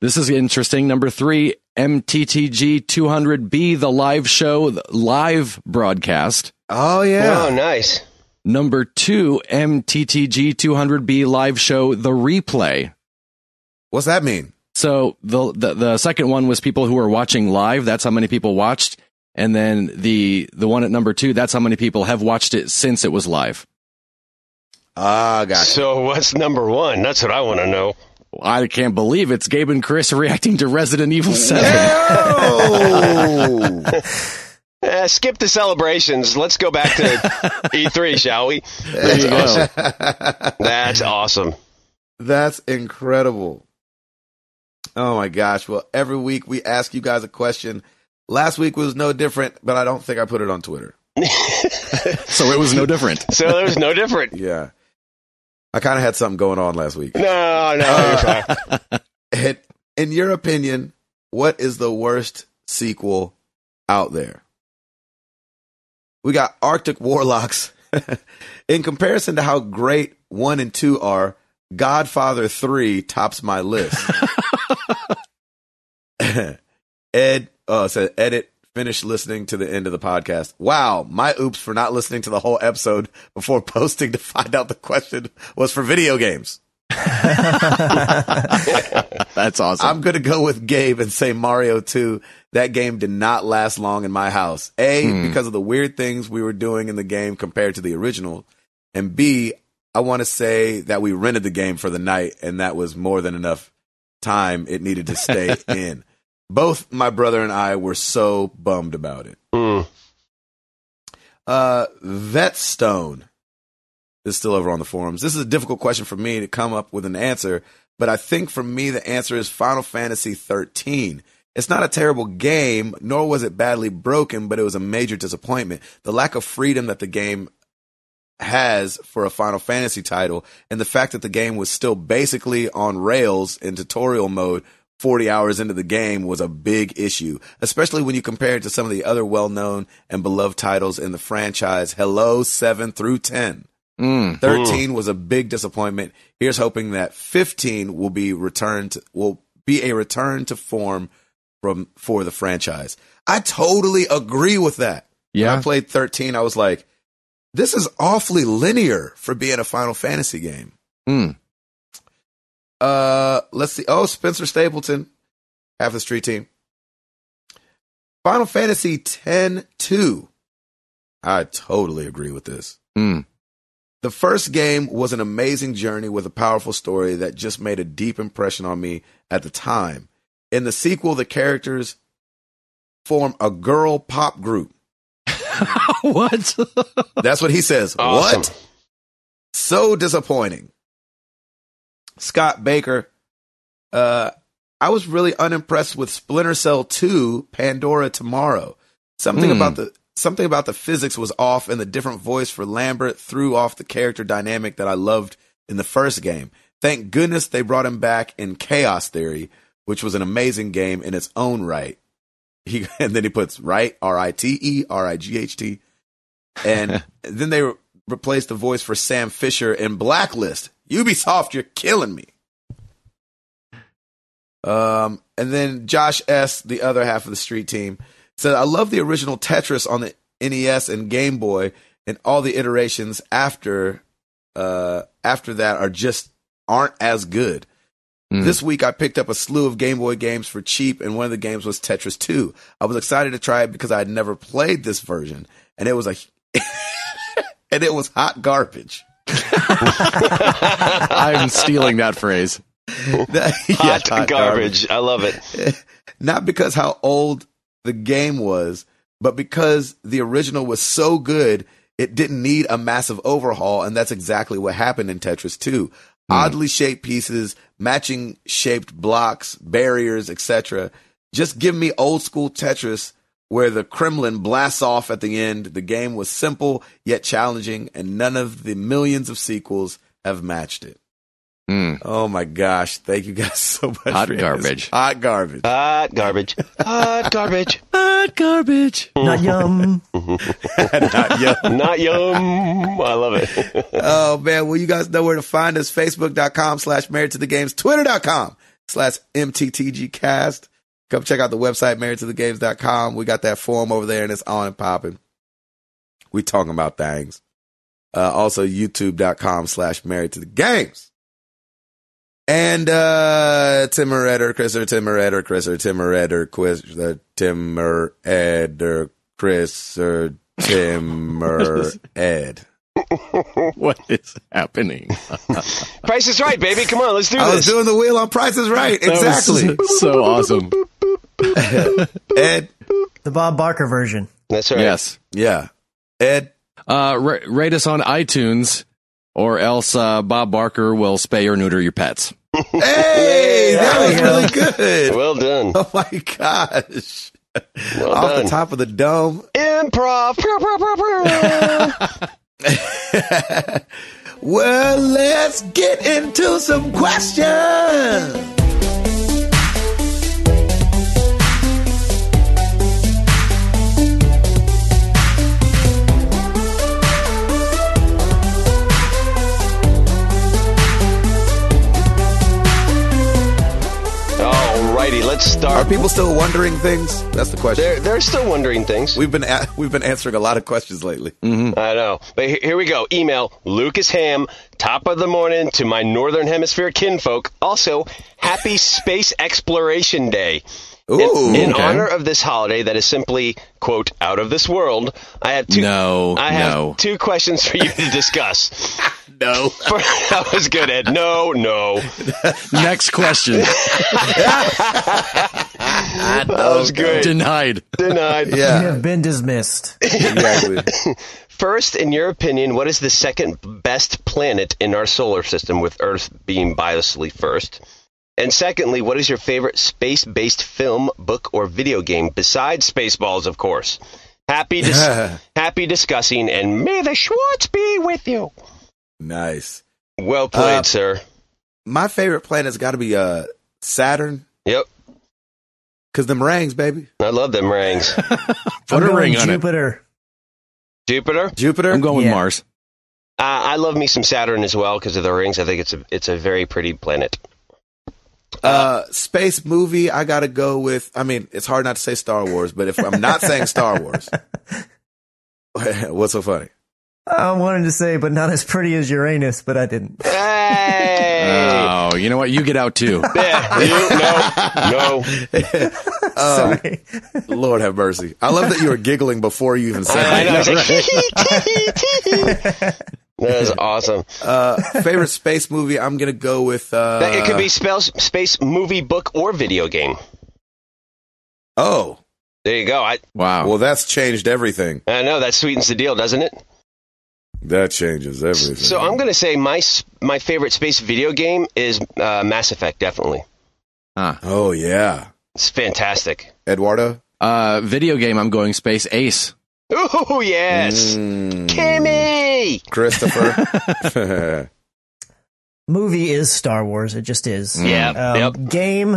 Speaker 3: This is interesting. Number three, MTTG 200B, the live show, the live broadcast.
Speaker 1: Oh yeah.
Speaker 2: Oh, nice.
Speaker 3: Number two, MTTG 200B live show, the replay.
Speaker 1: What's that mean?
Speaker 3: So the, the the second one was people who were watching live. That's how many people watched. And then the the one at number two, that's how many people have watched it since it was live.
Speaker 1: Ah, gotcha.
Speaker 2: So what's number one? That's what I want to know.
Speaker 3: I can't believe it's Gabe and Chris reacting to Resident Evil 7. Oh.
Speaker 1: Ew!
Speaker 2: Uh, skip the celebrations. Let's go back to E3, shall we?
Speaker 3: There you go.
Speaker 2: That's awesome.
Speaker 1: That's incredible. Oh my gosh. Well, every week we ask you guys a question. Last week was no different, but I don't think I put it on Twitter.
Speaker 3: So it was no different.
Speaker 2: So there was no different.
Speaker 1: Yeah. I kind of had something going on last week.
Speaker 2: No, no, you're fine.
Speaker 1: And in your opinion, what is the worst sequel out there? We got Arctic Warlocks. in comparison to how great one and two are, Godfather 3 tops my list. Ed uh, said, edit, finish listening to the end of the podcast. Wow, my oops for not listening to the whole episode before posting to find out the question was for video games.
Speaker 3: That's awesome.
Speaker 1: I'm going to go with Gabe and say Mario 2. That game did not last long in my house. A,
Speaker 3: Hmm.
Speaker 1: because of the weird things we were doing in the game compared to the original. And B, I want to say that we rented the game for the night and that was more than enough time it needed to stay in. Both my brother and I were so bummed about it.
Speaker 2: Mm.
Speaker 1: Uh, Vetstone is still over on the forums. This is a difficult question for me to come up with an answer, but I think for me the answer is Final Fantasy 13. It's not a terrible game, nor was it badly broken, but it was a major disappointment. The lack of freedom that the game has for a Final Fantasy title, and the fact that the game was still basically on rails in tutorial mode 40 hours into the game was a big issue, especially when you compare it to some of the other well known and beloved titles in the franchise. Hello, 7 through 10.
Speaker 3: Mm.
Speaker 1: 13 was a big disappointment. Here's hoping that 15 will be returned will be a return to form from for the franchise. I totally agree with that. When
Speaker 3: Yeah.
Speaker 1: I played 13, I was like, this is awfully linear for being a Final Fantasy game.
Speaker 3: Mm.
Speaker 1: Uh, let's see. Oh, Spencer Stapleton, half the street team. Final Fantasy 10 2. I totally agree with this.
Speaker 3: Mm.
Speaker 1: The first game was an amazing journey with a powerful story that just made a deep impression on me at the time. In the sequel, the characters form a girl pop group.
Speaker 3: what?
Speaker 1: That's what he says.
Speaker 2: Awesome.
Speaker 1: What? So disappointing. Scott Baker, uh, I was really unimpressed with Splinter Cell 2 Pandora Tomorrow. Something
Speaker 3: Hmm.
Speaker 1: about the something about the physics was off and the different voice for Lambert threw off the character dynamic that I loved in the first game. Thank goodness they brought him back in Chaos Theory, which was an amazing game in its own right. He and then he puts right R I T E R I G H T and then they re- replaced the voice for Sam Fisher in Blacklist. Ubisoft, you're killing me. Um, and then Josh S, the other half of the street team, said, "I love the original Tetris on the NES and Game Boy, and all the iterations after uh, after that are just aren't as good."
Speaker 3: Mm.
Speaker 1: This week I picked up a slew of Game Boy games for cheap, and one of the games was Tetris 2. I was excited to try it because I had never played this version, and it was a and it was hot garbage.
Speaker 3: I'm stealing that phrase.
Speaker 1: That- yeah,
Speaker 2: Hot garbage. I love it.
Speaker 1: Not because how old the game was, but because the original was so good, it didn't need a massive overhaul, and that's exactly what happened in Tetris 2.
Speaker 2: Hmm.
Speaker 1: Oddly shaped pieces, matching shaped blocks, barriers, etc. Just give me old school Tetris where the Kremlin blasts off at the end. The game was simple yet challenging, and none of the millions of sequels have matched it.
Speaker 3: Mm.
Speaker 1: Oh my gosh! Thank you guys so much.
Speaker 3: Hot
Speaker 1: for this.
Speaker 3: garbage.
Speaker 1: Hot garbage.
Speaker 2: Hot garbage. Hot garbage.
Speaker 3: Hot garbage.
Speaker 4: Not yum.
Speaker 1: Not yet.
Speaker 2: Not yum. I love it.
Speaker 1: Oh man, well you guys know where to find us. Facebook.com slash married to the games, twitter.com slash MTTGcast. Come check out the website, married to the games.com. We got that forum over there and it's on and popping. We talking about things. Uh, also youtube.com slash married to the games. And uh Tim Redder, Chris or Tim Redder, Chris or Tim Redder, Quiz the Tim Redder, Chris or Tim Ed.
Speaker 3: What is happening?
Speaker 2: Price is right, baby. Come on, let's do
Speaker 1: I was
Speaker 2: this.
Speaker 1: doing the wheel on Price is Right.
Speaker 3: That was
Speaker 1: Exactly.
Speaker 3: so awesome.
Speaker 1: Ed.
Speaker 4: The Bob Barker version.
Speaker 2: That's right.
Speaker 3: Yes.
Speaker 1: Yeah. Ed.
Speaker 3: Uh, ra- rate us on iTunes, or else uh, Bob Barker will spay or neuter your pets.
Speaker 1: Hey,
Speaker 2: Yeah,
Speaker 1: that
Speaker 4: there
Speaker 1: was
Speaker 4: we go.
Speaker 1: really good.
Speaker 2: Well done.
Speaker 1: Oh my gosh.
Speaker 2: Well
Speaker 1: Off
Speaker 2: done.
Speaker 1: the top of the dome.
Speaker 2: Improv. Pew, pew, pew, pew.
Speaker 1: well, let's get into some questions.
Speaker 2: Alrighty, let's
Speaker 1: Are
Speaker 2: start.
Speaker 1: people still wondering things? That's the question.
Speaker 2: They're, they're still wondering things.
Speaker 1: We've been a- we've been answering a lot of questions lately.
Speaker 2: I know. But he- here we go. Email Lucas Ham, top of the morning to my Northern Hemisphere kinfolk. Also, happy Space Exploration Day. In,
Speaker 1: Ooh,
Speaker 2: in
Speaker 3: okay.
Speaker 2: honor of this holiday that is simply, quote, out of this world, I have two,
Speaker 3: No,
Speaker 2: I have
Speaker 3: no.
Speaker 2: two questions for you to discuss.
Speaker 1: No.
Speaker 2: For- that was good, Ed. No, no.
Speaker 3: Next question.
Speaker 2: That was good.
Speaker 3: Denied.
Speaker 2: Denied.
Speaker 4: You
Speaker 1: Yeah,
Speaker 4: have been dismissed.
Speaker 1: exactly.
Speaker 2: First, in your opinion, what is the second best planet in our solar system, with Earth being biasly first? And secondly, what is your favorite space based film, book, or video game besides Spaceballs, of course? Happy, dis- happy discussing, and may the Schwartz be with you.
Speaker 1: nice.
Speaker 2: Well played,
Speaker 1: Uh,
Speaker 2: sir.
Speaker 1: My favorite planet's got to be uh, Saturn
Speaker 2: Yep,
Speaker 1: because the meringues, baby.
Speaker 2: I love them rings.
Speaker 3: Put
Speaker 4: I'm
Speaker 3: a
Speaker 4: going
Speaker 3: ring on it.
Speaker 4: Jupiter.
Speaker 2: Jupiter,
Speaker 1: Jupiter.
Speaker 3: I'm going with
Speaker 4: Yeah.
Speaker 3: Mars.
Speaker 2: uh, I love me some Saturn as well because of the rings. I think it's a it's a very pretty planet.
Speaker 1: Uh, space movie. I gotta go with. I mean, it's hard not to say Star Wars, but if I'm not saying Star Wars, what's so funny?
Speaker 4: I wanted to say, but not as pretty as Uranus, but I didn't.
Speaker 2: Hey,
Speaker 3: Oh, you know what? You get out too.
Speaker 2: there, you, no, no.
Speaker 1: Uh,
Speaker 4: Sorry.
Speaker 1: Lord have mercy. I love that you were giggling before you even
Speaker 2: I know.
Speaker 1: said
Speaker 2: It's like, that is awesome.
Speaker 1: it. Uh, favorite space movie. I'm gonna go with. Uh,
Speaker 2: That- it could be space, space movie, book, or video game.
Speaker 1: Oh,
Speaker 2: There you go. I,
Speaker 3: Wow.
Speaker 1: well, that's changed everything.
Speaker 2: I know that sweetens the deal, doesn't it?
Speaker 1: That changes everything.
Speaker 2: So I'm gonna say my s- my favorite space video game is uh, Mass Effect. Definitely,
Speaker 3: Huh.
Speaker 1: Oh yeah,
Speaker 2: it's fantastic.
Speaker 1: Eduardo.
Speaker 3: Uh, video game. I'm going Space Ace.
Speaker 2: Oh yes,
Speaker 1: Mm,
Speaker 2: Kimmy.
Speaker 1: Christopher.
Speaker 4: Movie is Star Wars. It just is.
Speaker 2: Yeah. yep.
Speaker 4: Um, Game.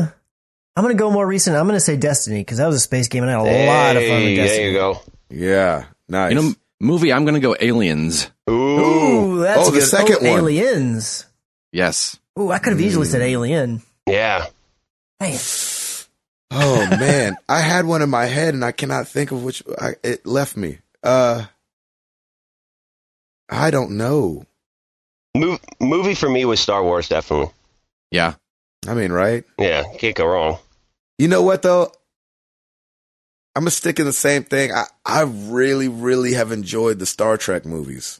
Speaker 4: I'm going to go more recent. I'm going to say Destiny because that was a space game and I had a lot of fun
Speaker 2: Hey,
Speaker 4: with
Speaker 2: there you
Speaker 4: Destiny.
Speaker 2: go.
Speaker 1: yeah, nice.
Speaker 3: You know, movie. I'm going to go Aliens.
Speaker 2: Ooh.
Speaker 4: Ooh, that's
Speaker 1: Oh, the
Speaker 4: good.
Speaker 1: second
Speaker 4: oh,
Speaker 1: one.
Speaker 4: Aliens.
Speaker 3: Yes.
Speaker 4: Ooh, I could have easily said Alien.
Speaker 2: Yeah.
Speaker 4: Man,
Speaker 1: oh man, I had one in my head and I cannot think of which. I, it left me. Uh, I don't know.
Speaker 2: Mov- movie for me was Star Wars. Definitely.
Speaker 3: Yeah.
Speaker 1: I mean, right?
Speaker 2: Yeah. Can't go wrong.
Speaker 1: You know what though? I'm gonna stick in the same thing. I I really really have enjoyed the Star Trek movies.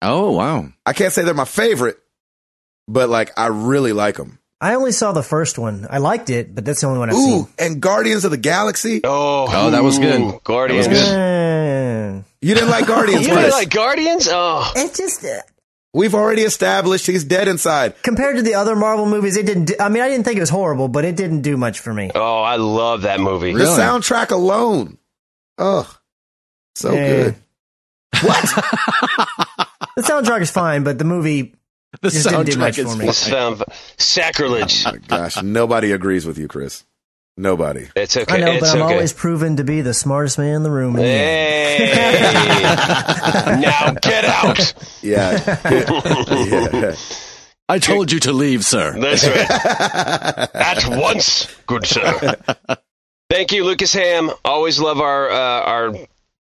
Speaker 3: Oh wow.
Speaker 1: I can't say they're my favorite, but like I really like them.
Speaker 4: I only saw the first one. I liked it, but that's the only one I've
Speaker 1: Ooh,
Speaker 4: seen.
Speaker 1: and Guardians of the Galaxy.
Speaker 2: Oh,
Speaker 3: Oh, that was good.
Speaker 2: ooh,
Speaker 3: That was
Speaker 2: Guardians.
Speaker 3: good.
Speaker 4: Mm.
Speaker 1: You didn't like Guardians,
Speaker 2: You really
Speaker 1: Chris.
Speaker 2: like Guardians? Oh,
Speaker 4: It just uh,
Speaker 1: We've already established he's dead inside.
Speaker 4: compared to the other Marvel movies, it didn't. Do, I mean, I didn't think it was horrible, but it didn't do much for me.
Speaker 2: oh, I love that movie.
Speaker 1: The
Speaker 3: Really?
Speaker 1: soundtrack alone. Oh, so
Speaker 4: Yeah.
Speaker 1: good.
Speaker 4: The soundtrack is fine, but the movie
Speaker 3: The
Speaker 4: Just didn't do much
Speaker 3: soundtrack is
Speaker 4: for me.
Speaker 2: This sound- um, sacrilege.
Speaker 1: Oh My gosh, nobody agrees with you, Chris. Nobody.
Speaker 2: It's okay.
Speaker 4: I know,
Speaker 2: it's
Speaker 4: but I'm
Speaker 2: okay.
Speaker 4: always proven to be the smartest man in the room. in the end.
Speaker 2: Hey! now get out.
Speaker 1: Yeah. Yeah.
Speaker 3: I told you to leave, sir.
Speaker 2: That's right. At once, good sir. Thank you, Lucas Ham. Always love our uh, our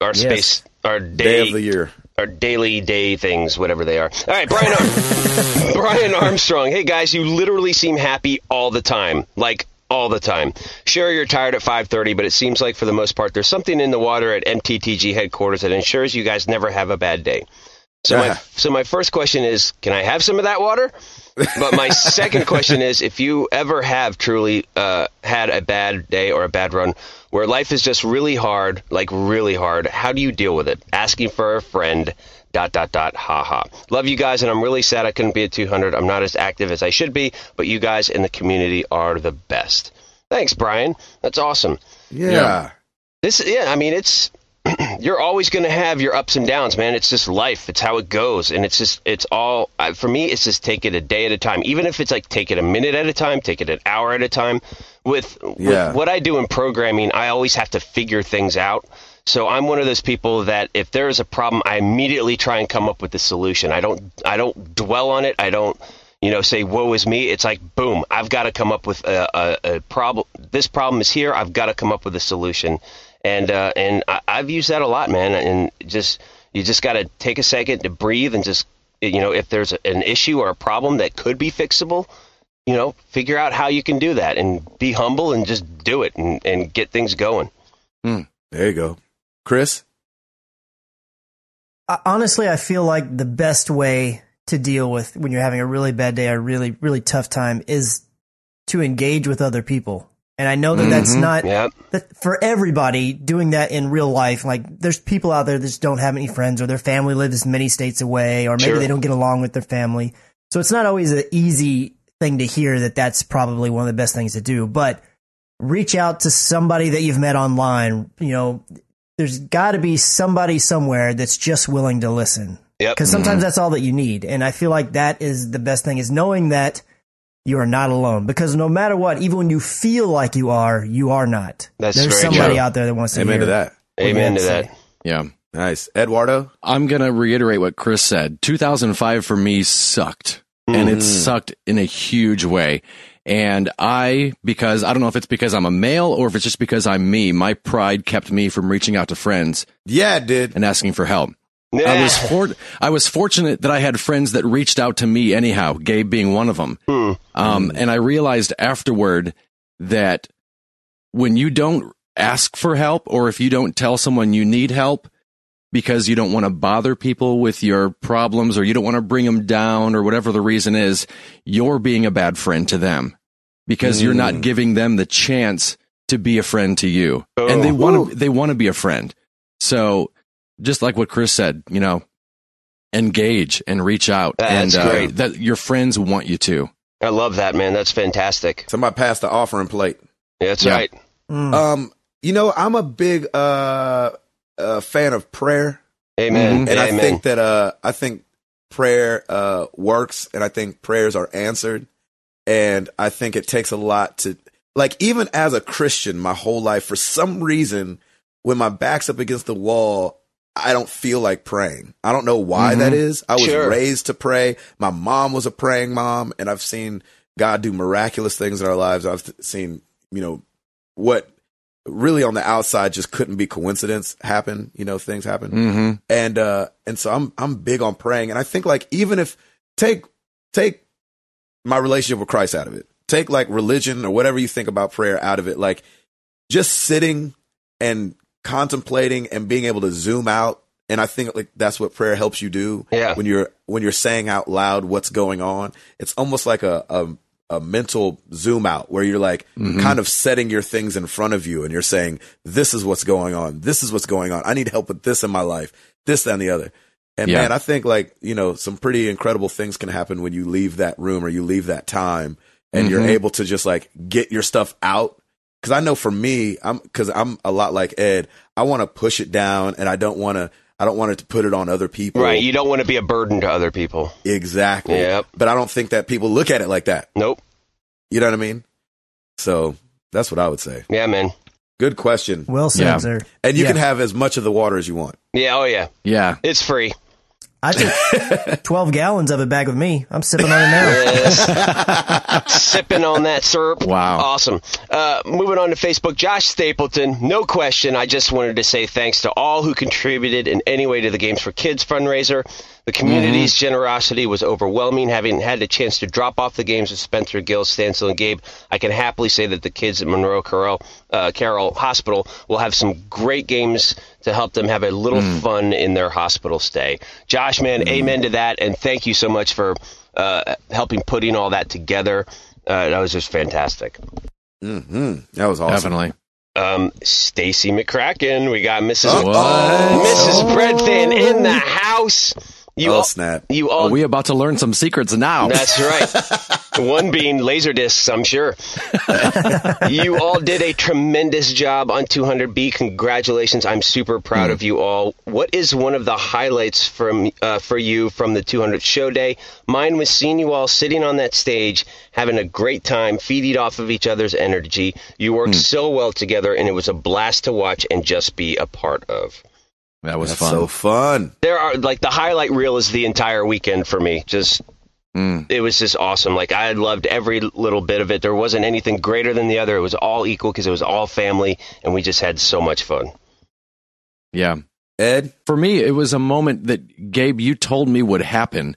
Speaker 2: our space, our
Speaker 1: Day
Speaker 2: day,
Speaker 1: of the year.
Speaker 2: our daily day things, whatever they are. All right, Brian, Ar- Brian Armstrong. Hey guys, you literally seem happy all the time, like all the time. Sure, you're tired at 5:30, but it seems like for the most part, there's something in the water at MTTG headquarters that ensures you guys never have a bad day. So my
Speaker 1: Yeah.
Speaker 2: so my first question is, can I have some of that water? But my second question is, if you ever have truly uh, had a bad day or a bad run where life is just really hard, like really hard, how do you deal with it? Asking for a friend, dot dot dot ha ha. Love you guys, and I'm really sad I couldn't be at 200. I'm not as active as I should be, but you guys in the community are the best. Thanks, Brian. That's awesome.
Speaker 1: Yeah.
Speaker 3: Yeah.
Speaker 2: This, yeah, I mean, it's you're always going to have your ups and downs, man. It's just life. It's how it goes, and it's just it's all I- for me. It's just take it a day at a time. Even if it's like take it a minute at a time, take it an hour at a time. With,
Speaker 1: Yeah.
Speaker 2: with what I do in programming, I always have to figure things out. So I'm one of those people that if there is a problem, I immediately try and come up with the solution. I don't I don't dwell on it. I don't you know say woe is me. It's like boom, I've got to come up with a, a, a problem. This problem is here. I've got to come up with a solution. And uh, and I, I've used that a lot, man. And just you just got to take a second to breathe and just you know if there's an issue or a problem that could be fixable, you know, figure out how you can do that and be humble and just do it and, and get things going.
Speaker 1: There you go. Chris?
Speaker 4: I- honestly, I feel like the best way to deal with when you're having a really bad day or really, really tough time is to engage with other people. And I know that that's
Speaker 2: Mm-hmm.
Speaker 3: Mhm.
Speaker 4: not
Speaker 2: Yep.
Speaker 4: that for everybody doing that in real life. Like there's people out there that just don't have any friends or their family lives many states away or maybe
Speaker 2: Sure.
Speaker 4: they don't get along with their family. So it's not always an easy thing to hear that that's probably one of the best things to do, but reach out to somebody that you've met online. You know, there's got to be somebody somewhere that's just willing to listen.
Speaker 2: Yep. Mm-hmm.
Speaker 4: Because sometimes that's all that you need. And I feel like that is the best thing is knowing that you are not alone. Because no matter what, even when you feel like you are, you are not.
Speaker 2: That's
Speaker 4: There's
Speaker 2: very
Speaker 4: somebody
Speaker 2: true.
Speaker 4: out there that wants to
Speaker 1: Amen
Speaker 4: hear
Speaker 1: to that.
Speaker 2: Amen to
Speaker 4: Yeah,
Speaker 2: that.
Speaker 3: Yeah.
Speaker 1: Nice. Eduardo?
Speaker 3: I'm going to reiterate what Chris said. 2005 for me sucked, and it sucked in a huge way. And I, because I don't know if it's because I'm a male or if it's just because I'm me, my pride kept me from reaching out to friends
Speaker 1: Yeah, it did.
Speaker 3: and asking for help.
Speaker 2: Yeah.
Speaker 3: I was for- I was fortunate that I had friends that reached out to me anyhow, Gabe being one of them.
Speaker 2: Hmm.
Speaker 3: Um, and I realized afterward that when you don't ask for help or if you don't tell someone you need help because you don't want to bother people with your problems or you don't want to bring them down or whatever the reason is, you're being a bad friend to them because you're
Speaker 2: Mm.
Speaker 3: not giving them the chance to be a friend to you. And they
Speaker 2: Oh.
Speaker 3: want to they want to be a friend. So just like what Chris said, you know, engage and reach out
Speaker 2: That's
Speaker 3: and uh,
Speaker 2: great.
Speaker 3: that your friends want you to.
Speaker 2: I love that, man. That's fantastic.
Speaker 1: Somebody passed the offering plate.
Speaker 2: Yeah, that's
Speaker 3: Yeah.
Speaker 2: right.
Speaker 4: it. Mm.
Speaker 1: Um, you know, I'm a big uh, uh fan of prayer.
Speaker 2: Amen.
Speaker 3: Mhm.
Speaker 1: and I
Speaker 2: Amen.
Speaker 1: think that uh, I think prayer uh, works, and I think prayers are answered, and I think it takes a lot to like even as a Christian, my whole life for some reason, when my back's up against the wall, I don't feel like praying. I don't know why
Speaker 3: Mhm.
Speaker 1: that is. I was
Speaker 2: Mm-hmm. Sure.
Speaker 1: raised to pray. My mom was a praying mom, and I've seen God do miraculous things in our lives. I've th- seen you know what really on the outside just couldn't be coincidence happen. You know things happen
Speaker 3: Mm-hmm.
Speaker 1: and uh and so i'm i'm big on praying and i think like even if take take my relationship with christ out of it take like religion or whatever you think about prayer out of it like just sitting and contemplating and being able to zoom out and i think like that's what prayer helps you do
Speaker 2: Yeah.
Speaker 1: when you're when you're saying out loud what's going on it's almost like a a, a mental zoom out where you're like kind of setting your things in front of you and you're saying this is what's going on this is what's going on i need help with this in my life this that, and the other and
Speaker 3: Yeah.
Speaker 1: man i think like you know some pretty incredible things can happen when you leave that room or you leave that time and you're
Speaker 3: Mhm.
Speaker 1: able to just like get your stuff out because I know for me, I'm because I'm a lot like Ed. I want to push it down, and I don't want to. I don't want it to put it on other people.
Speaker 2: Right. You don't want to be a burden to other people.
Speaker 1: Exactly.
Speaker 2: Yep.
Speaker 1: But I don't think that people look at it like that.
Speaker 2: Nope.
Speaker 1: You know what I mean? So that's what I would say.
Speaker 2: Yeah, man.
Speaker 1: Good question.
Speaker 4: well said,
Speaker 3: yeah.
Speaker 4: sir.
Speaker 1: And you
Speaker 4: Yeah.
Speaker 1: can have as much of the water as you want.
Speaker 2: Yeah. Oh, yeah.
Speaker 3: Yeah.
Speaker 2: It's free.
Speaker 4: I took 12 gallons of it back with me. I'm sipping on it now.
Speaker 2: Yes. Sipping on that syrup.
Speaker 3: Wow.
Speaker 2: Awesome. Uh, moving on to Facebook, Josh Stapleton. No question. I just wanted to say thanks to all who contributed in any way to the Games for Kids fundraiser. The community's generosity was overwhelming. Having had the chance to drop off the games with Spencer Gill, Stansel, and Gabe, I can happily say that the kids at Monroe Carroll, uh, Carroll Hospital will have some great games to help them have a little fun in their hospital stay. Josh, man, amen to that, and thank you so much for uh, helping putting all that together. Uh, that was just fantastic.
Speaker 1: hmm That was awesome.
Speaker 3: Definitely.
Speaker 2: um, Stacy McCracken. We got Mrs.
Speaker 1: Oh, what?
Speaker 2: Mrs. Breadthin in the house. You
Speaker 1: oh
Speaker 2: all,
Speaker 1: snap!
Speaker 2: you
Speaker 3: Are
Speaker 2: all.
Speaker 3: we about to learn some secrets now?
Speaker 2: that's right. One being laser discs, I'm sure. you all did a tremendous job on 200B. Congratulations! I'm super proud of you all. What is one of the highlights from uh, for you from the 200th show day? Mine was seeing you all sitting on that stage, having a great time, feeding off of each other's energy. You worked so well together, and it was a blast to watch and just be a part of.
Speaker 3: That was
Speaker 1: That's
Speaker 3: fun.
Speaker 1: so fun.
Speaker 2: There are like the highlight reel is the entire weekend for me. Just
Speaker 1: Hmm.
Speaker 3: Mm.
Speaker 2: it was just awesome. Like I loved every little bit of it. There wasn't anything greater than the other. It was all equal because it was all family, and we just had so much fun.
Speaker 3: Yeah.
Speaker 1: Ed,
Speaker 3: for me, it was a moment that Gabe, you told me would happen.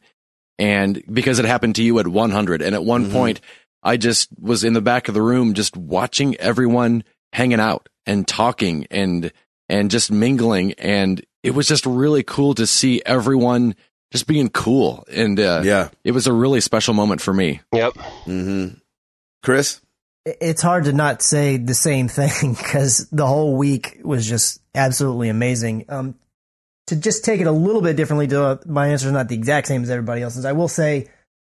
Speaker 3: And because it happened to you at 100. And at one
Speaker 1: Mhm.
Speaker 3: point, I just was in the back of the room, just watching everyone hanging out and talking and, and just mingling. And it was just really cool to see everyone just being cool. And, uh,
Speaker 1: yeah,
Speaker 3: it was a really special moment for me.
Speaker 2: Yep.
Speaker 1: mm-hmm. Chris,
Speaker 4: it's hard to not say the same thing because the whole week was just absolutely amazing. Um, to just take it a little bit differently, to, uh, my answer is not the exact same as everybody else's. I will say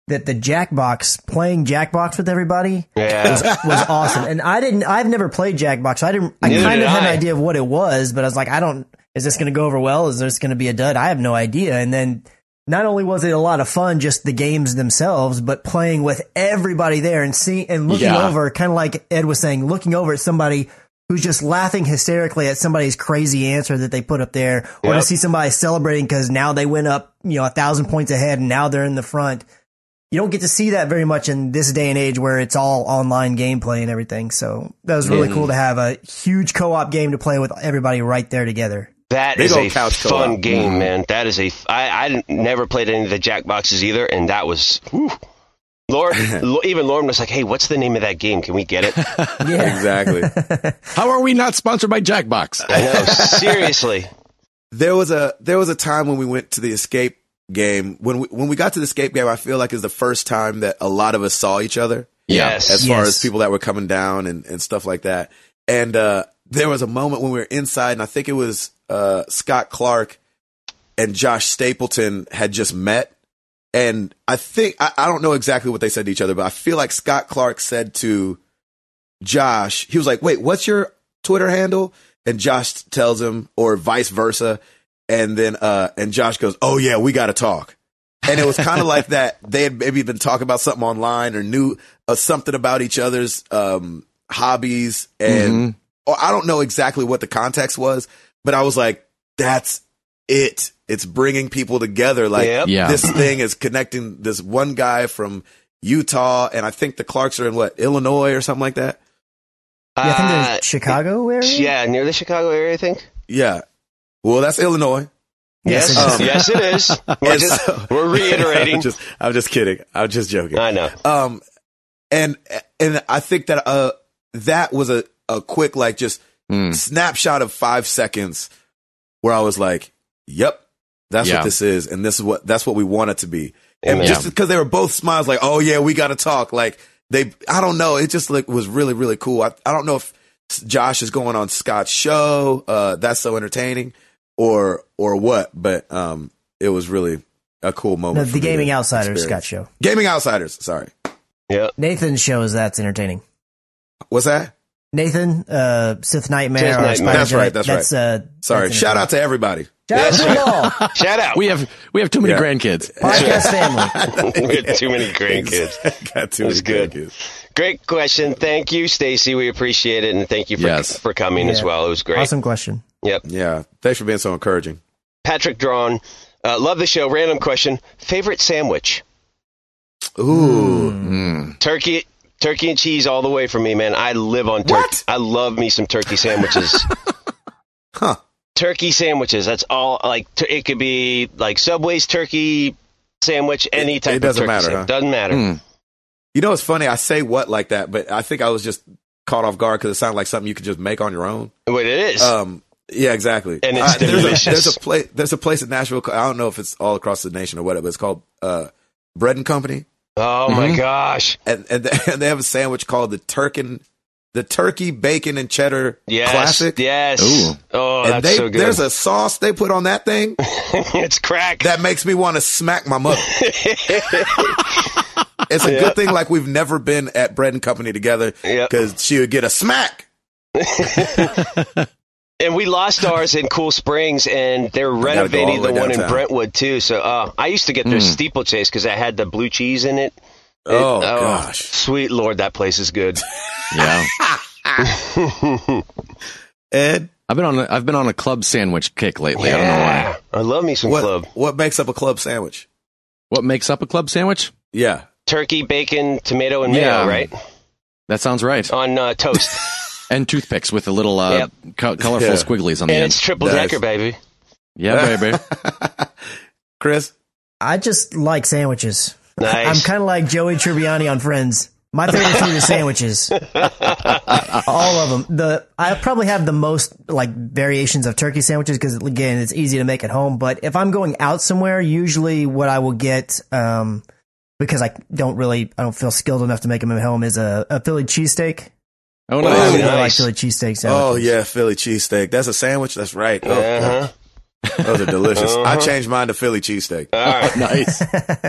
Speaker 4: that the Jackbox playing Jackbox with everybody
Speaker 2: Yeah.
Speaker 4: was awesome, and I didn't. I've never played Jackbox. So I didn't. I
Speaker 2: Neither
Speaker 4: kind
Speaker 2: did
Speaker 4: of had an
Speaker 2: I.
Speaker 4: idea of what it was, but I was like, I don't. Is this going to go over well? Is this going to be a dud? I have no idea. And then. Not only was it a lot of fun, just the games themselves, but playing with everybody there and seeing and looking
Speaker 3: Yeah.
Speaker 4: over, kind of like Ed was saying, looking over at somebody who's just laughing hysterically at somebody's crazy answer that they put up there, or to
Speaker 2: Yep.
Speaker 4: see somebody celebrating because now they went up, you know, a thousand points ahead and now they're in the front. You don't get to see that very much in this day and age where it's all online gameplay and everything. So that was really
Speaker 3: Yeah.
Speaker 2: Mm.
Speaker 4: cool to have a huge co-op game to play with everybody right there together.
Speaker 2: That
Speaker 1: Big
Speaker 2: is
Speaker 1: old
Speaker 2: a
Speaker 1: couch co-op.
Speaker 2: fun game,
Speaker 1: Mhm.
Speaker 2: man. That is a. f- I, I didn't- never played any of the Jackboxes either, and that was. Whew. Lauren, Lo- even Lauren was like, "Hey, what's the name of that game? Can we get it?"
Speaker 4: Yeah.
Speaker 1: exactly.
Speaker 3: How are we not sponsored by Jackbox?
Speaker 2: I know, seriously.
Speaker 1: there was a there was a time when we went to the escape game. When we when we got to the escape game, I feel like is the first time that a lot of us saw each other.
Speaker 2: Yes.
Speaker 1: as far
Speaker 4: Yes.
Speaker 1: as people that were coming down and, and stuff like that. And uh, there was a moment when we were inside, and I think it was uh, Scott Clark and Josh Stapleton had just met. And I think, I, I don't know exactly what they said to each other, but I feel like Scott Clark said to Josh, he was like, wait, what's your Twitter handle? And Josh tells him, or vice versa. And then, uh, and Josh goes, oh yeah, we got to talk. And it was kind of like that. They had maybe been talking about something online or knew uh, something about each other's, um, hobbies and
Speaker 3: Mhm.
Speaker 1: or I don't know exactly what the context was, but I was like, that's it. It's bringing people together. Like
Speaker 2: Yep.
Speaker 3: Yeah.
Speaker 1: this thing is connecting this one guy from Utah, and I think the Clarks are in what Illinois or something like that.
Speaker 4: Yeah, I think there's
Speaker 2: Uh,
Speaker 4: Chicago area.
Speaker 2: yeah, near the Chicago area, I think.
Speaker 1: Yeah. Well, that's Illinois.
Speaker 2: Yes,
Speaker 4: Yes,
Speaker 2: yes,
Speaker 1: it is.
Speaker 2: it is. We're,
Speaker 1: And
Speaker 2: just,
Speaker 1: so-
Speaker 2: we're reiterating.
Speaker 1: I'm just, I'm just kidding. I'm just joking.
Speaker 2: I know.
Speaker 1: Um, and and I think that uh that was a a quick like just
Speaker 3: Mm.
Speaker 1: snapshot of five seconds where I was like, "Yep, that's
Speaker 3: Yeah.
Speaker 1: what this is, and this is what that's what we want it to be." And
Speaker 4: Oh,
Speaker 2: Amen.
Speaker 1: just because they were both smiles, like, "Oh yeah, we got to talk." Like they, I don't know, it just like was really really cool. I I don't know if Josh is going on Scott's show. Uh, that's so entertaining, or or what? But um, it was really a cool
Speaker 4: No,
Speaker 1: moment.
Speaker 4: the Gaming Outsiders Scott
Speaker 1: gotcha.
Speaker 4: show.
Speaker 1: Gaming Outsiders. Sorry,
Speaker 2: Yeah.
Speaker 4: Nathan's show is that's entertaining.
Speaker 1: what's that?
Speaker 4: Nathan, uh, Sith Nightmare.
Speaker 2: Sith
Speaker 4: or
Speaker 2: Nightmare.
Speaker 4: Spider
Speaker 1: That's right, that's
Speaker 4: Giant. That's, uh,
Speaker 1: Sorry.
Speaker 4: that's
Speaker 1: Shout out to everybody.
Speaker 4: entertaining.
Speaker 2: That's
Speaker 4: Shout out to
Speaker 2: Shout out.
Speaker 3: We have, we have too many
Speaker 1: Yeah.
Speaker 3: grandkids.
Speaker 4: them all. Podcast family.
Speaker 2: we had too many grandkids.
Speaker 1: got too
Speaker 2: It was
Speaker 1: many
Speaker 2: good.
Speaker 1: grandkids.
Speaker 2: Great question. Thank you, Stacy. We appreciate it, and thank you for
Speaker 3: Yes.
Speaker 2: for coming as
Speaker 4: Yeah.
Speaker 2: well. It was great.
Speaker 4: Awesome question.
Speaker 2: Yep.
Speaker 1: Yeah. Thanks for being so encouraging.
Speaker 2: Patrick Drawn, uh, love the show. Random question: Favorite sandwich?
Speaker 1: Ooh.
Speaker 3: Mm.
Speaker 2: Turkey, turkey and cheese all the way for me, man. I live on turkey.
Speaker 1: What?
Speaker 2: I love me some turkey sandwiches.
Speaker 1: Huh.
Speaker 2: turkey sandwiches. That's all. Like tur- it could be like Subway's turkey sandwich, any
Speaker 1: It-
Speaker 2: type
Speaker 1: it
Speaker 2: of
Speaker 1: doesn't
Speaker 2: turkey
Speaker 1: matter,
Speaker 2: sandwich.
Speaker 1: huh? Hmm.
Speaker 2: Doesn't matter.
Speaker 3: Mm.
Speaker 1: You know, it's funny. I say what like that, but I think I was just caught off guard because it sounded like something you could just make on your own.
Speaker 2: What it is.
Speaker 1: Um, yeah, exactly.
Speaker 2: And it's
Speaker 1: I- there's, a,
Speaker 2: delicious.
Speaker 1: there's a place. There's a place in Nashville. ca- I don't know if it's all across the nation or whatever. It's called uh, Bread and Company,
Speaker 2: oh my gosh.
Speaker 1: Mm-hmm. and and they, and they have a sandwich called the Turkin the turkey bacon and cheddar
Speaker 2: Yes.
Speaker 1: classic.
Speaker 2: Yes.
Speaker 3: Ooh.
Speaker 2: Oh,
Speaker 1: and
Speaker 2: that's
Speaker 1: they,
Speaker 2: so good.
Speaker 1: there's a sauce they put on that thing
Speaker 2: it's crack.
Speaker 1: that makes me want to smack my mother. it's a good thing, like we've never been at Bread and Company together
Speaker 2: Yeah.
Speaker 1: because she would get a smack.
Speaker 2: and we lost ours in Cool Springs, and they're
Speaker 1: gotta go all
Speaker 2: renovating
Speaker 1: the
Speaker 2: the
Speaker 1: way
Speaker 2: one in
Speaker 1: downtown. Hmm.
Speaker 2: Brentwood too. So uh, I used to get their
Speaker 3: Mm.
Speaker 2: steeplechase because I had the blue cheese in it. It-
Speaker 1: Oh, gosh.
Speaker 2: sweet lord, that place is good.
Speaker 3: Yeah.
Speaker 1: Ed,
Speaker 3: I've been on a, I've been on a club sandwich kick lately. I don't know why.
Speaker 2: Yeah. I love me some
Speaker 1: what
Speaker 2: club
Speaker 1: what makes up a club sandwich?
Speaker 3: What makes up a club sandwich?
Speaker 1: Yeah,
Speaker 2: turkey, bacon, tomato, and
Speaker 3: Yeah.
Speaker 2: mayo. Right
Speaker 3: That sounds right.
Speaker 2: on uh, toast,
Speaker 3: And toothpicks with the little uh, co- colorful
Speaker 1: Yeah.
Speaker 3: squigglies on the
Speaker 2: and
Speaker 3: end.
Speaker 2: it's triple
Speaker 1: Nice.
Speaker 2: decker, baby.
Speaker 3: Yeah, baby.
Speaker 1: Chris.
Speaker 4: I just like sandwiches.
Speaker 2: Nice.
Speaker 4: I'm kind of like Joey Tribbiani on Friends. My favorite food is sandwiches. All of them. The I probably have the most like variations of turkey sandwiches because again, it's easy to make at home. But if I'm going out somewhere, usually what I will get, um, because I don't really, I don't feel skilled enough to make them at home, is a, a Philly cheesesteak.
Speaker 3: Oh,
Speaker 2: Oh,
Speaker 4: I really
Speaker 3: nice.
Speaker 4: like
Speaker 2: nice.
Speaker 4: Philly cheesesteak sandwiches.
Speaker 1: Oh yeah, Philly cheesesteak. That's a sandwich. That's right. Oh,
Speaker 2: Uh-huh.
Speaker 1: Those are delicious. I
Speaker 2: Uh-huh.
Speaker 1: changed mine to Philly cheesesteak
Speaker 2: All right.
Speaker 3: nice.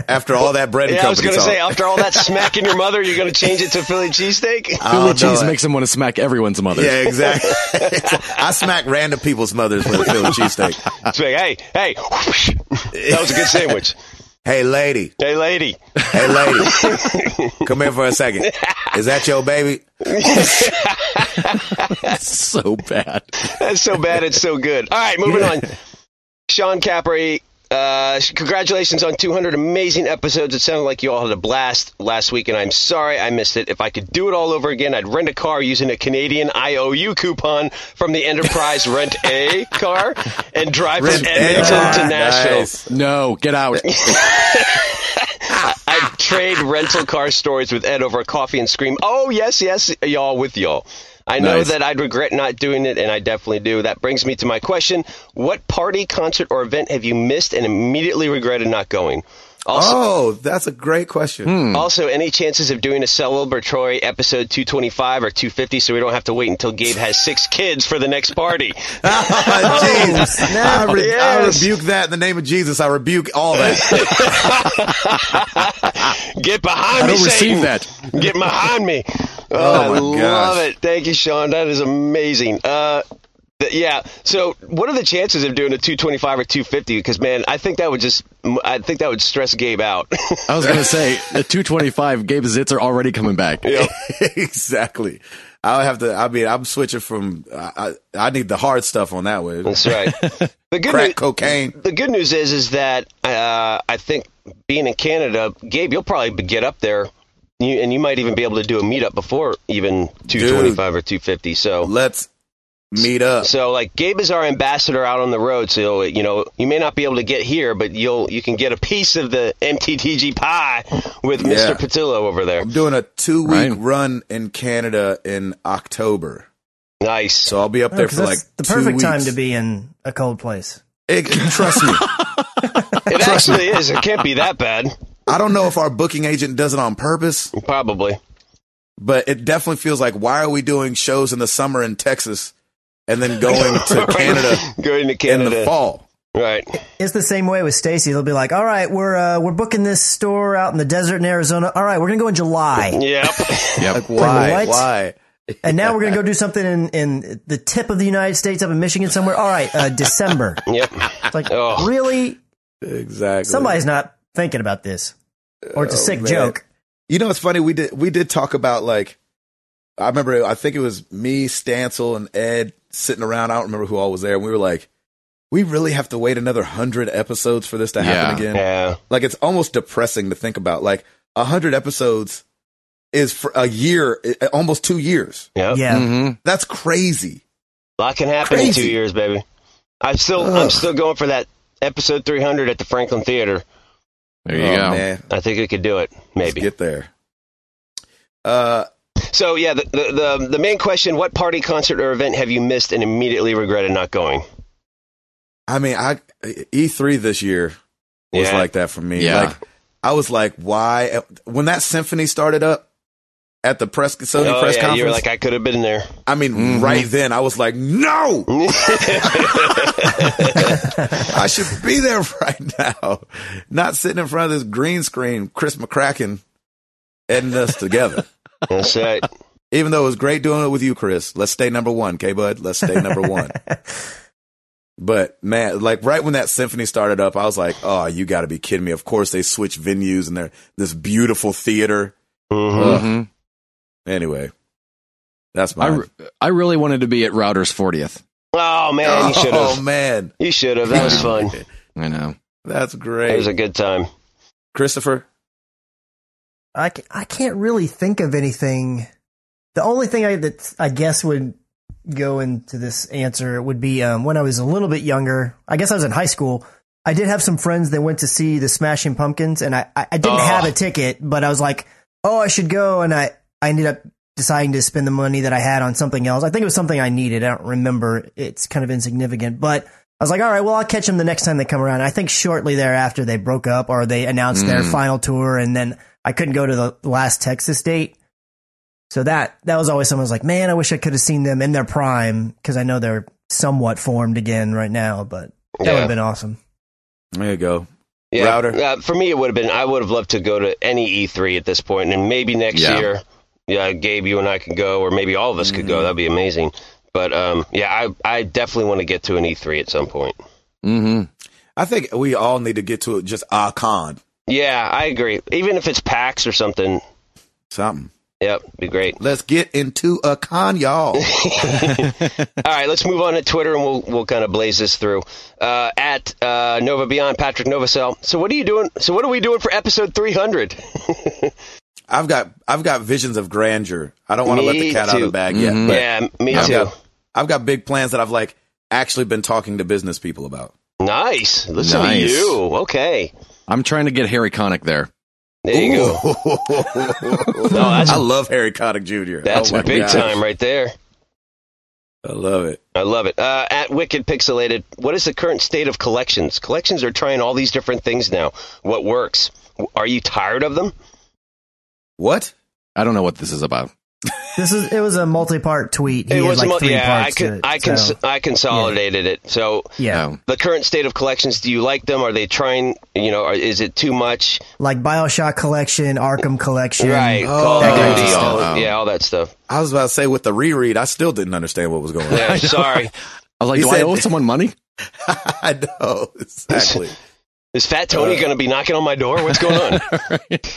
Speaker 1: after all that bread and
Speaker 2: Yeah, I was
Speaker 1: company
Speaker 2: gonna
Speaker 1: talk.
Speaker 2: say oh. after all that smacking your mother, you're gonna change it to Philly cheesesteak.
Speaker 1: I
Speaker 3: Philly
Speaker 1: don't know.
Speaker 3: cheese makes him want to smack everyone's mother.
Speaker 1: Yeah, exactly. I smack random people's mothers with a Philly cheesesteak.
Speaker 2: It's like, hey, hey, that was a good sandwich.
Speaker 1: Hey, lady.
Speaker 2: Hey, lady.
Speaker 1: Hey, lady. Come here for a second. Is that your baby?
Speaker 3: so bad.
Speaker 2: That's so bad. It's so good. All right, moving on. Sean Capri, uh, congratulations on 200 amazing episodes. It sounded like you all had a blast last week, and I'm sorry I missed it. If I could do it all over again, I'd rent a car using a Canadian IOU coupon from the Enterprise Rent A car and drive
Speaker 1: Rent
Speaker 2: from Edmonton
Speaker 1: A car.
Speaker 2: to Nashville.
Speaker 1: Nice.
Speaker 3: No, get out.
Speaker 2: I'd trade rental car stories with Ed over a coffee and scream, "Oh yes, yes, y'all with y'all." I know
Speaker 3: Nice.
Speaker 2: that I'd regret not doing it, and I definitely do. That brings me to my question: What party, concert, or event have you missed and immediately regretted not going? Also,
Speaker 1: Oh, that's a great question.
Speaker 3: Um.
Speaker 2: also, any chances of doing a celebratory episode 225 or 250 so we don't have to wait until Gabe has six kids for the next party?
Speaker 1: Jesus. I, re- I
Speaker 2: Yes.
Speaker 1: rebuke that in the name of Jesus. I rebuke all that.
Speaker 2: Get behind
Speaker 3: I
Speaker 2: me,
Speaker 3: don't
Speaker 2: Satan.
Speaker 3: receive that.
Speaker 2: Get behind me. Oh,
Speaker 1: my
Speaker 2: I love
Speaker 1: gosh.
Speaker 2: it. Thank you, Sean. That is amazing. Uh, th- yeah. So, what are the chances of doing a 225 or 250? Because, man, I think that would just, I think that would stress Gabe out.
Speaker 3: I was gonna say the 225. Gabe Zitz are already coming back. Yeah.
Speaker 1: exactly. I'll have to, I mean, I'm switching from, I, I, I need the hard stuff on that one.
Speaker 2: That's right. The good,
Speaker 1: Crack
Speaker 2: news,
Speaker 1: cocaine.
Speaker 2: the good news is, is that uh, I think being in Canada, Gabe, you'll probably be- get up there. You, and you might even be able to do a meetup before even 225 or 250. So
Speaker 1: Let's meet up.
Speaker 2: So like Gabe is our ambassador out on the road, so you know you may not be able to get here, but you'll you can get a piece of the MTTG pie with
Speaker 1: Yeah.
Speaker 2: Mr. Patillo over there.
Speaker 1: I'm doing a two week
Speaker 3: Right.
Speaker 1: run in Canada in October.
Speaker 2: Nice.
Speaker 1: So I'll be up there
Speaker 4: Oh, 'cause
Speaker 1: for like
Speaker 4: that's the
Speaker 1: two
Speaker 4: perfect
Speaker 1: weeks.
Speaker 4: time to be in a cold place.
Speaker 1: It, trust me.
Speaker 2: it actually is. It can't be that bad.
Speaker 1: I don't know if our booking agent does it on purpose,
Speaker 2: Probably.
Speaker 1: but it definitely feels like why are we doing shows in the summer in Texas and then going to Canada
Speaker 2: Going to
Speaker 1: in
Speaker 2: Canada.
Speaker 1: the fall?
Speaker 2: Right.
Speaker 4: It's the same way with Stacy. They'll be like, "All right, we're uh, we're booking this store out in the desert in Arizona. All right, we're gonna go in July,
Speaker 2: Yep.
Speaker 1: Like why?
Speaker 4: what?
Speaker 1: Why?
Speaker 4: and now we're gonna go do something in, in the tip of the United States, up in Michigan somewhere. All right, uh, December.
Speaker 2: Yep.
Speaker 4: It's like
Speaker 2: Oh.
Speaker 4: really,
Speaker 1: Exactly.
Speaker 4: somebody's not thinking about this, or
Speaker 2: Oh,
Speaker 4: it's a sick
Speaker 1: man.
Speaker 4: joke.
Speaker 1: You know, it's funny. We did we did talk about like I remember. I think it was me, Stancil, and Ed sitting around. I don't remember who all was there. And we were like, we really have to wait another hundred episodes for this to happen
Speaker 3: Yeah.
Speaker 1: again.
Speaker 2: Yeah.
Speaker 1: Like it's almost depressing to think about. Like a hundred episodes is for a year, i- almost two years.
Speaker 2: Yep.
Speaker 4: Yeah,
Speaker 3: hmm
Speaker 1: That's crazy.
Speaker 2: A lot can happen in
Speaker 1: Crazy.
Speaker 2: two years, baby. I'm still I'm
Speaker 1: Ugh.
Speaker 2: still going for that episode 300 at the Franklin Theater.
Speaker 3: There you
Speaker 1: Oh,
Speaker 3: go.
Speaker 1: Man.
Speaker 2: I think we could do it.
Speaker 1: Let's
Speaker 2: Maybe.
Speaker 1: get there. Uh,
Speaker 2: So yeah, the, the the the main question: What party, concert, or event have you missed and immediately regretted not going?
Speaker 1: I mean, I E3 this year was
Speaker 2: Yeah.
Speaker 1: like that for me.
Speaker 3: Yeah.
Speaker 1: Like I was like, why? When that symphony started up, at the press Sony
Speaker 2: oh,
Speaker 1: press
Speaker 2: yeah,
Speaker 1: conference.
Speaker 2: you were like, Mm-hmm. I could have been there.
Speaker 1: I mean, right then I was like, no, I should be there right now, not sitting in front of this green screen. Chris McCracken editing us together.
Speaker 2: That's it.
Speaker 1: Even though it was great doing it with you, Chris. Let's stay number one, K Bud. Let's stay number one. But man, like right when that symphony started up, I was like, "Oh, you got to be kidding me!" Of course, they switch venues and they're this beautiful theater.
Speaker 2: hmm
Speaker 3: Mhm.
Speaker 1: Anyway, that's
Speaker 3: I,
Speaker 1: my.
Speaker 3: re- I really wanted to be at Router's 40th.
Speaker 2: Oh man, you should
Speaker 1: oh
Speaker 2: have.
Speaker 1: man,
Speaker 2: You should have. That was fun.
Speaker 3: I know.
Speaker 1: that's
Speaker 2: It was
Speaker 1: great,
Speaker 2: a good time.
Speaker 1: Christopher.
Speaker 4: I, ca- I can't really think of anything. The only thing I that I guess would go into this answer would be um, when I was a little bit younger. I guess I was in high school. I did have some friends that went to see the Smashing Pumpkins, and I I I didn't
Speaker 2: Oh.
Speaker 4: have a ticket, but I was like, oh, I should go, and I I ended up deciding to spend the money that I had on something else. I think it was something I needed. I don't remember. It's kind of insignificant, but. I was like, all right, well, I'll catch them the next time they come around. I think shortly thereafter they broke up or they announced their
Speaker 2: Mm.
Speaker 4: final tour, and then I couldn't go to the last Texas date. So that that was always someone was like, man, I wish I could have seen them in their prime because I know they're somewhat formed again right now, but that would
Speaker 2: Yeah.
Speaker 4: have been awesome.
Speaker 1: There you go.
Speaker 2: Yeah.
Speaker 1: Router.
Speaker 2: Yeah, for me, it would have been. I would have loved to go to any E3 at this point, and maybe next
Speaker 3: Yeah.
Speaker 2: year. Yeah, Gabe, you and I could go, or maybe all of us could
Speaker 1: Mm-hmm.
Speaker 2: go. That'd be amazing. But um, yeah, I I definitely want to get to an E3 at some point.
Speaker 3: hmm
Speaker 1: I think we all need to get to it. Just a con
Speaker 2: Yeah, I agree. Even if it's PAX or something.
Speaker 1: something.
Speaker 2: Yep, be great.
Speaker 1: Let's get into a con, y'all.
Speaker 2: All right, let's move on to Twitter, and we'll we'll kind of blaze this through. Uh, at uh, Nova Beyond, Patrick Novacell. So what are you doing? So what are we doing for episode 300?
Speaker 1: I've got I've got visions of grandeur. I don't want to let
Speaker 2: Me
Speaker 1: the cat out of the
Speaker 2: too. Mm-hmm.
Speaker 1: bag yet.
Speaker 3: Mhm.
Speaker 1: But
Speaker 2: yeah, me
Speaker 1: I've
Speaker 2: too.
Speaker 1: got I've got big plans that I've like actually been talking to business people about.
Speaker 2: Nice. Listen
Speaker 3: Nice.
Speaker 2: to you. Okay.
Speaker 3: I'm trying to get Harry Connick there.
Speaker 2: There you go.
Speaker 1: I love Harry Connick Jr.
Speaker 2: That's
Speaker 1: Oh my
Speaker 2: big
Speaker 1: gosh.
Speaker 2: time right there.
Speaker 1: I love it.
Speaker 2: I love it. Uh, at Wicked Pixelated, what is the current state of collections? Collections are trying all these different things now. What works? Are you tired of them?
Speaker 1: What?
Speaker 3: I don't know what this is about.
Speaker 4: This is it was a multi-part tweet. He had like
Speaker 2: mo-
Speaker 4: three
Speaker 2: yeah. I
Speaker 4: parts. to
Speaker 2: can,
Speaker 4: it,
Speaker 2: I Oh. can,
Speaker 4: so,
Speaker 2: I consolidated it. So
Speaker 4: yeah,
Speaker 3: No.
Speaker 2: the current state of collections. Do you like them? Are they trying? You know, are, is it too much?
Speaker 4: like Bioshock collection, Arkham collection,
Speaker 2: Right.
Speaker 1: Oh,
Speaker 2: Call of
Speaker 1: that
Speaker 2: Duty,
Speaker 1: kind of
Speaker 2: all-
Speaker 3: stuff.
Speaker 2: yeah, all that stuff.
Speaker 1: I was about to say with the reread, I still didn't understand what was going on.
Speaker 2: Yeah, sorry.
Speaker 3: I was like,
Speaker 1: He
Speaker 3: do I
Speaker 1: said-
Speaker 3: owe someone money?
Speaker 1: I know exactly.
Speaker 2: Is Fat Tony
Speaker 1: Uh,
Speaker 2: going to be knocking on my door? What's going on?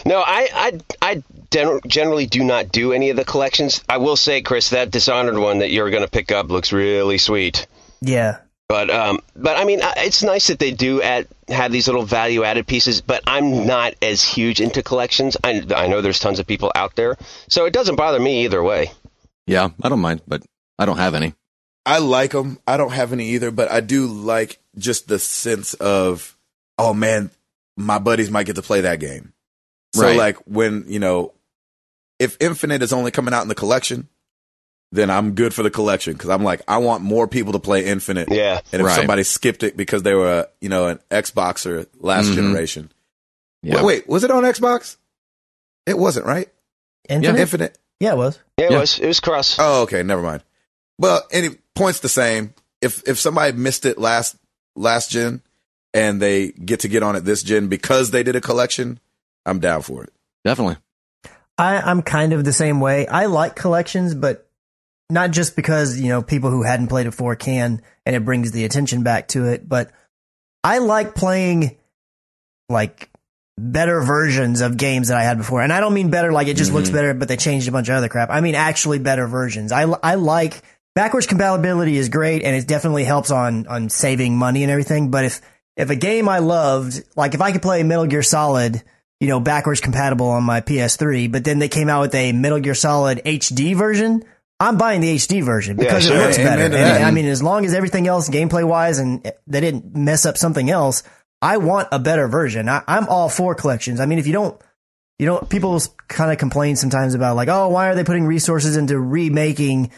Speaker 2: No, I, I, I gen- generally do not do any of the collections. I will say, Chris, that Dishonored one that you're going to pick up looks really sweet.
Speaker 4: Yeah,
Speaker 2: But, um, but I mean, I- it's nice that they do add, have these little value added pieces. But I'm not as huge into collections. I, I know there's tons of people out there, so it doesn't bother me either way.
Speaker 3: Yeah, I don't mind, but I don't have any.
Speaker 1: I like them. I don't have any either, but I do like just the sense of, oh man, my buddies might get to play that game. So
Speaker 3: Right.
Speaker 1: like when, you know, if Infinite is only coming out in the collection, then I'm good for the collection because I'm like, I want more people to play Infinite.
Speaker 2: Yeah,
Speaker 1: And if
Speaker 3: Right.
Speaker 1: somebody skipped it because they were, uh, you know, an Xboxer last
Speaker 3: Mhm.
Speaker 1: generation.
Speaker 3: Yeah.
Speaker 1: Wait, wait, was it on Xbox? It wasn't, right?
Speaker 4: Infinite. Yeah,
Speaker 1: Infinite.
Speaker 4: it was.
Speaker 2: yeah, it
Speaker 3: Yeah.
Speaker 2: was it was cross.
Speaker 1: Oh, okay, never mind. Well, any points the same. If if somebody missed it last last gen and they get to get on it this gen because they did a collection, I'm down for it.
Speaker 3: Definitely.
Speaker 4: I, I'm kind of the same way. I like collections, but not just because, you know, people who hadn't played it before can and it brings the attention back to it, but I like playing like better versions of games that I had before. And I don't mean better like it just looks better, but they changed a bunch of other crap. I mean actually better versions. I, I like backwards compatibility is great and it definitely helps on, on saving money and everything. But if, if a game I loved, like if I could play Metal Gear Solid, you know, backwards compatible on my PS3, but then they came out with a Metal Gear Solid HD version. I'm buying the HD version because
Speaker 2: sure.
Speaker 4: it looks
Speaker 1: Amen
Speaker 4: better.
Speaker 1: to
Speaker 4: And
Speaker 1: that.
Speaker 4: I mean, as long as everything else gameplay wise and they didn't mess up something else, I want a better version. I, I'm all for collections. I mean, if you don't, you know, people kind of complain sometimes about like, oh, why are they putting resources into remaking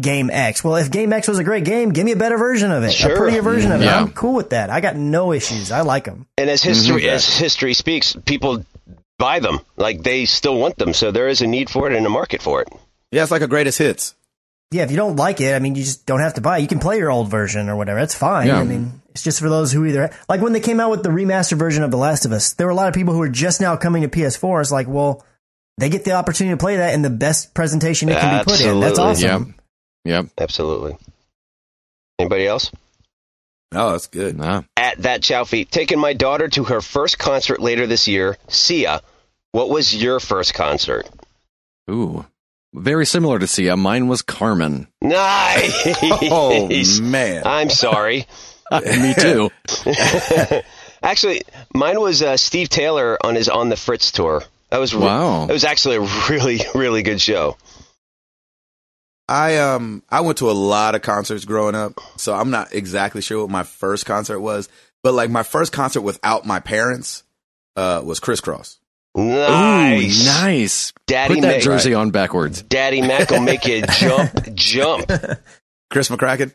Speaker 4: Game X? Well, if Game X was a great game, give me a better version of it,
Speaker 2: Sure.
Speaker 4: a prettier version of it.
Speaker 3: Yeah.
Speaker 4: I'm cool with that. I got no issues. I like them.
Speaker 3: Mm-hmm.
Speaker 2: And as history as history speaks, people buy them. Like they still want them, so there is a need for it and a market for it.
Speaker 1: Yeah, it's like a greatest hits.
Speaker 4: Yeah, if you don't like it, I mean, you just don't have to buy. it. You can play your old version or whatever. That's fine.
Speaker 3: Yeah.
Speaker 4: I mean, it's just for those who either like when they came out with the remastered version of The Last of Us. There were a lot of people who were just now coming to PS4. It's like, well, they get the opportunity to play that in the best presentation it can be put in. That's
Speaker 2: Absolutely.
Speaker 4: awesome.
Speaker 3: Yep. Yep.
Speaker 2: Absolutely. Anybody else?
Speaker 1: Oh, that's good.
Speaker 3: Nah.
Speaker 2: At that chow feet, taking my daughter to her first concert later this year. Sia, what was your first concert?
Speaker 3: Ooh. Very similar to Sia. Mine was Carmen.
Speaker 2: Nice.
Speaker 1: Oh man,
Speaker 2: I'm sorry.
Speaker 3: Me too.
Speaker 2: Actually, mine was uh, Steve Taylor on his On the Fritz tour. That was re-
Speaker 3: Wow.
Speaker 2: It was actually a really really good show.
Speaker 1: I um I went to a lot of concerts growing up, so I'm not exactly sure what my first concert was, but like my first concert without my parents uh was Crisscross.
Speaker 2: Nice.
Speaker 3: Ooh, nice.
Speaker 2: Daddy
Speaker 3: Put that
Speaker 2: Mac-
Speaker 3: jersey on backwards.
Speaker 2: Daddy Mac will make you jump, jump.
Speaker 1: Chris McCracken.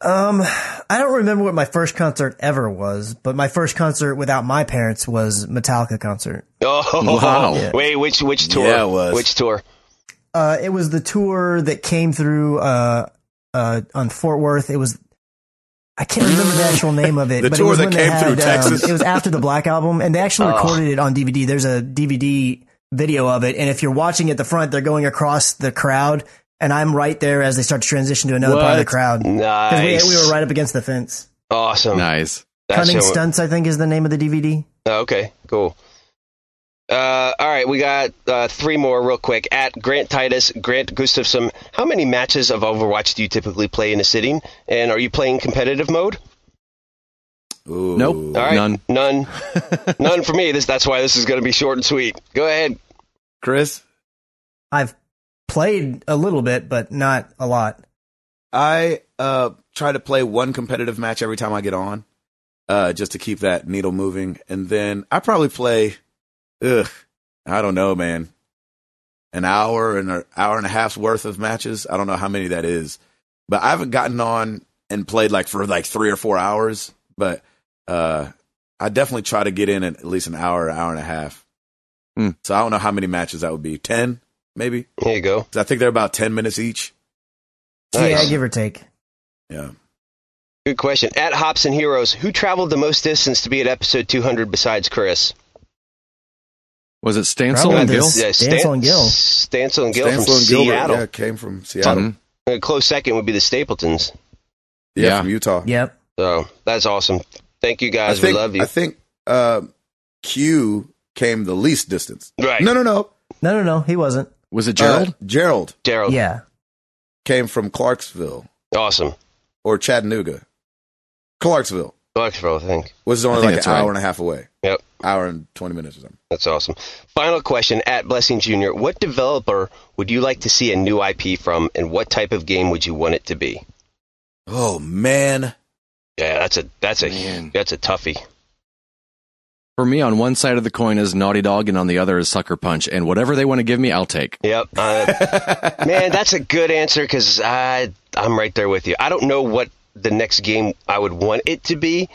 Speaker 4: Um, I don't remember what my first concert ever was, but my first concert without my parents was Metallica concert.
Speaker 2: Oh,
Speaker 3: Wow.
Speaker 4: Yeah.
Speaker 2: Wait, which which tour?
Speaker 1: Yeah, it was.
Speaker 2: Which tour?
Speaker 4: Uh, it was the tour that came through uh, uh, on Fort Worth. It was I can't remember the actual name of it.
Speaker 1: The
Speaker 4: but
Speaker 1: tour
Speaker 4: it was
Speaker 1: that
Speaker 4: when
Speaker 1: came
Speaker 4: they had,
Speaker 1: through
Speaker 4: um,
Speaker 1: Texas?
Speaker 4: it was after the Black Album, and they actually
Speaker 2: Oh.
Speaker 4: recorded it on DVD. There's a DVD video of it, and if you're watching at the front, they're going across the crowd, and I'm right there as they start to transition to another part of the
Speaker 3: What?
Speaker 4: crowd. 'Cause we-
Speaker 2: Nice.
Speaker 4: we, were right up against the fence.
Speaker 2: Awesome.
Speaker 3: Nice.
Speaker 2: That
Speaker 4: Cunning
Speaker 2: show-
Speaker 4: Stunts, I think, is the name of the DVD.
Speaker 2: Oh, okay, cool. Uh, all right, we got uh, three more real quick. At Grant Titus, Grant Gustafson, how many matches of Overwatch do you typically play in a sitting? And are you playing competitive mode?
Speaker 1: Ooh.
Speaker 3: Nope.
Speaker 2: All right,
Speaker 3: None.
Speaker 2: none, none for me. This that's why this is going to be short and sweet. Go ahead.
Speaker 1: Chris,
Speaker 4: I've played a little bit, but not a lot.
Speaker 1: I uh try to play one competitive match every time I get on, uh just to keep that needle moving, and then I probably play, ugh, I don't know, man, an hour and an hour and a half's worth of matches. I don't know how many that is, but I haven't gotten on and played like for like three or four hours. But uh I definitely try to get in at least an hour, hour and a half.
Speaker 3: Hmm.
Speaker 1: So I don't know how many matches that would be, ten maybe.
Speaker 2: There you go.
Speaker 1: 'Cause I think they're about ten minutes each.
Speaker 2: Nice.
Speaker 4: Yeah, give or take.
Speaker 1: Yeah.
Speaker 2: Good question. At Hops and Heroes, who traveled the most distance to be at episode 200 besides Chris?
Speaker 3: Was it Stancil
Speaker 4: Probably
Speaker 3: and
Speaker 4: the
Speaker 3: Gill?
Speaker 4: s- Stancil and Gill.
Speaker 2: Stancil and Gill
Speaker 1: Stansel
Speaker 2: from
Speaker 1: and Gilbert,
Speaker 2: Seattle.
Speaker 1: Yeah, came from Seattle.
Speaker 3: Mhm.
Speaker 2: A close second would be the Stapletons.
Speaker 1: Yeah,
Speaker 3: Yeah.
Speaker 1: from Utah.
Speaker 4: Yep.
Speaker 2: So that's awesome. Thank you
Speaker 1: I
Speaker 2: guys.
Speaker 1: think,
Speaker 2: we love
Speaker 1: I
Speaker 2: you.
Speaker 1: think uh, Q came the least distance.
Speaker 2: right.
Speaker 1: No, no, no.
Speaker 4: No, no, no, he wasn't.
Speaker 3: Was it Gerald?
Speaker 1: Uh, Gerald
Speaker 2: Gerald.
Speaker 4: Yeah.
Speaker 1: came from Clarksville
Speaker 2: Awesome.
Speaker 1: or Chattanooga. Clarksville,
Speaker 2: Clarksville, I think.
Speaker 1: which is
Speaker 3: I
Speaker 1: only
Speaker 3: think
Speaker 1: like an
Speaker 3: that's right.
Speaker 1: hour and a half away.
Speaker 2: Yep.
Speaker 1: Hour and 20 minutes or something.
Speaker 2: That's awesome. Final question at Blessing Jr. What developer would you like to see a new IP from, and what type of game would you want it to be?
Speaker 1: Oh, man.
Speaker 2: Yeah, that's a that's a
Speaker 3: Man.
Speaker 2: that's a toughie.
Speaker 3: For me, on one side of the coin is Naughty Dog, and on the other is Sucker Punch. And whatever they want to give me, I'll take.
Speaker 2: Yep. Uh, man, that's a good answer because I I'm right there with you. I don't know what the next game I would want it to be,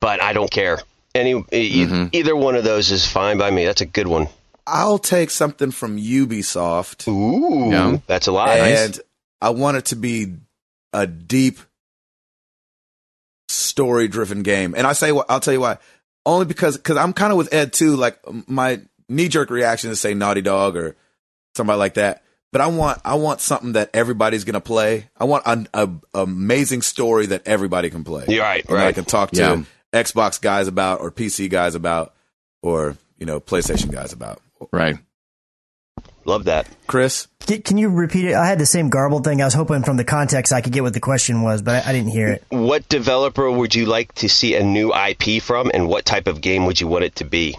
Speaker 2: but I don't care. Any e-
Speaker 1: Mm-hmm.
Speaker 3: Mhm.
Speaker 2: either one of those is fine by me. That's a good one.
Speaker 1: I'll take something from Ubisoft.
Speaker 2: Ooh,
Speaker 3: Yeah.
Speaker 2: that's a lot.
Speaker 1: and I want it to be a deep story driven game. And I say wh- I'll tell you why. Only because cuz I'm kind of with Ed too. Like m- my knee jerk reaction is say Naughty Dog or somebody like that. But I want I want something that everybody's going to play. I want an a, amazing story that everybody can play.
Speaker 2: You're right,
Speaker 1: And I
Speaker 2: right.
Speaker 1: can talk to
Speaker 3: Yeah.
Speaker 1: Xbox guys about or PC guys about or you know PlayStation guys about.
Speaker 3: Right.
Speaker 2: Love that.
Speaker 1: Chris,
Speaker 4: Can, can you repeat it? I had the same garbled thing. I was hoping from the context I could get what the question was, but I, I didn't hear it.
Speaker 2: What developer would you like to see a new IP from, and what type of game would you want it to be?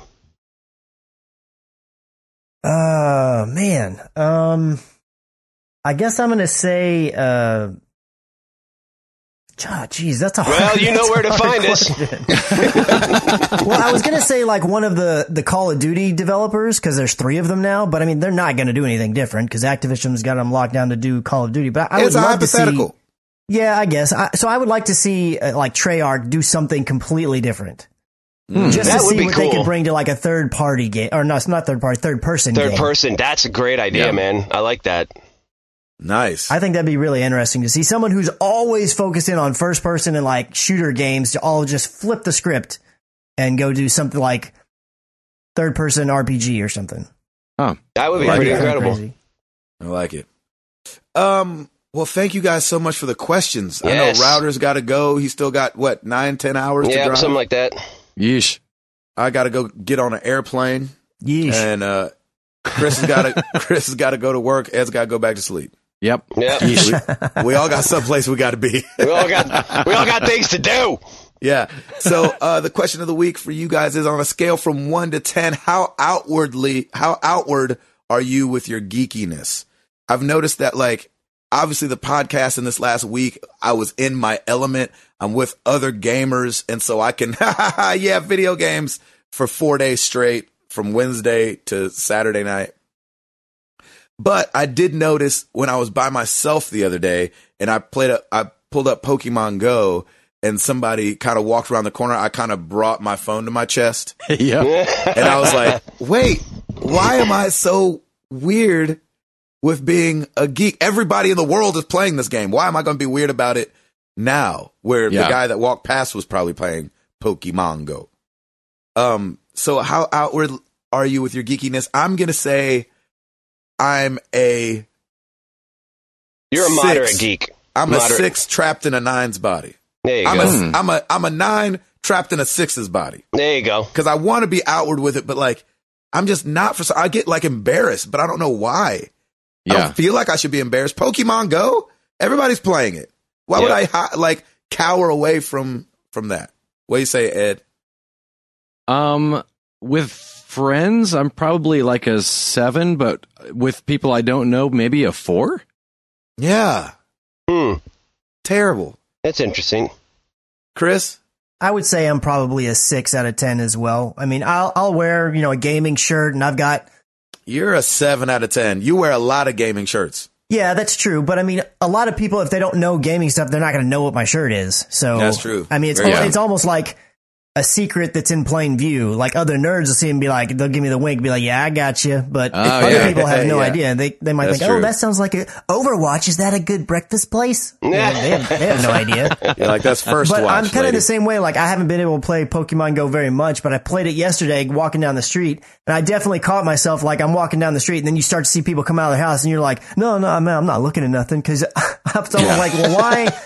Speaker 4: Uh, man. Um, I guess I'm gonna say. Uh, ah, geez, that's a hard,
Speaker 2: Well, you know
Speaker 4: that's a
Speaker 2: where to
Speaker 4: hard
Speaker 2: find us.
Speaker 4: question. well, I was gonna say like one of the the Call of Duty developers because there's three of them now, but I mean they're not gonna do anything different because Activision's got them locked down to do Call of Duty. But I, I
Speaker 1: it's
Speaker 4: would
Speaker 1: a
Speaker 4: love to see-
Speaker 1: hypothetical.
Speaker 4: Yeah, I guess. I, so I would like to see uh, like Treyarch do something completely different. just
Speaker 2: Hmm. That
Speaker 4: to
Speaker 2: would
Speaker 4: see
Speaker 2: be
Speaker 4: what they
Speaker 2: cool.
Speaker 4: could bring to like a third party game, or no, it's not third party, third person.
Speaker 2: Third
Speaker 4: game.
Speaker 2: person. That's a great idea,
Speaker 3: Yeah.
Speaker 2: man. I like that.
Speaker 1: Nice.
Speaker 4: I think that'd be really interesting to see someone who's always focused in on first person and like shooter games to all just flip the script and go do something like third person RPG or something.
Speaker 2: That would be
Speaker 1: Like
Speaker 2: pretty
Speaker 1: that.
Speaker 2: incredible.
Speaker 4: Crazy.
Speaker 1: I like it. Um. Well, thank you guys so much for the questions.
Speaker 2: Yes.
Speaker 1: I know Router's got to go. He's still got what nine, ten hours to
Speaker 2: Yeah,
Speaker 1: drive.
Speaker 2: something like that.
Speaker 3: Yeesh.
Speaker 1: I got to go get on an airplane,
Speaker 4: Yeesh.
Speaker 1: and uh, Chris has got to Chris has got to go to work. Ed's got to go back to sleep.
Speaker 3: Yep.
Speaker 2: Yeah,
Speaker 3: Yeesh.
Speaker 1: We all got someplace we got to be.
Speaker 2: we all got we all got things to do.
Speaker 1: Yeah. So uh, the question of the week for you guys is on a scale from one to ten, how outwardly, how outward are you with your geekiness? I've noticed that, like, obviously the podcast in this last week, I was in my element. I'm with other gamers, and so I can, yeah, video games for four days straight, from Wednesday to Saturday night. But I did notice when I was by myself the other day and I played a, I pulled up Pokemon Go and somebody kind of walked around the corner. I kind of brought my phone to my chest
Speaker 3: yep.
Speaker 1: and I was like, wait, why am I so weird with being a geek? Everybody in the world is playing this game. Why am I going to be weird about it now? Where the
Speaker 3: Yeah.
Speaker 1: guy that walked past was probably playing Pokemon Go. Um, so how outward are you with your geekiness? I'm going to say I'm a,
Speaker 2: You're a
Speaker 1: Six.
Speaker 2: moderate geek.
Speaker 1: I'm a
Speaker 2: Moderate.
Speaker 1: six trapped in a nine's body.
Speaker 2: There you
Speaker 1: I'm
Speaker 2: go.
Speaker 1: a, I'm a, I'm a nine trapped in a six's body.
Speaker 2: there you go.
Speaker 1: because I want to be outward with it, but like I'm just not for. I get like embarrassed, but I don't know why. I
Speaker 3: Yeah.
Speaker 1: don't feel like I should be embarrassed. Pokemon Go, everybody's playing it. Why would
Speaker 2: Yeah.
Speaker 1: I hi- like cower away from from that? What do you say, Ed?
Speaker 3: Um, with friends, I'm probably like a seven, but with people I don't know, maybe a four.
Speaker 1: Yeah,
Speaker 2: Hmm.
Speaker 1: terrible,
Speaker 2: That's interesting.
Speaker 1: Chris.
Speaker 4: I would say I'm probably a six out of ten as well. I mean, I'll I'll wear you know a gaming shirt, and I've got
Speaker 1: You're a seven out of ten. You wear a lot of gaming shirts.
Speaker 4: yeah, that's true. But I mean, a lot of people if they don't know gaming stuff, they're not going to know what my shirt is. So
Speaker 1: That's true.
Speaker 4: I mean, it's
Speaker 1: Very
Speaker 4: al-
Speaker 1: true.
Speaker 4: it's almost like a secret that's in plain view. Like other nerds will see and be like, they'll give me the wink, be like, yeah, I got you. But
Speaker 3: Oh,
Speaker 4: other
Speaker 3: yeah.
Speaker 4: people have no
Speaker 1: Yeah.
Speaker 4: idea. They they might
Speaker 3: That's
Speaker 4: think,
Speaker 3: true.
Speaker 4: oh, that sounds like a Overwatch. Is that a good breakfast place? Yeah, they, have, they have no idea.
Speaker 1: Yeah, like that's first
Speaker 4: but
Speaker 1: watch.
Speaker 4: I'm kind of
Speaker 1: lady.
Speaker 4: the same way. Like I haven't been able to play Pokemon Go very much, but I played it yesterday walking down the street, and I definitely caught myself like I'm walking down the street, and then you start to see people come out of their house, and you're like, no, no, I'm, I'm not looking at nothing because I'm still
Speaker 1: Yeah.
Speaker 4: like, well, why?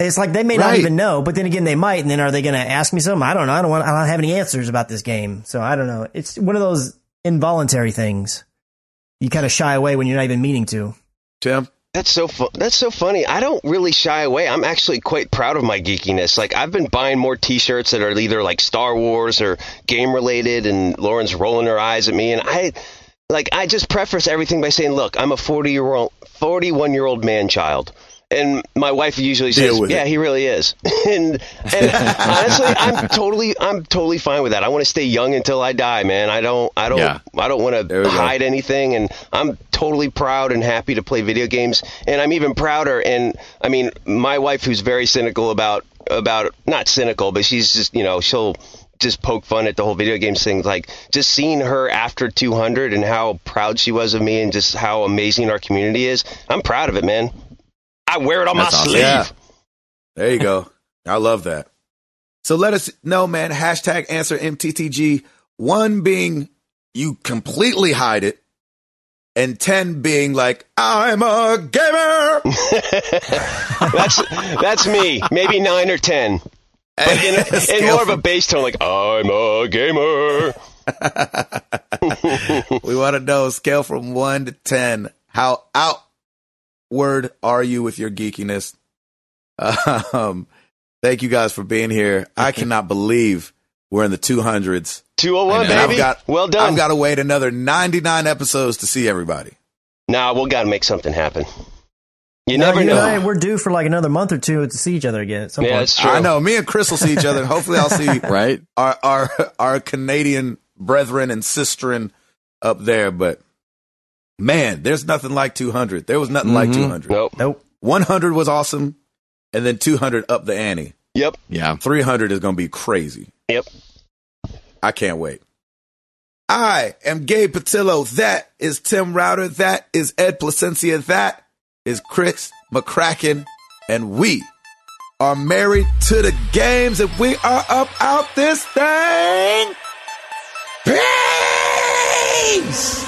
Speaker 4: It's like they may not
Speaker 1: Right.
Speaker 4: even know, but then again, they might. And then are they going to ask me something? I don't know. I don't want. I don't have any answers about this game, so I don't know. It's one of those involuntary things. You kind of shy away when you're not even meaning to.
Speaker 1: Tim.
Speaker 2: That's so fu- that's so funny. I don't really shy away. I'm actually quite proud of my geekiness. Like I've been buying more T-shirts that are either like Star Wars or game related, and Lauren's rolling her eyes at me. And I, like, I just preface everything by saying, "Look, I'm a 40 year old, 41 year old man child." And my wife usually
Speaker 1: Deal
Speaker 2: says,
Speaker 1: with
Speaker 2: "Yeah,
Speaker 1: it."
Speaker 2: he really is." and, and honestly, I'm totally, I'm totally fine with that. I want to stay young until I die, man. I don't, I don't,
Speaker 3: Yeah.
Speaker 2: I don't want to
Speaker 1: There we go.
Speaker 2: hide anything and I'm totally proud and happy to play video games and I'm even prouder and I mean my wife who's very cynical about about not cynical but she's just you know she'll just poke fun at the whole video games thing like just seeing her after 200 and how proud she was of me and just how amazing our community is I'm proud of it man I wear it on
Speaker 3: That's
Speaker 2: my
Speaker 3: awesome.
Speaker 2: sleeve
Speaker 1: Yeah. There you go. I love that. So let us know, man. Hashtag answer MTTG. One being you completely hide it, and 10 being like, I'm a gamer.
Speaker 2: that's that's me maybe 9 or 10 but in, in more of a bass tone like I'm a gamer
Speaker 1: we want to know scale from one to 10. How outward are you with your geekiness? Um, thank you guys for being here. I cannot believe we're in the 200s.
Speaker 2: 201
Speaker 1: I know.
Speaker 2: baby
Speaker 1: I've got-
Speaker 2: well done
Speaker 1: I've got to wait another 99 episodes to see everybody.
Speaker 2: Nah, we'll gotta make something happen. You
Speaker 4: Now,
Speaker 2: never
Speaker 4: you and
Speaker 2: know.
Speaker 4: I, we're due for like another month or two to see each other again. At some
Speaker 2: yeah,
Speaker 4: point.
Speaker 2: it's true.
Speaker 1: I know. Me and Chris will see each other, and hopefully, I'll see
Speaker 3: Right?
Speaker 1: our our our Canadian brethren and sisterin up there. But man, there's nothing like 200. There was nothing like
Speaker 2: Mm-hmm.
Speaker 3: Mhm.
Speaker 1: 200.
Speaker 2: Nope.
Speaker 4: Nope.
Speaker 1: 100 was awesome, and then 200 up the ante.
Speaker 2: Yep.
Speaker 1: 300 is going to be crazy.
Speaker 2: Yep.
Speaker 1: I can't wait. I am Gabe Patillo. That is Tim Router. That is Ed Placencia. That is Chris McCracken. And we are married to the games and we are up out this thing. Peace!